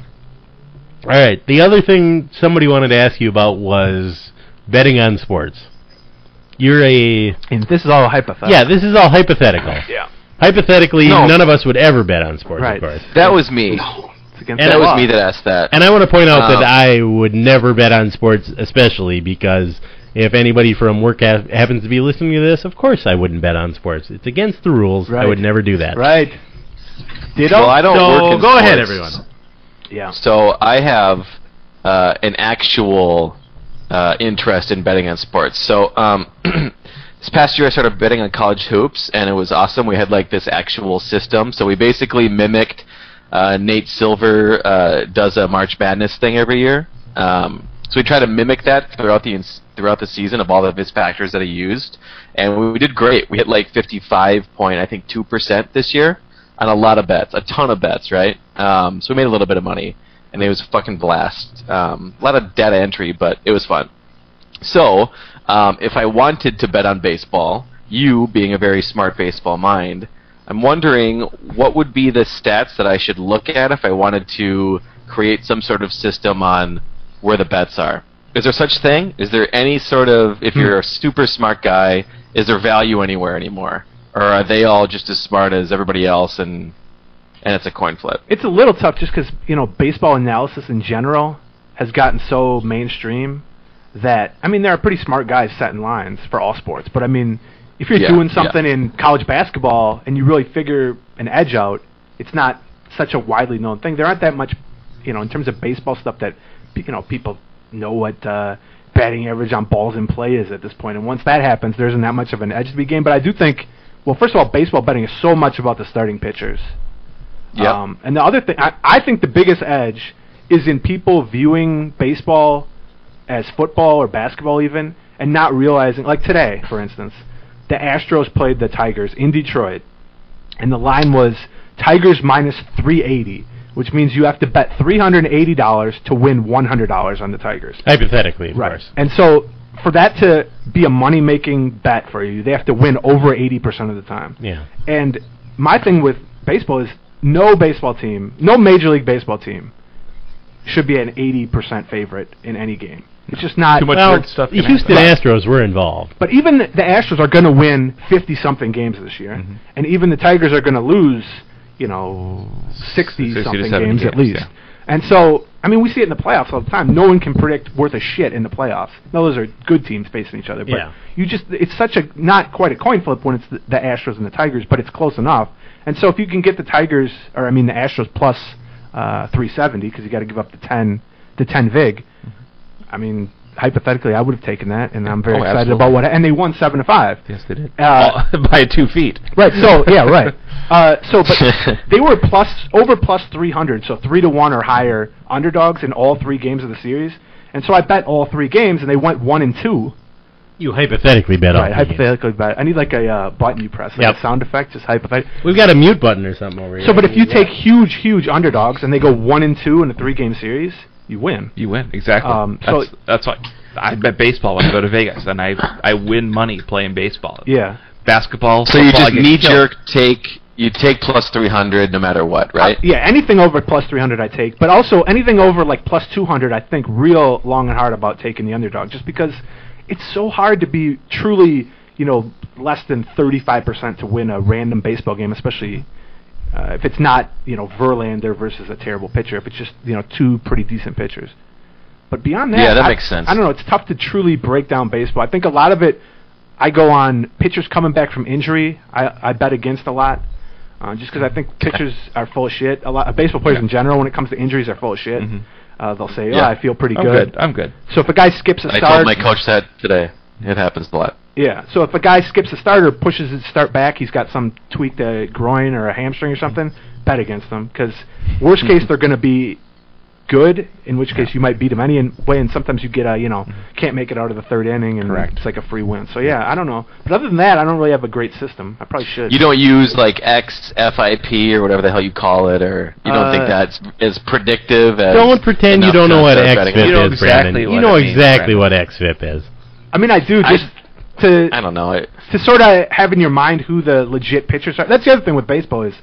All right. The other thing somebody wanted to ask you about was betting on sports. You're a
And this is all hypothetical.
yeah. This is all hypothetical.
Yeah.
Hypothetically,
No.
none of us would ever bet on sports,
Right.
of course.
That was me.
It's against
And
the
That
law.
was me that asked that.
And I want to point out
Um,
that I would never bet on sports, especially because if anybody from work ha- happens to be listening to this, of course I wouldn't bet on sports. It's against the rules. I
Right.
would never do that.
Right. Ditto.
Well, I don't
So
work in
go ahead,
sports.
everyone.
Yeah.
So I have uh, an actual uh, interest in betting on sports. So um, this past year, I started betting on college hoops, and it was awesome. We had like this actual system. So we basically mimicked uh, Nate Silver uh, does a March Madness thing every year. Um, so we tried to mimic that throughout the ins- throughout the season of all of his factors that he used, and we, we did great. We hit like 55 point, I think, two percent this year on a lot of bets, a ton of bets, right? Um, so we made a little bit of money, and it was a fucking blast. Um, a lot of data entry, but it was fun. So, um, if I wanted to bet on baseball, you being a very smart baseball mind, I'm wondering what would be the stats that I should look at if I wanted to create some sort of system on where the bets are. Is there such thing? Is there any sort of
Hmm.
if you're a super smart guy, is there value anywhere anymore? Or are they all just as smart as everybody else and and it's a coin flip?
it's a little tough just because you know baseball analysis in general has gotten so mainstream that I mean there are pretty smart guys setting lines for all sports, but I mean if you're
Yeah,
doing
yeah.
something in college basketball and you really figure an edge out, it's not such a widely known thing. There aren't that much, you know, in terms of baseball stuff that you know people know what uh, batting average on balls in play is at this point. And once that happens, there isn't that much of an edge to be gained. But I do think, well, first of all, baseball betting is so much about the starting pitchers.
Yep.
Um, and the other thing, I, I think the biggest edge is in people viewing baseball as football or basketball, even, and not realizing, like today, for instance, the Astros played the Tigers in Detroit, and the line was Tigers minus 380, which means you have to bet three hundred and eighty dollars to win one hundred dollars on the Tigers.
Hypothetically, of course.
And so for that to be a money making bet for you, they have to win over eighty percent of the time.
Yeah.
And my thing with baseball is no baseball team, no major league baseball team should be an 80% favorite in any game. It's just not
Too much Well, weird stuff the can Houston happen. Astros were involved.
But even the Astros are going to win 50 something games this year, and even the Tigers are going to lose, you know, 60
to
something
70
games, at
games,
least. And so, I mean, we see it in the playoffs all the time. No one can predict worth a shit in the playoffs. No, those are good teams facing each other. But
Yeah.
you just, it's such a, not quite a coin flip when it's the, the Astros and the Tigers, but it's close enough. And so if you can get the Tigers, or I mean the Astros plus uh, 370, because you got to give up the 10, the 10 vig.
Mm-hmm.
I mean, hypothetically, I would have taken that, and I'm very
Oh,
excited
absolutely. Oh,
about what, and they won 7 to 5.
Yes, they did.
Uh,
by two feet.
Right. So yeah. Right. Uh, so but they were plus over plus three hundred, so three to one or higher underdogs in all three games of the series. And so I bet all three games, and they went one and two.
You hypothetically bet
right,
on the game.
hypothetically bet. I need like a uh, button you press, like
Yep.
a sound effect, just hypothetically.
We've got a mute button or something over here.
So, but if you take huge, huge underdogs and they go one and two in a three-game series, you win.
You win exactly.
Um, so-
that's that's why I bet baseball when I go to Vegas, and I I win money playing baseball.
Yeah.
Basketball.
So you
football, I
just
get
knee
killed.
jerk take you take plus three hundred no matter what, right?
Yeah, anything over plus 300 I take, but also anything over like plus 200 I think real long and hard about taking the underdog just because it's so hard to be truly, you know, less than 35% to win a random baseball game, especially uh, if it's not, you know, Verlander versus a terrible pitcher, if it's just, you know, two pretty decent pitchers. But beyond that,
Yeah, that
I-
makes sense.
I don't know, it's tough to truly break down baseball. I think a lot of it I go on pitchers coming back from injury. I, I bet against a lot, uh, just because I think pitchers are full of shit. A lot, baseball players in general, when it comes to injuries, are full of shit. Uh, they'll say, "Oh,
Mm-hmm. Yeah.
I feel pretty
I'm
good.
good. I'm good.
So if a guy skips a
I
start,
told my coach that today. It happens a lot.
yeah. So if a guy skips a start or pushes his start back, he's got some tweaked uh, groin or a hamstring or something. Bet against them because worst
Mm-hmm.
case they're going to be good. In which case you might beat them any in- way, and sometimes you get a you know
Mm-hmm.
can't make it out of the third inning and it's like a free win. So yeah, I don't know. But other than that, I don't really have a great system. I probably should.
You don't use like X FIP or whatever the hell you call it, or you don't think
Uh,
that's as predictive as.
Don't pretend you
enough
don't know what
concept betting.
XFIP is, Brandon. You know exactly what XFIP is.
I mean, I do just to
I don't know. I,
to sort of have in your mind who the legit pitchers are. That's the other thing with baseball is,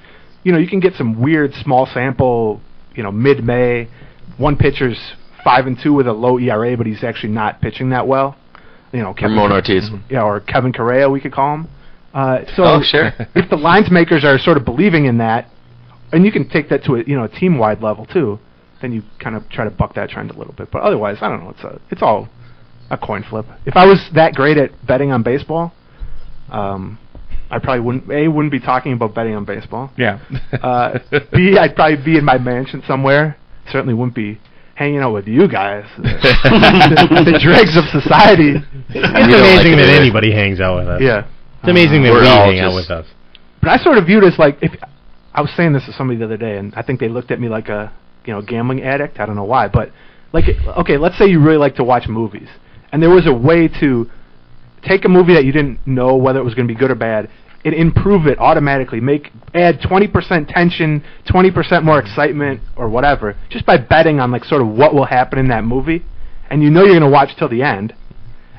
you know, you can get some weird small sample, you know, mid May, one pitcher's five and two with a low ERA, but he's actually not pitching that well. You know, Kevin
Ramon Ortiz.
yeah, or Kevin Correa, we could call him. Uh, so
Oh, sure.
if the lines makers are sort of believing in that, and you can take that to a you know a team wide level too, then you kind of try to buck that trend a little bit. But otherwise, I don't know. It's a it's all a coin flip. If I was that great at betting on baseball, um, I probably wouldn't a wouldn't be talking about betting on baseball.
Yeah.
Uh, B I'd probably be in my mansion somewhere. Certainly wouldn't be hanging out with you guys, the, the dregs of society.
It's amazing that anybody hangs out with us.
Yeah. Uh,
It's amazing that
We're
we
all
hang out
just-
with us.
But I sort of viewed as like if I was saying this to somebody the other day, and I think they looked at me like a you know gambling addict. I don't know why, but like okay, let's say you really like to watch movies, and there was a way to take a movie that you didn't know whether it was going to be good or bad. And improve it automatically. Make add twenty percent tension, twenty percent more excitement, or whatever, just by betting on like sort of what will happen in that movie, and you know you're going to watch till the end.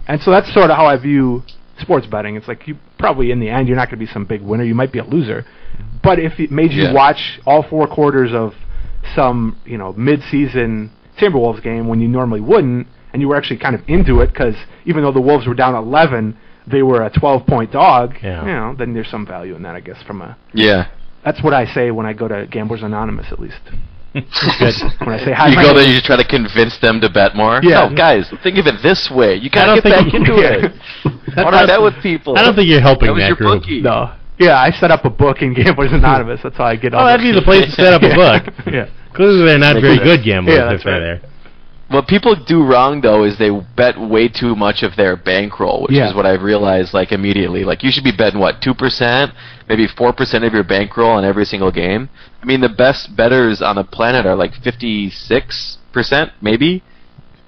And so that's sort of how I view sports betting. It's like you probably in the end you're not going to be some big winner. You might be a loser, but if it made you
Yeah.
watch all four quarters of some you know mid-season Timberwolves game when you normally wouldn't, and you were actually kind of into it because even though the Wolves were down 11, they were a 12-point dog.
Yeah.
You know, then there's some value in that, I guess. From a
Yeah.
that's what I say when I go to Gamblers Anonymous, at least. When I say hi,
you
my
go
name
there,
is-
you just try to convince them to bet more.
Yeah.
No, guys, think of it this way. You
I
gotta
don't
get
think
back
you-
into
yeah.
it. Why do I bet with people?
I don't think you're helping
that, was
that
your
group.
Bookie.
No. Yeah, I set up a book in Gamblers Anonymous. That's how I get.
Oh,
all
that'd be the place to set up a book.
yeah.
Clearly, they're not
Make
very
it-
good gamblers
Yeah,
if
that's
they're
right.
there.
What people do wrong though is they bet way too much of their bankroll, which
Yeah.
is what I realized like immediately. Like you should be betting what two percent, maybe four percent of your bankroll on every single game. I mean, the best betters on the planet are like fifty six percent, maybe.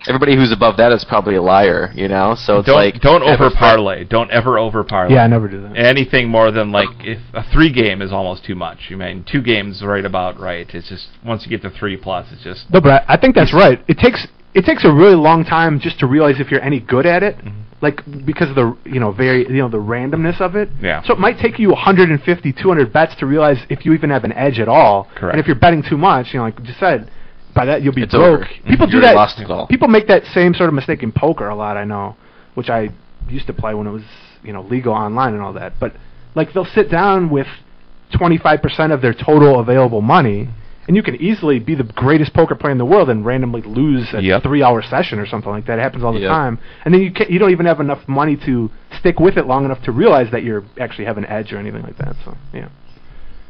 everybody who's above that is probably a liar, you know. So it's
don't
like
don't
have a
over
friend-
parlay. Don't ever over parlay.
Yeah, I never do that.
Anything more than like if a three game is almost too much. You mean two games right about right. It's just once you get to three plus, it's just
No, but I, I think that's right. It takes it takes a really long time just to realize if you're any good at it,
Mm-hmm.
like because of the you know very you know the randomness of it.
Yeah.
So it might take you 150, 200 bets to realize if you even have an edge at all.
Correct.
And if you're betting too much, you know, like you said, by that you'll be
It's
broke.
over. Mm-hmm.
People do
You're
that.
lost it all.
People make that same sort of mistake in poker a lot. I know, which I used to play when it was you know legal online and all that. But like they'll sit down with 25% of their total available money, and you can easily be the greatest poker player in the world and randomly lose a
Yep.
three-hour session or something like that. It happens all the
Yep.
time, and then you can't, you don't even have enough money to stick with it long enough to realize that you're actually have an edge or anything like that. So yeah,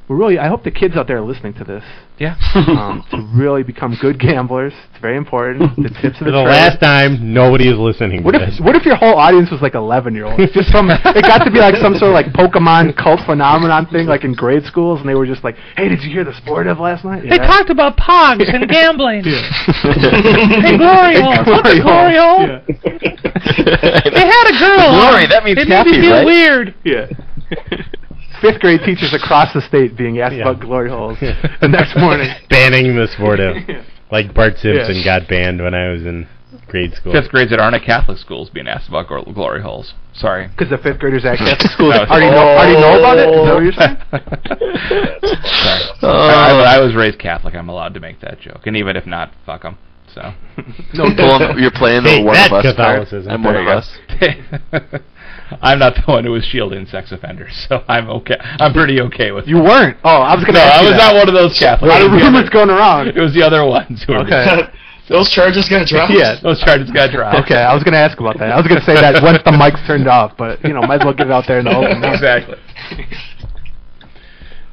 well, really, I hope the kids out there are listening to this
yeah.
um, to really become good gamblers. It's very important. The tips of
For
the
the
trade.
last time, nobody is listening.
What
to
if
this.
what if your whole audience was like 11 year olds? Just some it got to be like some sort of like Pokemon cult phenomenon thing, like in grade schools, and they were just like, "Hey, did you hear the sport of last night?" Yeah.
about pogs and gambling.
Hey,
glory hole. What's a glory hole?
Yeah.
they
had a girl on.
Glory, that means
It made me
happy,
feel
right?
weird.
Yeah. Fifth grade teachers across the state being asked about glory holes the next morning.
banning the sport of like Bart Simpson
Yeah.
got banned when I was in grade school.
Fifth grades that aren't at Catholic schools being asked about gor- glory holes. Sorry.
Because the fifth graders at Catholic schools
That was-
already know, already know about it. Is that what you're saying?
Sorry.
Oh,
I, I- I was raised Catholic. I'm allowed to make that joke, and even if not, fuck them. So.
No,
Well, I'm- you're playing the
Take
one
that,
of us
Catholicism.
card. I'm one
There
of
you go.
us.
I'm not the one who was shielding sex offenders, so I'm okay. I'm pretty okay with.
you weren't. Oh, I was gonna.
no,
ask
I
you
was
that.
not one of those
A
Catholics.
lot of rumors going around.
It was the other ones who were.
Okay.
Those charges got dropped.
Yeah.
Those charges got dropped.
Okay, I was gonna ask about that. I was gonna say that once the mic's turned off, but you know, might as well get it out there in the open.
exactly.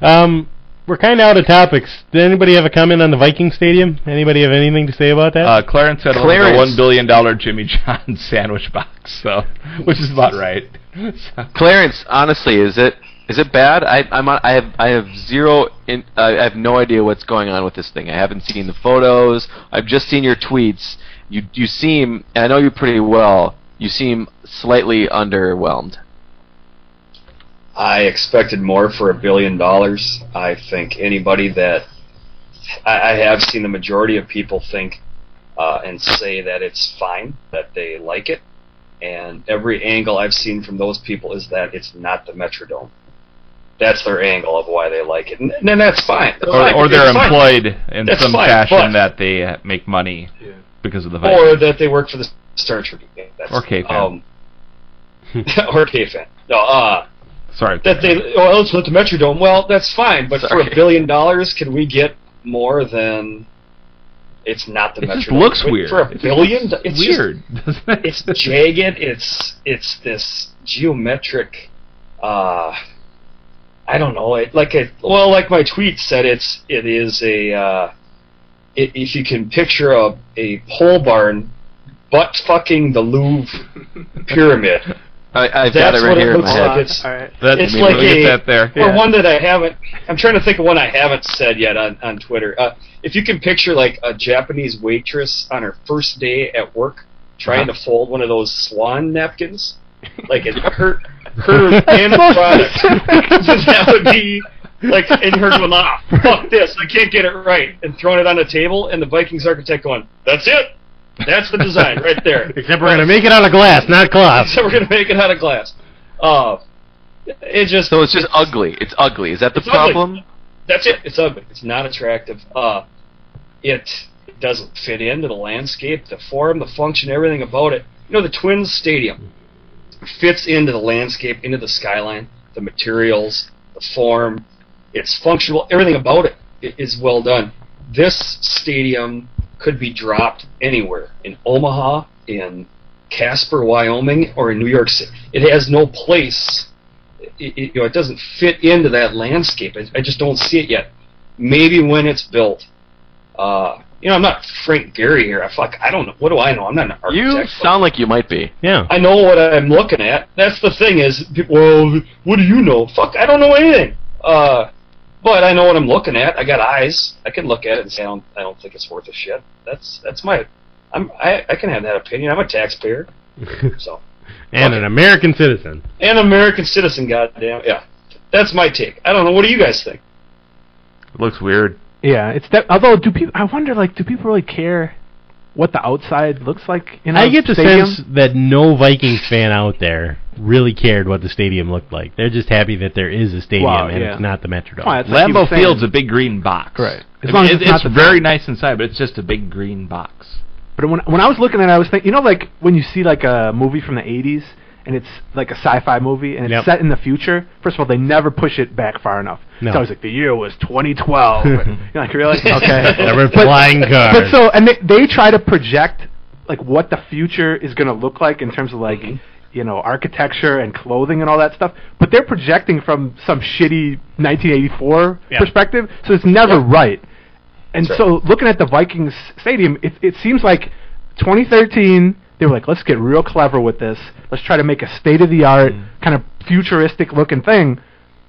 Um, we're kind of out of topics. Did anybody have a comment on the Viking Stadium? Anybody have anything to say about that?
Uh, Clarence had
Clarence.
a one billion dollar Jimmy John sandwich box, so which is about right. So-
Clarence, honestly, is it is it bad? I I'm on, I have I have zero in, I I have no idea what's going on with this thing. I haven't seen the photos. I've just seen your tweets. You you seem and I know you pretty well. You seem slightly underwhelmed.
I expected more for a billion dollars. I think anybody that I, I have seen the majority of people think uh, and say that it's fine, that they like it, and every angle I've seen from those people is that it's not the Metrodome. That's their angle of why they like it, and, and that's fine. That's
or,
fine.
or they're
It's fine.
employed in
That's
some
fine, but-
fashion that they uh, make money because of the Vikings.
or that they work for the Star Tribune. That's,
Or K-Fan.
Um, or K-Fan. No, uh,
Sorry,
that they oh let's let the Metrodome. Well, that's fine, but for
Sorry.
a billion dollars, can we get more than? It's not the
it
Metrodome.
just looks
Wait,
weird.
for a
It just
billion. do-
looks
It's just-
weird. doesn't it?
it's jagged. It's it's this geometric. Uh, I don't know. It like a well, like my tweet said, it's it is a. Uh, i if you can picture a a pole barn, butt fucking the Louvre pyramid.
I, I've got
That's
it right
what
here
it
in my
looks
head.
like. It's
Uh, All right.
That-
it's
I mean,
like
look at
a-
that there.
Or one that I haven't. I'm trying to think of one I haven't said yet on, on Twitter. Uh, if you can picture like a Japanese waitress on her first day at work trying to fold one of those swan napkins, like in her her end product, that would be like in her going, ah, fuck this, I can't get it right, and throwing it on the table, and the Vikings architect going, that's it, that's the design right there.
Except we're gonna make it out of glass, not cloth.
So we're gonna make it out of glass. Uh, it just
So it's just ugly. It's ugly. Is that the
It's ugly.
problem?
that's it. It's ugly. It's not attractive. Uh, it doesn't fit into the landscape, the form, the function, everything about it. You know, the Twins Stadium fits into the landscape, into the skyline, the materials, the form. It's functional. Everything about it i- is well done. This stadium could be dropped anywhere in Omaha, in Casper, Wyoming, or in New York City. It has no place it, it, you know, it doesn't fit into that landscape. I, I just don't see it yet. Maybe when it's built. Uh, you know, I'm not Frank Gehry here. I fuck, I don't know. What do I know? I'm not an architect.
You
but
sound like you might be.
Yeah.
I know what I'm looking at. That's the thing is, people, well, what do you know? Fuck, I don't know anything. Uh, but I know what I'm looking at. I got eyes. I can look at it and say, I don't, I don't think it's worth a shit. That's that's my. I'm I, I can have that opinion. I'm a taxpayer, so
and an American citizen.
an American citizen. Goddamn, yeah. That's my take. I don't know. What do you guys think?
It looks weird.
Yeah, it's that. Although, do people? I wonder, like, do people really care what the outside looks like? In
I
a
get the
stadium?
sense that no Vikings fan out there really cared what the stadium looked like. They're just happy that there is a stadium
Wow,
and
yeah.
it's not the
Oh,
Metrodome.
Well, that's like he Lambeau was saying. Field's a big green box. Right.
As
I
long
mean, it-
as it's not
it's
the
very
top.
nice inside, but it's just a big green box.
But when when I was looking at it, I was thinking, you know, like when you see like a movie from the '80s and it's like a sci-fi movie and it's
Yep.
set in the future. First of all, they never push it back far enough.
No.
It's always like the year was 2012. and you're like, really? Okay.
There were
But-
flying cars.
But so and they they try to project like what the future is going to look like in terms of like. You know, architecture and clothing and all that stuff, but they're projecting from some shitty 1984
Yeah.
perspective, so it's never right. And
That's right.
so looking at the Vikings stadium, it, it seems like 2013 they were like, let's get real clever with this. Let's try to make a state of the art kind of futuristic looking thing.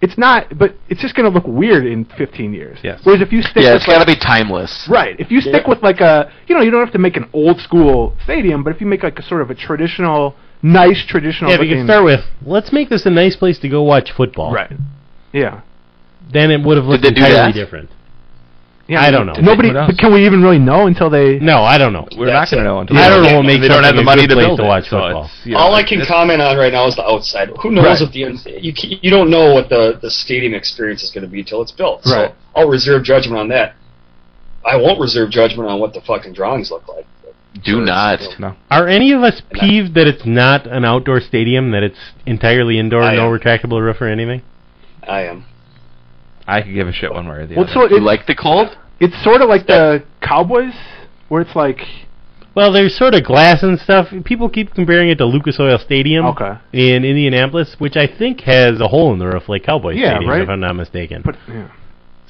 It's not, but it's just going to look weird in 15 years. Yes. Whereas if you stick
yeah,
with
it's got to
like-
be timeless.
Right. If you stick with like a, you know, you don't have to make an old school stadium, but if you make like a sort of a traditional, nice traditional.
yeah, we can
looking-
start with let's make this a nice place to go watch football.
Right. Yeah.
Then it would have looked
they do
entirely
that?
different.
Yeah.
I don't know.
Nobody. But can we even really know until they?
No, I don't know.
We're not going to know until
I don't know what
They
makes
don't have
something
the
a
money to
good place
build
to
it,
watch
so
football.
it's, you know,
All I
it's-
can
it's-
comment on right now is the outside. Who knows
Right.
if the ins- you c- you don't know what the the stadium experience is going to be till it's built.
Right.
So I'll reserve judgment on that. I won't reserve judgment on what the fucking drawings look like.
Do not.
Are any of us peeved that it's not an outdoor stadium, that it's entirely indoor,
I
no retractable roof or anything?
I am.
I could give a shit one way or the
Well,
other.
so it- You
like the cold?
It's sort of like the Cowboys, where it's like
Well, there's sort of glass and stuff. People keep comparing it to Lucas Oil Stadium
Okay.
in Indianapolis, which I think has a hole in the roof like Cowboys
Yeah,
Stadium,
right.
if I'm not mistaken.
yeah.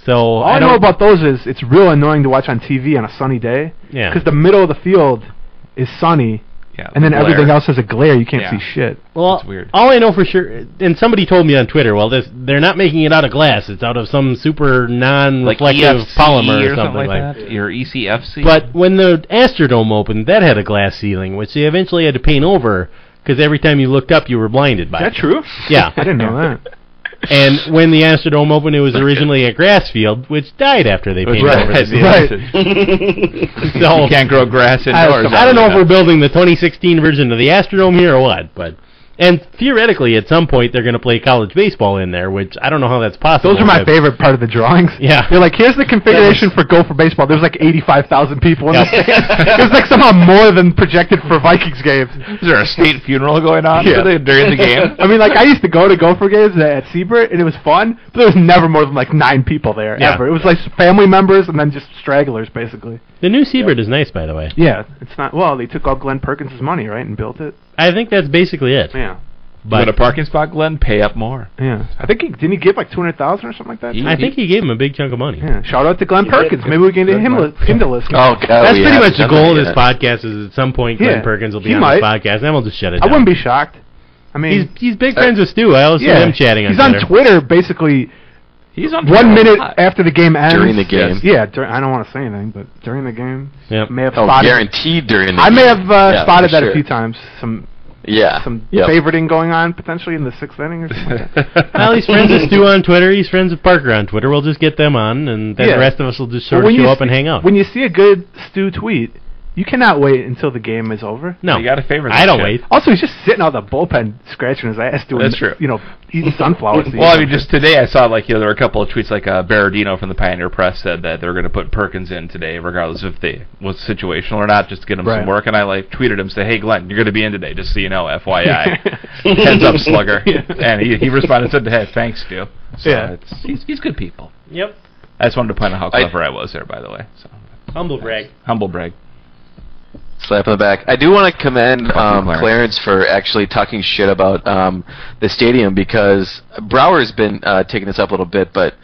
So
All
I
I,
don't
know about those is it's real annoying to watch on TV on a sunny day.
Yeah.
Because the middle of the field is sunny.
Yeah.
And then
glare.
everything else has a glare. You can't
Yeah.
see shit.
Well, all I know for sure, and somebody told me on Twitter, well, this they're not making it out of glass. It's out of some super
like
E
non-reflective
EFC
polymer
or something like that.
that.
Your E ECFC.
But when the Astrodome opened, that had a glass ceiling, which they eventually had to paint over because every time you looked up, you were blinded by
Is that
it.
true?
Yeah.
I didn't know that.
And when the Astrodome opened, it was originally a grass field, which died after they painted over
E
the ceiling. So-
you can't grow grass indoors.
I don't know if we're building the 2016 version of the Astrodome here or what, but and theoretically at some point they're going to play college baseball in there, which I don't know how that's possible.
Those are my
but-
favorite part of the drawings.
Yeah.
They're like, here's the configuration for Go for Baseball. There's like 85,000 people in
Yep.
this. it was like somehow more than projected for Vikings games.
Is there a state funeral going on for the- during the game?
I mean, like I used to go to Gopher games at Seabert, and it was fun, but there was never more than like nine people there
Yeah.
ever. It was like family members and then just stragglers, basically.
The new Seabird is nice, by the way.
Yeah, it's not. Well, they took all Glenn Perkins' money, right, and built it.
I think that's basically it.
Yeah,
but
But a parking spot, Glenn, pay up more.
yeah. I think he didn't he give like two hundred thousand or something like that.
He-
I think he gave him a big chunk of money.
Yeah. Shout out to Glenn
He did.
Perkins. Maybe we can get him, li- him to listen.
Oh, God,
that's pretty much the
a
goal of this podcast. Is at some point Glenn
Yeah.
Perkins will be
He
on
might.
this podcast, and then we'll just shut it
I
down.
wouldn't be shocked. I mean,
he's he's big friends with Stu. I always see him chatting on
he's
Twitter.
on Twitter basically.
He's on Twitter
one
a
minute
lot.
after the game ends.
During the game.
Yeah, dur- I don't want to say anything, but during the game,
Yep.
may have
Oh,
spotted.
guaranteed during the
I may
game.
have uh,
Yeah,
spotted
for
that a
sure.
few times. Some
Yeah.
some
Yep.
favoriting going on potentially in the sixth inning or something. Like that.
Well, he's friends with Stu on Twitter. He's friends with Parker on Twitter. We'll just get them on, and then
Yeah.
the rest of us will just
But
sort of
when
show
you
up and
see-
hang out.
When you see a good Stu tweet, you cannot wait until the game is over.
No. You gotta favor I that don't shit. wait.
Also, he's just sitting out the bullpen scratching his ass doing,
That's true.
you know, eating sunflower seeds.
Well, I mean, just today I saw like you know there were a couple of tweets like uh, Berardino from the Pioneer Press said that they're going to put Perkins in today, regardless if they was situational or not, just to get him
Right.
some work. And I like tweeted him say, "Hey Glenn, you're going to be in today, just so you know, FYI, heads up, slugger."
Yeah.
And he, he responded and said, "Hey, thanks, Stu." So
Yeah.
it's, he's he's good people.
Yep.
I just wanted to point out how clever I, was there, by the way. So
Humble brag.
humble brag.
Slap in the back. I do want to commend um,
Clarence.
Clarence for actually talking shit about um, the stadium because Brower's been uh, taking this up a little bit, but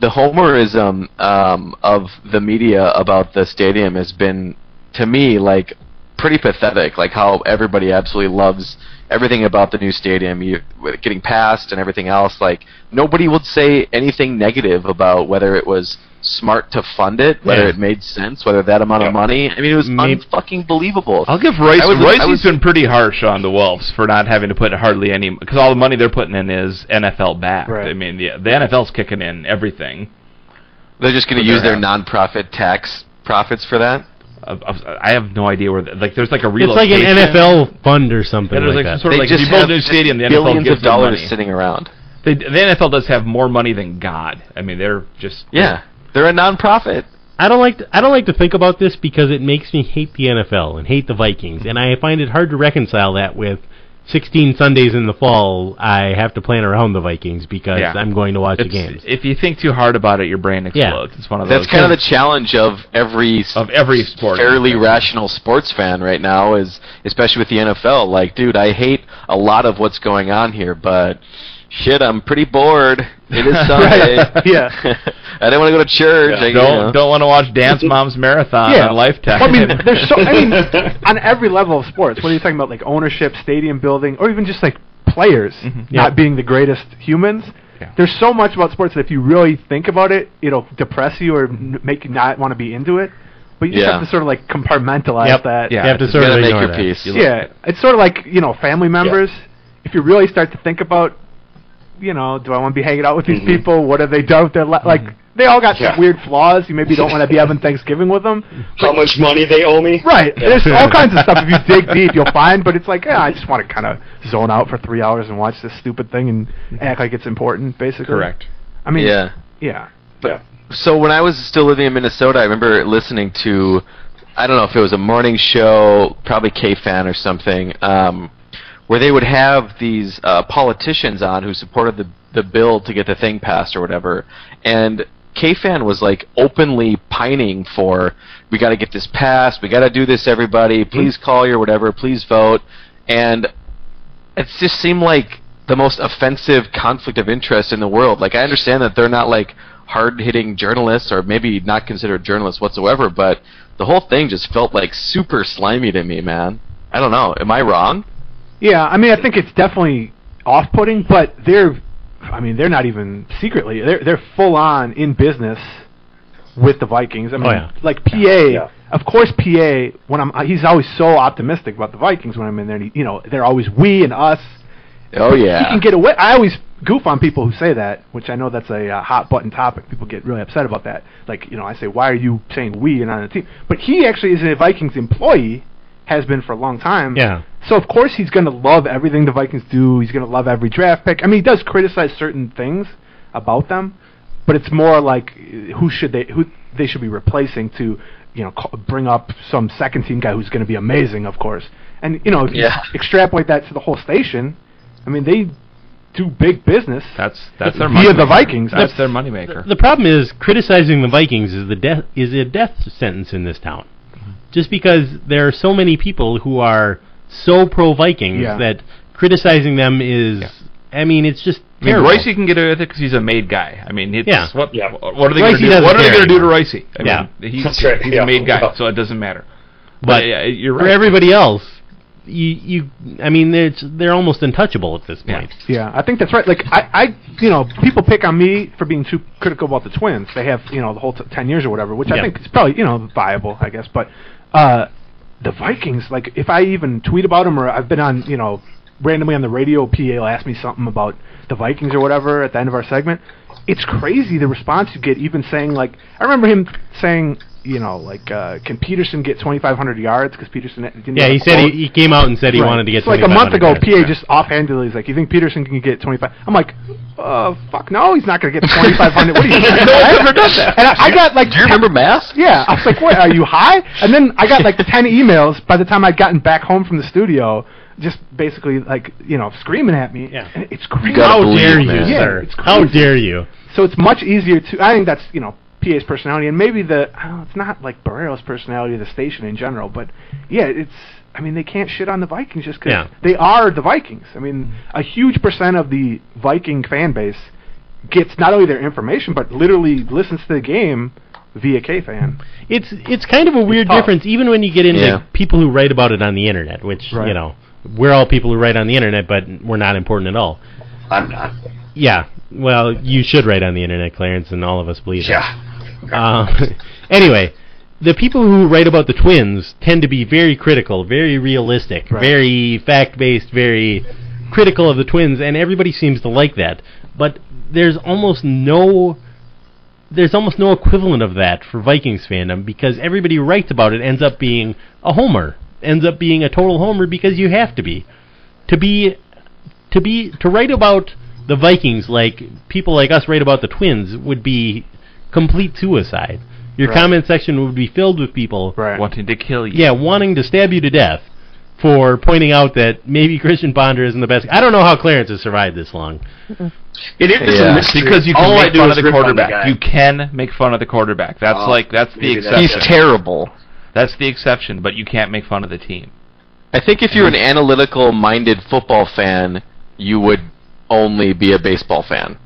the homerism um, of the media about the stadium has been, to me, like pretty pathetic. Like how everybody absolutely loves everything about the new stadium, you, with getting past and everything else. Like nobody would say anything negative about whether it was smart to fund it, whether
Yeah.
it made sense, whether that amount of money. I mean, it was unfucking believable.
I'll give Royce.
I was-
Royce
I was-
has been pretty harsh on the Wolves for not having to put hardly any because all the money they're putting in is NFL backed. I mean, the, the NFL's kicking in everything.
They're just going to
But
use
they're
their nonprofit tax profits for that.
I have no idea where. The, like, there's like a
It's like an
relocation.
NFL fund or something
Yeah, there's
like,
like
that.
some sort of
They
like if
just
you build
have
a new stadium, the NFL
billions
gives
of
them
dollars
money.
sitting around.
They, the NFL does have more money than God. I mean, they're just
Yeah, they're a nonprofit.
I don't like to, I don't like to think about this because it makes me hate the NFL and hate the Vikings, and I find it hard to reconcile that with 16 Sundays in the fall. I have to plan around the Vikings because
Yeah.
I'm going to watch the
It's-
games.
If you think too hard about it, your brain
Yeah.
explodes. It's one of
That's
those.
kind of the challenge of every
of every sport.
fairly rational sports fan right now is especially with the NFL like dude I hate a lot of what's going on here but shit I'm pretty bored it is Sunday
yeah
I don't want to go to church I, you
don't
know.
don't want to watch Dance Mom's marathon
Yeah.
on Lifetime.
I mean, there's so. I mean, on every level of sports, what are you talking about? Like ownership, stadium building, or even just like players
Yeah.
not being the greatest humans. There's so much about sports that if you really think about it, it'll depress you or n- make you not want to be into it. But you just
Yeah.
have to sort of like compartmentalize
Yep.
that.
yeah,
you have to
it's-
sort
gotta
of
make
ignore
your
that.
peace. You
Yeah, it's sort of like you know family members. If you really start to think about, you know, do I want to be hanging out with these people? What have they done with their li Like they all got
Yeah.
weird flaws. You maybe don't want to be having Thanksgiving with them.
How much money they owe me?
Right. There's all kinds of stuff if you dig deep you'll find, but it's like, yeah, I just want to kind of zone out for three hours and watch this stupid thing and act like it's important, basically.
correct.
I mean, yeah.
yeah so when I was still living in Minnesota, I remember listening to, I don't know if it was a morning show, probably K-Fan or something, um, where they would have these uh, politicians on who supported the the bill to get the thing passed or whatever, and K-Fan was like openly pining for, we got to get this passed, we got to do this, everybody, please call your whatever, please vote, and it just seemed like the most offensive conflict of interest in the world. Like I understand that they're not like hard hitting journalists or maybe not considered journalists whatsoever, but the whole thing just felt like super slimy to me, man. I don't know. Am I wrong?
Yeah, I mean, I think it's definitely off-putting, but they're, I mean, they're not even secretly. They're they're full on in business with the Vikings. I mean,
yeah.
like PA, of course, PA. When I'm, he's always so optimistic about the Vikings when I'm in there. And he, you know, they're always we and us.
Oh
He
yeah.
can get away. I always goof on people who say that, which I know that's a uh, hot button topic. People get really upset about that. Like, you know, I say, why are you saying we and on the team? But he actually is a Vikings employee, has been for a long time.
Yeah.
So of course he's going to love everything the Vikings do. He's going to love every draft pick. I mean, he does criticize certain things about them, but it's more like uh, who should they who they should be replacing to, you know, ca- bring up some second team guy who's going to be amazing, of course. And you know, if
Yeah.
you extrapolate that to the whole station, I mean, they do big business
That's that's their
via the
moneymaker.
Vikings.
That's their moneymaker.
The problem is criticizing the Vikings is the death is a death sentence in this town. Just because there are so many people who are so pro Vikings
Yeah.
that criticizing them is I mean it's just
I mean,
terrible.
Royce can get away with it because he's a made guy. I mean, it's,
Yeah.
what
Yeah.
what are they going
Royce
to do?
doesn't
What are they
care
going to do to
anymore.
Royce? I
Yeah.
mean, he's,
That's right,
he's
yeah.
a made guy,
Yeah.
so it doesn't matter.
But
yeah, you're
for
right.
everybody else, you you I mean they're they're almost untouchable at this
Yeah.
point.
Yeah, I think that's right. Like I, I, you know, people pick on me for being too critical about the twins. They have, you know, the whole t- ten years or whatever, which
Yeah.
I think is probably, you know, viable, I guess. But uh, the Vikings, like, if I even tweet about them or I've been on, you know, randomly on the radio, PA will ask me something about the Vikings or whatever at the end of our segment. It's crazy the response you get. Even saying like, I remember him saying, you know, like, uh, can Peterson get 2,500 yards? Because Peterson didn't.
Yeah,
have
he
a
said
quote.
he, he came out and said he
Right.
wanted to get
So, like a month
2,500
ago.
yards.
PA just offhandedly is like, "You think Peterson can get 25?" I'm like, "Uh, fuck no, he's not going to get 2,500." what are you? saying?
No one's ever done that.
And I, I got like,
Do you remember math?
yeah, I was like, "What? Are you high?" And then I got like 10 emails by the time I'd gotten back home from the studio, just basically like you know screaming at me.
Yeah.
And it's crazy.
gotta
How
believe,
dare
man.
you,
Yeah,
sir?
it's
How
crazy.
dare you?
So it's much easier to. I think that's you know PA's personality, and maybe the I don't know, it's not like Barrero's personality of the station in general, but yeah, it's. I mean, they can't shit on the Vikings just because
Yeah.
they are the Vikings. I mean, a huge percent of the Viking fan base gets not only their information but literally listens to the game via K fan.
It's it's kind of a weird
tough.
difference, even when you get into
Yeah.
people who write about it on the internet, which you
Right.
know we're all people who write on the internet, but we're not important at all.
I'm not.
Yeah, well, you should write on the internet, Clarence, and all of us believe it.
Yeah.
Um, anyway, the people who write about the twins tend to be very critical, very realistic, very fact based, very critical of the twins, and everybody seems to like that. But there's almost no there's almost no equivalent of that for Vikings fandom because everybody who writes about it ends up being a homer, ends up being a total homer because you have to be. To be to be to write about the Vikings like people like us write about the twins would be complete suicide. Your
Right.
comment section would be filled with people
wanting to kill you.
yeah, wanting to stab you to death for pointing out that maybe Christian Bonder isn't the best. I don't know how Clarence has survived this long.
It
is a mystery.
because you can
All I
make
do
fun
is
of the
rip on the
quarterback.
guy.
you can make fun of the quarterback. That's
Oh,
like that's the
maybe that's
exception.
it. He's terrible.
That's the exception, but you can't make fun of the team.
I think if you're an analytical-minded football fan, you would only be a baseball fan.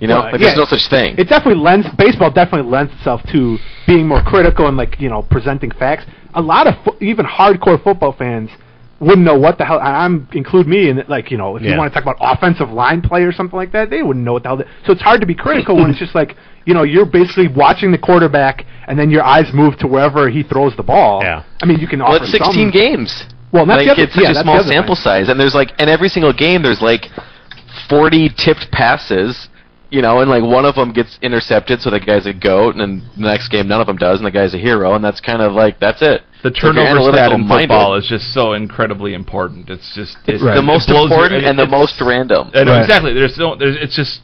You know,
Well,
like
yeah.
there's no such thing.
It definitely lends baseball definitely lends itself to being more critical and like you know presenting facts. A lot of fo- even hardcore football fans wouldn't know what the hell. I- I'm include me in it, like you know if you
Yeah.
want to talk about offensive line play or something like that, they wouldn't know what the hell. That, so it's hard to be critical when it's just like you know you're basically watching the quarterback and then your eyes move to wherever he throws the ball. Yeah. I mean you can
Well,
offer
it's 16
some-
games.
Well, that's
like
the other,
it's such
yeah,
a
that's
small
the other
sample
thing.
size, and there's like in every single game there's like 40 tipped passes, you know, and like one of them gets intercepted, so the guy's a goat, and then the next game none of them does, and the guy's a hero, and that's kind of like that's it.
The turnover stat in football is just so incredibly important. It's just it's
It's the most
it blows your-
important and the
it's-
most random.
I know,
Right.
Exactly. There's no. There's. It's just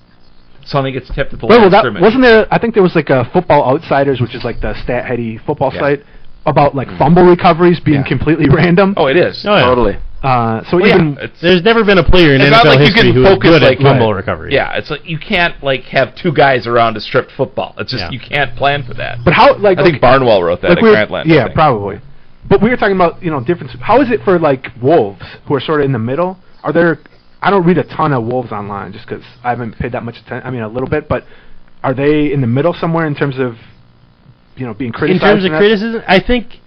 something gets tipped at the
Wait,
last
well, that,
scrimmage.
wasn't there? I think there was like a Football Outsiders, which is like the stat heady football
Yeah. Mm-hmm.
site about like fumble recoveries being completely random.
Oh, it is.
Oh, yeah.
Totally.
Uh, so
Well,
even
yeah, it's-
There's never been a player in
it's
NFL
not like
history
you can
who was
focus
good
like
at fumble recovery.
Yeah, it's like you can't like have two guys around a stripped football. It's just you can't plan for that.
But how like
I think
okay,
Barnwell wrote that
like
at
we were-
Grantland. I
Yeah,
think.
probably. But we were talking about you know differences. How is it for like wolves who are sort of in the middle? Are there? I don't read a ton of wolves online just because I haven't paid that much attention. I mean, a little bit, but are they in the middle somewhere in terms of you know being
In
criticized?
terms of
for that?
criticism, I think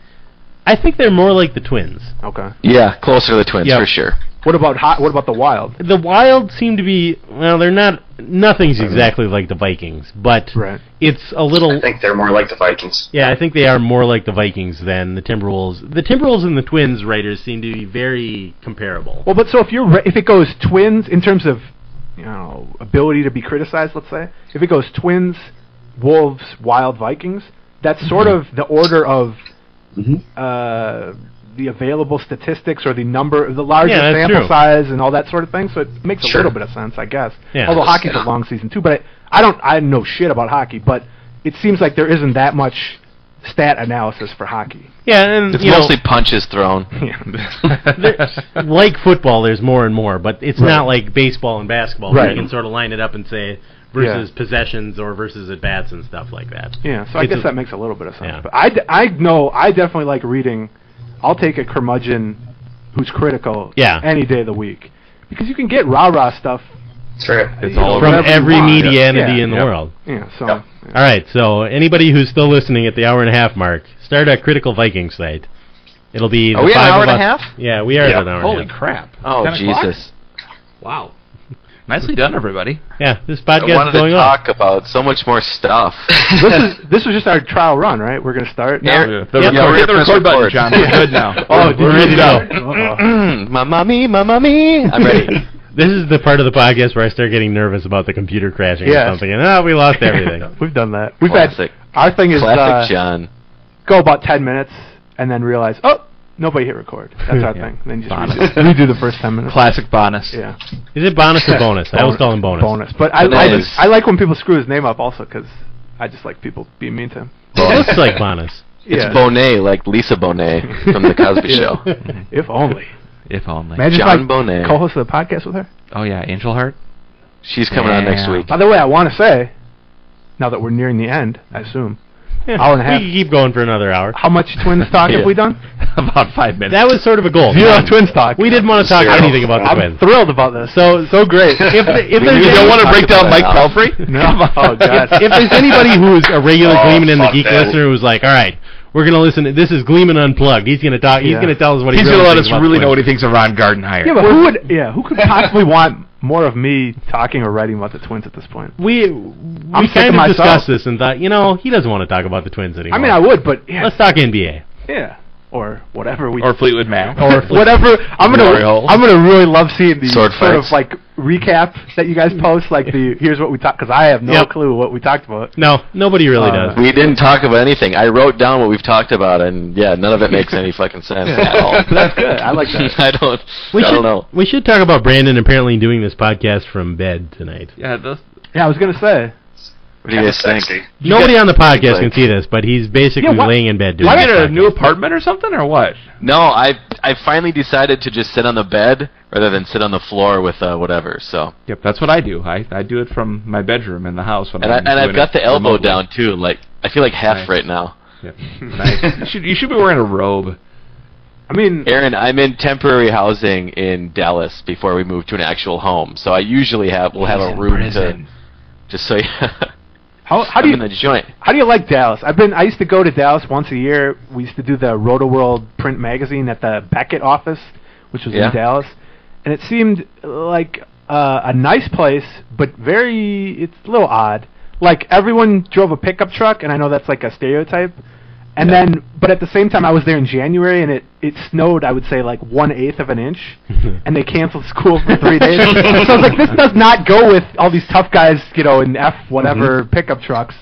I think they're more like the twins.
Okay.
Yeah, closer to the Twins
Yeah.
for sure.
What about hot? What about the wild?
The Wild seem to be well, they're not nothing's exactly like the Vikings, but it's a little
I think they're more like the Vikings.
Yeah, I think they are more like the Vikings than the Timberwolves. The Timberwolves and the Twins writers seem to be very comparable.
Well, but so if you're re- if it goes twins in terms of you know ability to be criticized, let's say if it goes twins, wolves, wild Vikings, that's sort
Mm-hmm.
of the order of uh, the available statistics or the number, the largest
Yeah, that's
sample
true.
size, and all that sort of thing. So it makes
Sure.
a little bit of sense, I guess.
Yeah.
Although hockey's
Yeah.
a long season too, but I, I don't I know shit about hockey, but it seems like there isn't that much stat analysis for hockey.
Yeah, and
It's
you know,
mostly punches thrown.
there- like football, there's more and more, but it's
Right.
not like baseball and basketball where
Right.
you can sort of line it up and say versus possessions or versus at bats and stuff like that.
Yeah, so I
It's
guess
a-
that makes a little bit of sense.
Yeah.
But I, d- I know I definitely like reading. I'll take a curmudgeon who's critical
Yeah.
any day of the week because you can get rah rah stuff.
It's
you know,
all from
whatever you
every
want.
media
Yeah.
entity
Yeah.
in the
Yep.
world.
Yeah, so
All right, so anybody who's still listening at the hour and a half mark, start a critical Viking site. It'll be
Are
the
we at an
five
hour
of
and a
us-
half?
Yeah, we are
Yeah.
at an hour.
Holy
and a half.
crap!
Oh
10 o'clock?
Jesus!
Wow. Nicely done, everybody.
Yeah, this
I
podcast
wanted
is going
to
on.
talk about so much more stuff.
this is this was just our trial run, right? We're gonna start. now.
Aaron- Yeah, yeah, we're hitting the record button, John. We're good now.
oh,
We're
did
ready
you-
to Mamma mia, mamma mia. I'm ready.
This is the part of the podcast where I start getting nervous about the computer crashing
Yeah.
or something, and ah, we lost everything.
We've done that. We've
Classic.
had our thing is uh,
Classic John.
go about ten minutes and then realize oh nobody hit record. That's our thing. Then just
Bonus.
redo, redo the first ten minutes.
Classic bonus.
Yeah.
Is it bonus or bonus? I always
Bonus.
call him bonus.
Bonus. But I, I, just- I like when people screw his name up also because I just like people being mean to him.
It looks like bonus.
It's
Yeah.
Bonet, like Lisa Bonet from The Cosby Show.
If only.
If only.
Imagine
John
if I
Bonet.
co-host the podcast with her.
Oh yeah, Angel Heart.
She's coming on next
Yeah.
week.
By the way, I want to say, now that we're nearing the end, I assume,
Yeah,
hour and a
we
half.
can keep going for another hour.
How much twins talk have we
Yeah.
done?
About five minutes.
That was sort of a goal.
Zero twins talk.
We didn't want to talk
Zero.
anything about the
I'm
twins.
thrilled about this.
So
so great.
If, the, if there's
We knew-
any-
don't wanna break down Mike
Pelfrey?
No. Oh, God.
if, if there's anybody who's a regular
Oh,
Gleeman and the
fuck
Geek
that.
listener who's like, all right, we're gonna listen. To, this is Gleeman unplugged. He's gonna talk. He's
Yeah.
gonna tell us what
He's
he
gonna
really
let
thinks
us
about
really
the
know what he
twins.
thinks of Ron Gardenhire.
Yeah, but who would? Yeah, who could possibly want more of me talking or writing about the twins at this point.
We, we
I'm sick
kind
of
of
myself.
discussed this and thought, you know, he doesn't want to talk about the Twins anymore.
I mean, I would, but yeah,
let's talk NBA.
yeah, or whatever we
Or Fleetwood Mac.
or whatever. I'm gonna
Glory hole.
I'm gonna really love seeing the
Sword
sort
fights.
of like recap that you guys post, like the here's what we talked because I have no
Yep.
clue what we talked about.
No, nobody really
Uh,
does.
We didn't talk about anything. I wrote down what we've talked about, and yeah, none of it makes any fucking sense at all.
That's good. I like that.
I don't.
We
I
should,
don't know.
we should talk about Brandon apparently doing this podcast from bed tonight.
Yeah, that's,
Yeah, I was gonna say.
What do you guys think?
sexy.
Nobody on the podcast
like-
can see this, but he's basically
Yeah, why-
laying in bed doing
you
this
get a
podcast.
new apartment or something or what?
No, I I finally decided to just sit on the bed rather than sit on the floor with uh, whatever. So
Yep, that's what I do. I, I do it from my bedroom in the house when
and I,
I'm
and I've
doing
got
it
the elbow
remotely.
down too. Like I feel like half
Nice.
right now.
Yep. Nice. you, should, you should be wearing a robe.
I mean,
Aaron, I'm in temporary housing in Dallas before we move to an actual home. So I usually have will have
He's
a
in
room
prison.
to just so you
how how
I'm
do you
in the joint.
How do you like Dallas? I've been. I used to go to Dallas once a year. We used to do the Roto World print magazine at the Beckett office, which was
Yeah.
in Dallas, and it seemed like uh, a nice place, but very. It's a little odd. Like everyone drove a pickup truck, and I know that's like a stereotype. And then, but at the same time, I was there in January, and it it snowed. I would say like one eighth of an inch, and they canceled school for three days. so I was like, this does not go with all these tough guys, you know, in F whatever pickup trucks.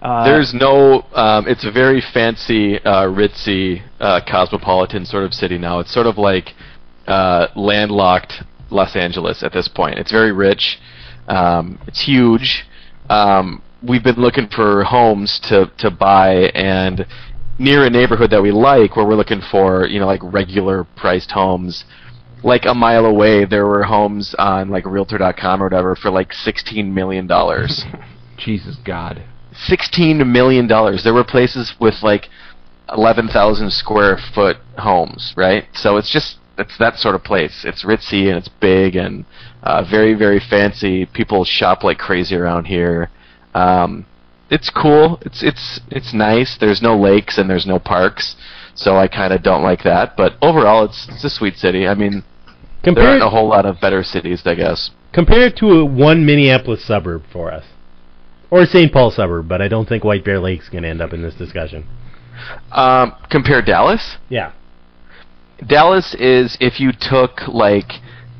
Uh,
There's no. Um, it's a very fancy, uh, ritzy, uh, cosmopolitan sort of city now. It's sort of like uh, landlocked Los Angeles at this point. It's very rich. Um, it's huge. Um, we've been looking for homes to to buy and near a neighborhood that we like, where we're looking for you know like regular priced homes. Like a mile away, there were homes on like Realtor.com or whatever for like sixteen million dollars.
Jesus God.
sixteen million dollars. There were places with like eleven thousand square foot homes, right? So it's just it's that sort of place. It's ritzy and it's big and uh, very very fancy. People shop like crazy around here. Um, it's cool. It's it's it's nice. There's no lakes and there's no parks, so I kind of don't like that. But overall, it's it's a sweet city. I mean, there
Compare,
aren't a whole lot of better cities, I guess.
compare it to a one Minneapolis suburb for us. Or St. Paul suburb, but I don't think White Bear Lake's going to end up in this discussion.
Um, compare Dallas.
Yeah.
Dallas is if you took like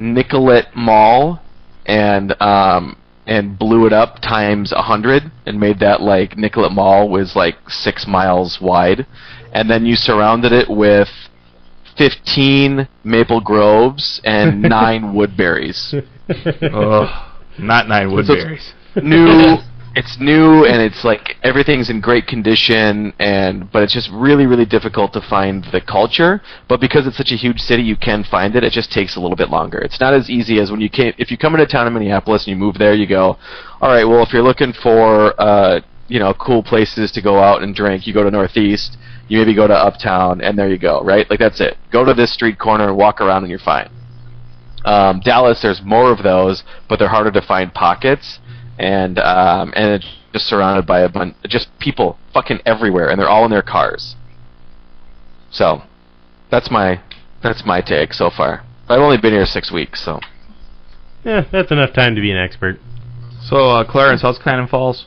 Nicollet Mall and um and blew it up times a hundred and made that like Nicollet Mall was like six miles wide, and then you surrounded it with fifteen maple groves and nine woodberries.
Ugh. Not nine woodberries.
New it's new and it's like everything's in great condition and but it's just really really difficult to find the culture but because it's such a huge city you can find it it just takes a little bit longer it's not as easy as when you came if you come into town in minneapolis and you move there you go all right well if you're looking for uh you know cool places to go out and drink you go to northeast you maybe go to uptown and there you go right like that's it go to this street corner walk around and you're fine um, Dallas, there's more of those, but they're harder to find pockets, and um, and it's just surrounded by a bunch just people fucking everywhere, and they're all in their cars. So, that's my that's my take so far. I've only been here six weeks, so
Yeah, that's enough time to be an expert.
So, uh, Clarence, how's Cannon Falls?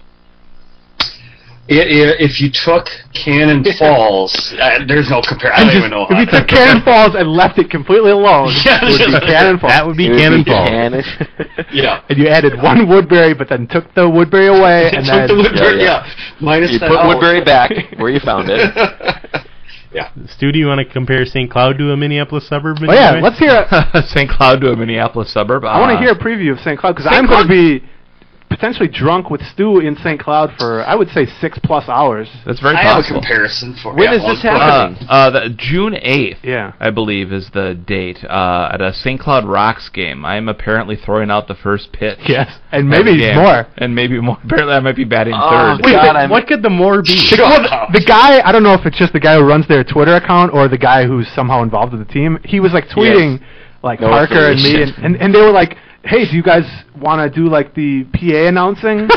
It, it, if you took Cannon Falls, uh, there's no compare. I don't even know.
If you took Cannon Falls and left it completely alone, it
Yeah,
would be Cannon Falls.
That would be Cannon Falls.
Cannon.
yeah.
and you added one Woodbury, but then took the Woodbury away, and
took
then
the Woodbury,
yeah.
yeah. Minus
you
that
put
out.
Woodbury back where you found it.
Stu, do you want to compare St. Cloud to a Minneapolis suburb? in
oh
any
yeah,
way?
let's hear. A,
St. Cloud to a Minneapolis suburb. Uh,
I
Ah.
want to hear a preview of St. Cloud because I'm going to be potentially drunk with Stu in St. Cloud for I would say six plus hours.
That's very
I have a
possible.
comparison for
When
yeah,
does
well,
this happen?
Uh, uh, the, June 8th,
Yeah.
I believe, is the date uh, at a St. Cloud Rocks game. I am apparently throwing out the first pitch.
Yes, and
of the
maybe
game.
more.
And maybe more. Apparently, I might be batting
Oh,
third.
wait. God,
but
I'm-
what could the more be? The,
Shut
the-
up.
the guy, I don't know if it's just the guy who runs their Twitter account or the guy who's somehow involved with the team. He was like tweeting, like
No
Parker and me, and,
affiliation.
and, and they were like, "Hey, do you guys want to do like the PA announcing,